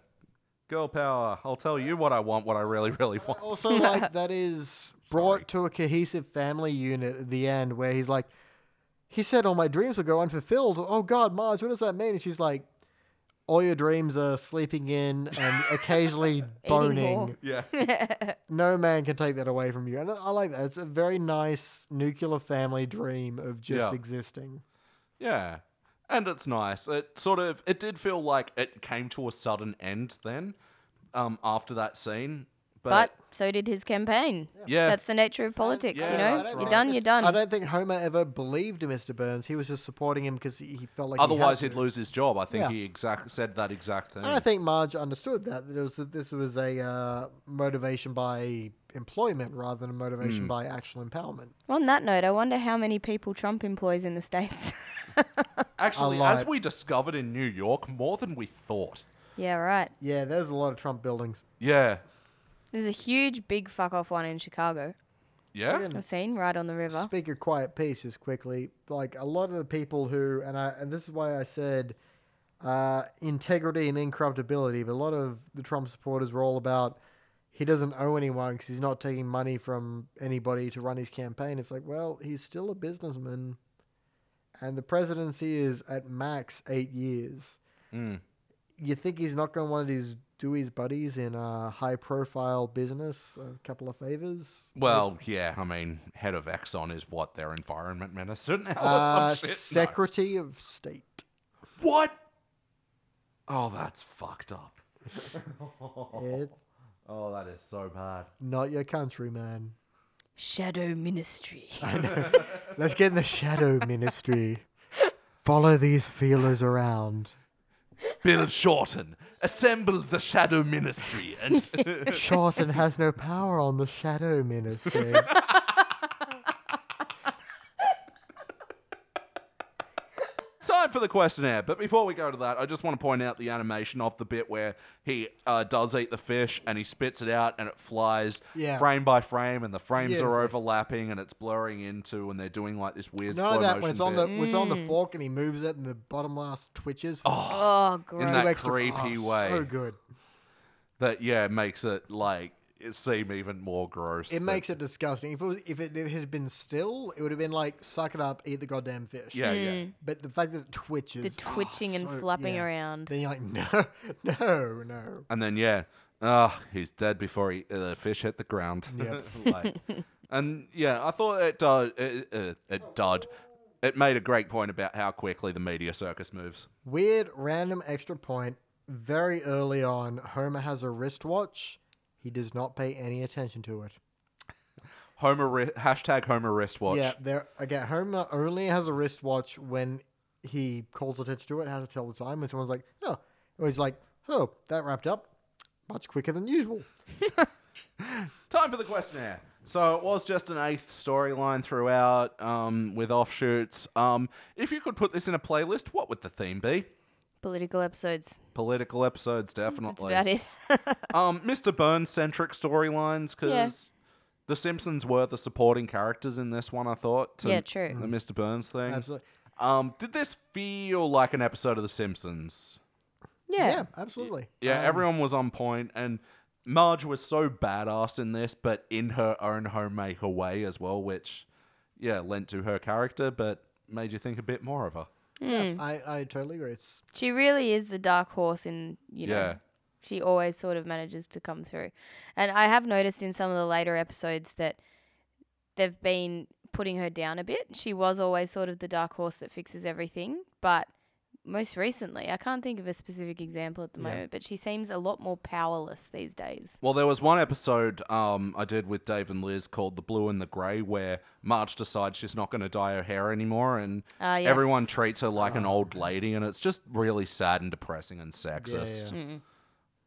A: Girl power. I'll tell you what I want, what I really, really want.
B: Also, like that is brought to a cohesive family unit at the end, where he's like, he said, "All my dreams will go unfulfilled." Oh God, Marge, what does that mean? And she's like, "All your dreams are sleeping in and occasionally boning.
C: more.
A: Yeah.
B: No man can take that away from you." And I, I like that. It's a very nice nuclear family dream of just
A: Yeah.
B: existing.
A: Yeah. And it's nice. It sort of it did feel like it came to a sudden end then, um, after that scene.
C: But, so did his campaign.
A: Yeah.
C: That's the nature of politics,
A: Yeah,
C: you know?
A: that's
C: You're
A: right.
C: done, you're done.
B: I don't think Homer ever believed Mr. Burns. He was just supporting him because he he felt like he had
A: otherwise
B: to.
A: he'd lose his job. I think
B: Yeah.
A: he exact said that exact thing.
B: And I think Marge understood that, that it was this was a uh, motivation by employment rather than a motivation by actual empowerment.
C: On that note, I wonder how many people Trump employs in the States.
A: Actually,
B: A lot.
A: as we discovered in New York, more than we thought.
C: yeah, right.
B: Yeah, there's a lot of Trump buildings.
A: Yeah.
C: There's a huge, big fuck off one in Chicago.
A: Yeah.
B: didn't-
C: I've seen right on the river.
B: Speak of quiet peace just quickly. Like a lot of the people who, and I, and this is why I said uh, integrity and incorruptibility. But a lot of the Trump supporters were all about he doesn't owe anyone because he's not taking money from anybody to run his campaign. It's like, well, he's still a businessman, and the presidency is at max eight years.
A: Mm.
B: You think he's not going to want to do his, do his buddies in a high-profile business a couple of favors?
A: Well, yeah, I mean, head of Exxon is what their environment minister now
B: Uh,
A: or some shit. No.
B: Secretary of State.
A: What? Oh, that's fucked up.
B: It's
A: Oh, that is so bad.
B: not your country, man.
C: Shadow Ministry.
B: Let's get in the shadow ministry. Follow these feelers around.
A: Bill Shorten, assemble the Shadow Ministry and
B: Shorten has no power on the shadow ministry.
A: Time for the questionnaire, but before we go to that, I just want to point out the animation of the bit where he uh, does eat the fish and he spits it out and it flies
B: Yeah.
A: frame by frame and the frames are
B: Beautiful.
A: overlapping and it's blurring into and they're doing like this weird
B: None
A: slow
B: of that
A: motion
B: when it's on
A: bit.
B: the when it's on the fork and he moves it and the bottom last twitches.
A: oh,
C: Oh,
A: in
C: gross.
A: that
B: Extra-
A: creepy
B: oh,
A: way
B: So good.
A: that yeah makes it like it seem even more gross.
B: It
A: that-
B: makes it disgusting. If it, was, if, it, if it had been still, it would have been like suck it up, eat the goddamn fish.
A: yeah yeah.
B: But the fact that it twitches,
C: Hmm. the
B: oh,
C: twitching and
B: so-
C: flapping
B: yeah.
C: around.
B: Then you're like, no, no, no.
A: And then yeah, ah, he's dead before he, uh, the fish hit the ground.
B: Yep.
A: Like- and yeah, I thought it dud, it, it, it dud. It made a great point about how quickly the media circus moves.
B: Weird random extra point. Very early on, Homer has a wristwatch. He does not pay any attention to it.
A: Homer wri- hashtag Homer wristwatch.
B: Yeah, there again. Homer only has a wristwatch when he calls attention to it. Has to tell the time when someone's like, "Oh," or he's like, "Oh, that wrapped up much quicker than usual."
A: Time for the questionnaire. So it was just an eighth storyline throughout, um, with offshoots. Um, if you could put this in a playlist, what would the theme be?
C: Political episodes.
A: Political episodes,
C: That's
A: definitely.
C: about it.
A: um, Mr. Burns centric storylines because
C: Yeah.
A: the Simpsons were the supporting characters in this one. I thought. to
C: Yeah, true.
A: The Mr. Burns thing.
B: Absolutely.
A: Um, did this feel like an episode of The Simpsons?
B: Yeah,
C: yeah.
B: absolutely.
A: Yeah,
B: Um,
A: everyone was on point, and Marge was so badass in this, but in her own homemaker way as well, which yeah lent to her character, but made you think a bit more of her.
C: Hmm.
B: I, I totally agree. It's
C: She really is the dark horse in, you know,
A: Yeah.
C: she always sort of manages to come through. And I have noticed in some of the later episodes that they've been putting her down a bit. She was always sort of the dark horse that fixes everything, but most recently, I can't think of a specific example at the moment, but she seems a lot more powerless these days.
A: Well, there was one episode um, I did with Dave and Liz called "The Blue and the Grey," where Marge decides she's not going to dye her hair anymore, and
C: Ah, yes.
A: everyone treats her like an old lady, and it's just really sad and depressing and sexist. Oh, Yeah,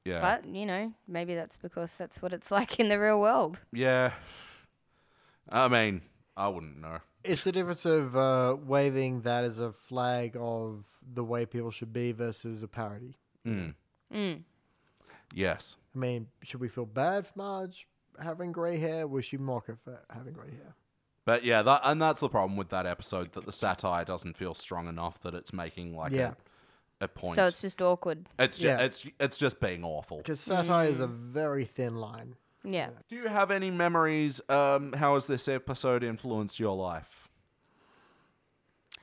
A: yeah.
C: Mm. But, you know, maybe that's because that's what it's like in the real world.
A: Yeah. I mean, I wouldn't know.
B: It's the difference of uh, waving that as a flag of the way people should be versus a parody.
A: Mm.
C: Mm.
A: Yes.
B: I mean, should we feel bad for Marge having grey hair? Will she mock her for having grey hair?
A: But yeah, that and that's the problem with that episode that the satire doesn't feel strong enough that it's making like
B: Yeah.
A: a, a point.
C: So it's just awkward.
A: it's just
B: yeah.
A: it's it's just being awful.
B: Because satire is a very thin line.
C: Yeah.
A: Do you have any memories um how has this episode influenced your life?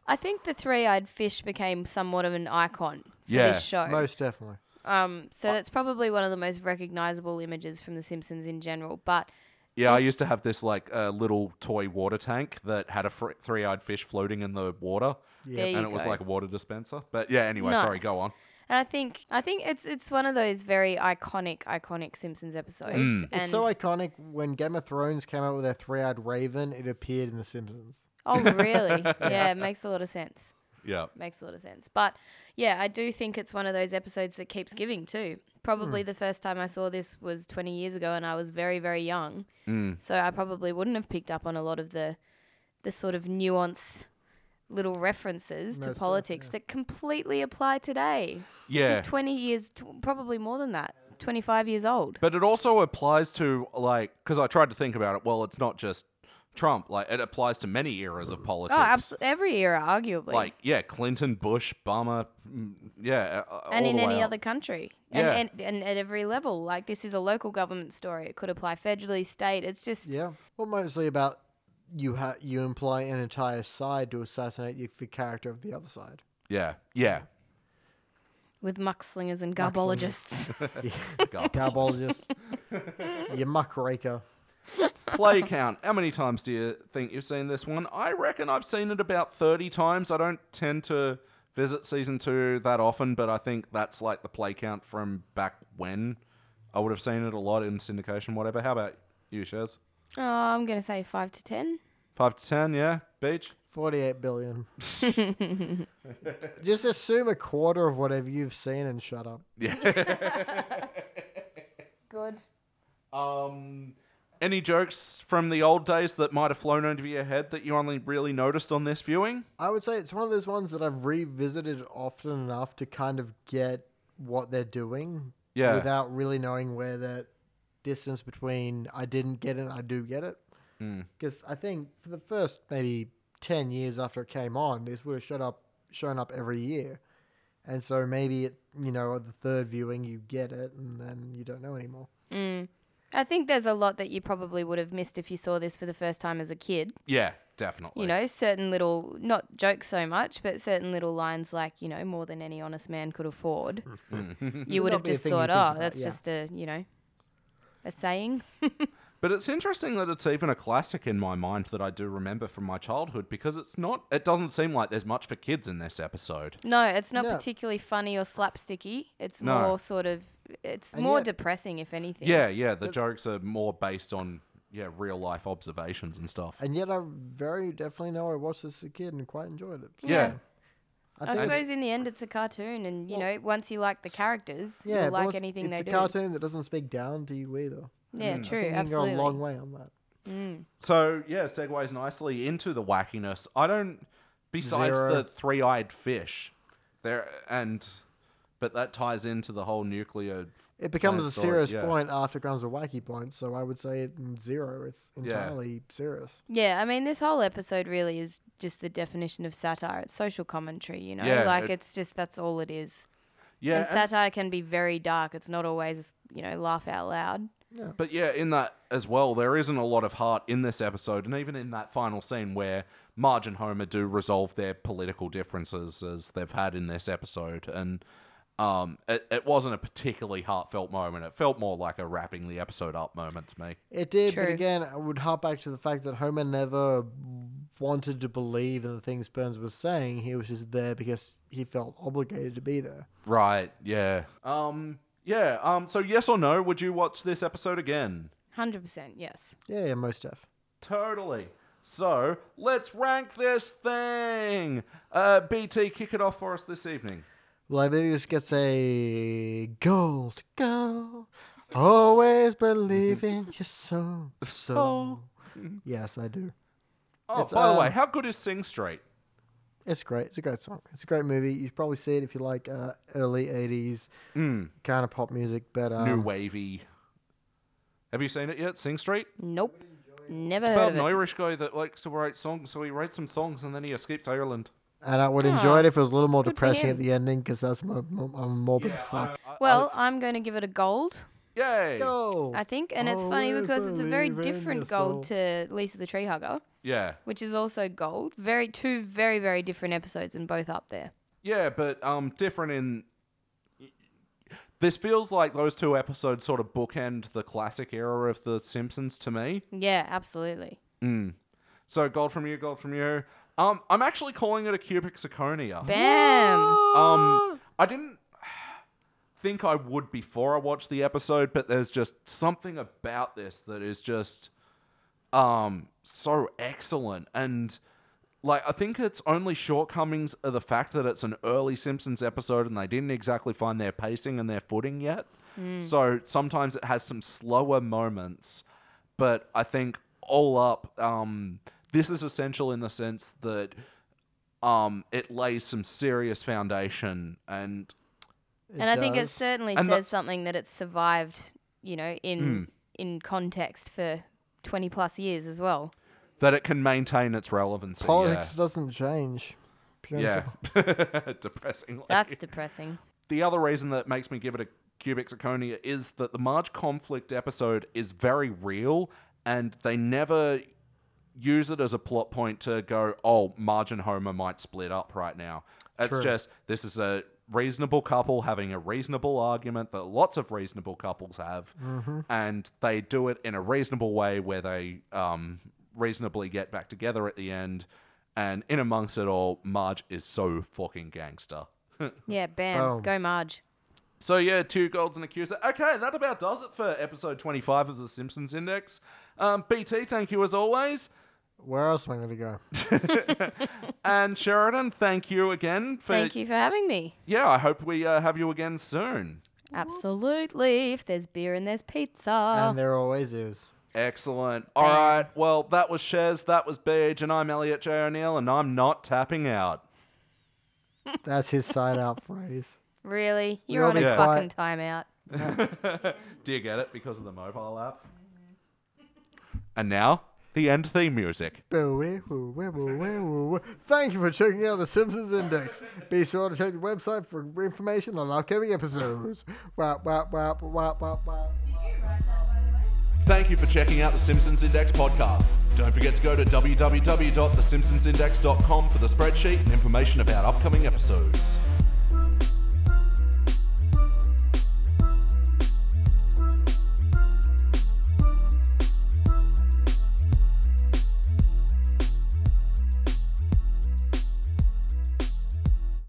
C: I think the three-eyed fish became somewhat of an icon for
A: Yeah.
C: this show.
B: Most definitely.
C: Um, so that's probably one of the most recognizable images from The Simpsons in general. But
A: Yeah, I used to have this like uh, little toy water tank that had a fr- three-eyed fish floating in the water.
C: There
A: and
C: you
A: it was
C: go.
A: like a water dispenser. But yeah, anyway, sorry,
C: Nice.
A: go on.
C: And I think I think it's it's one of those very iconic iconic Simpsons episodes.
A: Mm.
C: And
B: It's so iconic when Game of Thrones came out with their three-eyed raven, it appeared in The Simpsons.
C: oh really? yeah, it makes a lot of sense.
A: Yeah.
C: Makes a lot of sense. But yeah, I do think it's one of those episodes that keeps giving too. Probably
A: Hmm.
C: the first time I saw this was 20 years ago and I was very very young.
A: Mm.
C: So I probably wouldn't have picked up on a lot of the the sort of nuance little references
B: Most
C: to
B: of it,
C: politics that completely apply today.
A: Yeah.
C: This is 20 years, t- probably more than that, 25 years old.
A: But it also applies to like because I tried to think about it. Well, it's not just Trump. Like it applies to many eras of politics.
C: Oh, absolutely. Every era, arguably.
A: Like yeah, Clinton, Bush, Obama. mm, Yeah. uh, uh,
C: and
A: all
C: in
A: the way
C: any
A: up.
C: other country.
A: Yeah.
C: And, and, and at every level. Like, this is a local government story. It could apply federally, state. It's just,
B: Yeah. Well, mostly about you ha- you employ an entire side to assassinate the- the character of the other side.
A: Yeah. Yeah.
C: with muckslingers and garbologists.
B: Garbologist, you muckraker.
A: Play count. How many times do you think you've seen this one? I reckon I've seen it about thirty times. I don't tend to visit season two that often, but I think that's like the play count from back when. I would have seen it a lot in syndication. Whatever. How about you, Shaz?
C: oh, I'm going to say 5 to 10.
A: Five to ten. Yeah. Beach.
B: 48 billion. Just assume a quarter of whatever you've seen and shut up.
C: Good.
A: Um, any jokes from the old days that might have flown over your head that you only really noticed on this viewing?
B: I would say it's one of those ones that I've revisited often enough to kind of get what they're doing
A: Yeah.
B: without really knowing where that distance between I didn't get it and I do get it.
A: Hmm.
B: Because I think for the first maybe 10 years after it came on, this would have showed up, shown up every year. And so maybe it, you know, at the third viewing you get it and then you don't know anymore.
C: I think there's a lot that you probably would have missed if you saw this for the first time as a kid.
A: Yeah, definitely.
C: you know, certain little, not jokes so much, but certain little lines like, you know, more than any honest man could afford. you would
B: not
C: have
B: be a
C: just
B: thing you
C: thought,
B: think
C: oh,
B: about,
C: that's
B: yeah.
C: just a, you know, a saying.
A: But it's interesting that it's even a classic in my mind that I do remember from my childhood because it's not. It doesn't seem like there's much for kids in this episode.
C: no, it's not
B: No.
C: particularly funny or slapsticky. It's
A: No.
C: more sort of, it's
B: And
C: more
B: yet-
C: depressing, if anything.
A: Yeah, yeah. The jokes are more based on yeah real life observations and stuff.
B: And yet I very definitely know I watched this as a kid and quite enjoyed it. So
A: yeah.
C: I suppose in the end, it's a cartoon, and, you know, once you like the characters,
B: Yeah,
C: you'll
B: but
C: like
B: it's-
C: anything
B: it's
C: they do.
B: a cartoon that doesn't speak down to you either.
C: Yeah,
B: I
C: true,
B: think you can go
C: absolutely.
B: a long way on that.
A: So yeah, segues nicely into the wackiness. I don't. Besides
B: Zero.
A: the three-eyed fish, there and, but that ties into the whole nuclear.
B: It becomes
A: planet
B: a
A: story,
B: serious
A: yeah.
B: point after it becomes a wacky point, so I would say mm, zero. It's entirely serious.
C: Yeah, I mean, this whole episode really is just the definition of satire. It's social commentary, you know?
A: Yeah,
C: like,
A: it-
C: it's just, that's all it is.
A: Yeah,
C: and
A: and-
C: satire can be very dark. It's not always, you know, laugh out loud.
A: But yeah, in that as well, there isn't a lot of heart in this episode, and even in that final scene where Marge and Homer do resolve their political differences as they've had in this episode, and um, it, it wasn't a particularly heartfelt moment. It felt more like a wrapping the episode up moment to me.
B: It did, but
C: True.
B: again, I would harp back to the fact that Homer never wanted to believe in the things Burns was saying. He was just there because he felt obligated to be there.
A: Right? Yeah. Um. Yeah. Um. So yes or no? Would you watch this episode again?
C: 100%, yes.
B: Yeah, yeah most def.
A: Totally. So let's rank this thing. Uh, BT, kick it off for us this evening.
B: Well, I believe this gets a gold go. Always believe in your soul. So, yes, I do.
A: Oh,
B: It's,
A: by the way,
B: um,
A: how good is Sing Street?
B: It's great. It's a great song. It's a great movie. You'd probably see it if you like uh, early '80s kind of pop music. But Hmm. um,
A: New wavy. Have you seen it yet? Sing Street.
C: Nope. Never
A: About
C: heard
A: an
C: of it.
A: Irish guy that likes to write songs, so he writes some songs and then he escapes Ireland.
B: and I would enjoy it if it was a little more
C: Oh, Good for
B: depressing at
C: him.
B: the ending because that's my, my, my morbid fuck.
C: Well, I'm going to give it a gold,
A: Yay!
B: Go.
C: I think. And it's funny
B: Always
C: because it's a very
B: believe in
C: different
B: your
C: gold to Lisa the Tree Hugger,
A: Yeah,
C: which is also gold. Very Two very, very different episodes and both up there.
A: yeah, but um, different in. This feels like those two episodes sort of bookend the classic era of The Simpsons to me.
C: Yeah, absolutely.
A: So gold from you, gold from you. Um, I'm actually calling it a cubic zirconia.
C: Bam!
A: Um, I didn't. think I would before I watched the episode, but there's just something about this that is just um so excellent and like I think its only shortcomings are the fact that it's an early Simpsons episode and they didn't exactly find their pacing and their footing yet. So sometimes it has some slower moments, but I think all up, um, this is essential in the sense that um, it lays some serious foundation and
B: It
C: and Hmm. I think it
B: does.
C: certainly
A: And the-
C: says something that it's survived, you know, in in context for twenty plus years as well.
A: that it can maintain its relevancy.
B: politics doesn't change. Pure and
A: Yeah.
B: simple.
A: yeah. Depressingly.
C: That's depressing.
A: the other reason that makes me give it a cubic zirconia is that the Marge conflict episode is very real, and they never use it as a plot point to go, "Oh, Marge and Homer might split up right now." It's
B: True.
A: just this is a reasonable couple having a reasonable argument that lots of reasonable couples have, and they do it in a reasonable way where they um, reasonably get back together at the end. And in amongst it all, Marge is so fucking gangster.
C: Yeah, bam,
B: Boom.
C: go Marge.
A: So yeah, two golds and a accuser. Okay, that about does it for episode twenty-five of the Simpsons Index. Um, BT, thank you as always,
B: Where else am I going to go?
A: and Sheridan, thank you again. For,
C: Thank you for having me.
A: Yeah, I hope we uh, have you again soon.
C: Absolutely. If there's beer and there's pizza.
B: And there always is.
A: Excellent. All right. Well, that was Shez. That was Beige, and I'm Elliot J O'Neill, and I'm not tapping out.
B: That's his sign out phrase.
C: really? You're
B: We'll
C: on a
B: be
C: fucking
B: quiet.
C: timeout.
A: Do you get it because of the mobile app? And now the end theme music.
B: Thank you for checking out the Simpsons Index. Be sure to check the website for more information on upcoming episodes. Wap, wap, wap, wap, wap, wap.
A: Thank you for checking out the Simpsons Index podcast. Don't forget to go to www.thesimpsonsindex.com for the spreadsheet and information about upcoming episodes.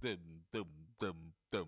D: Dum dum dum dum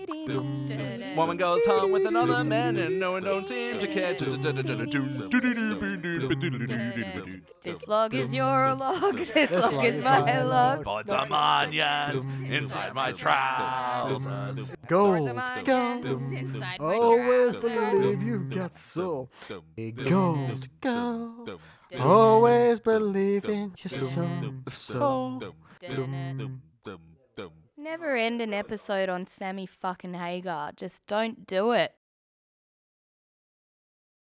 A: Woman goes home with another man and no one don't seem to care.
C: This log is your log. This, log,
B: log
C: is
B: is
C: my
B: mine.
C: log.
A: Put some onions inside my trousers.
B: Gold,
E: Go.
B: gold.
E: Inside my
B: Always
E: trousers.
B: believe you've got soul. Gold, gold.
E: Oh.
B: Always believe in your soul. soul.
C: Never end an episode on Sammy fucking Hagar. Just don't do it.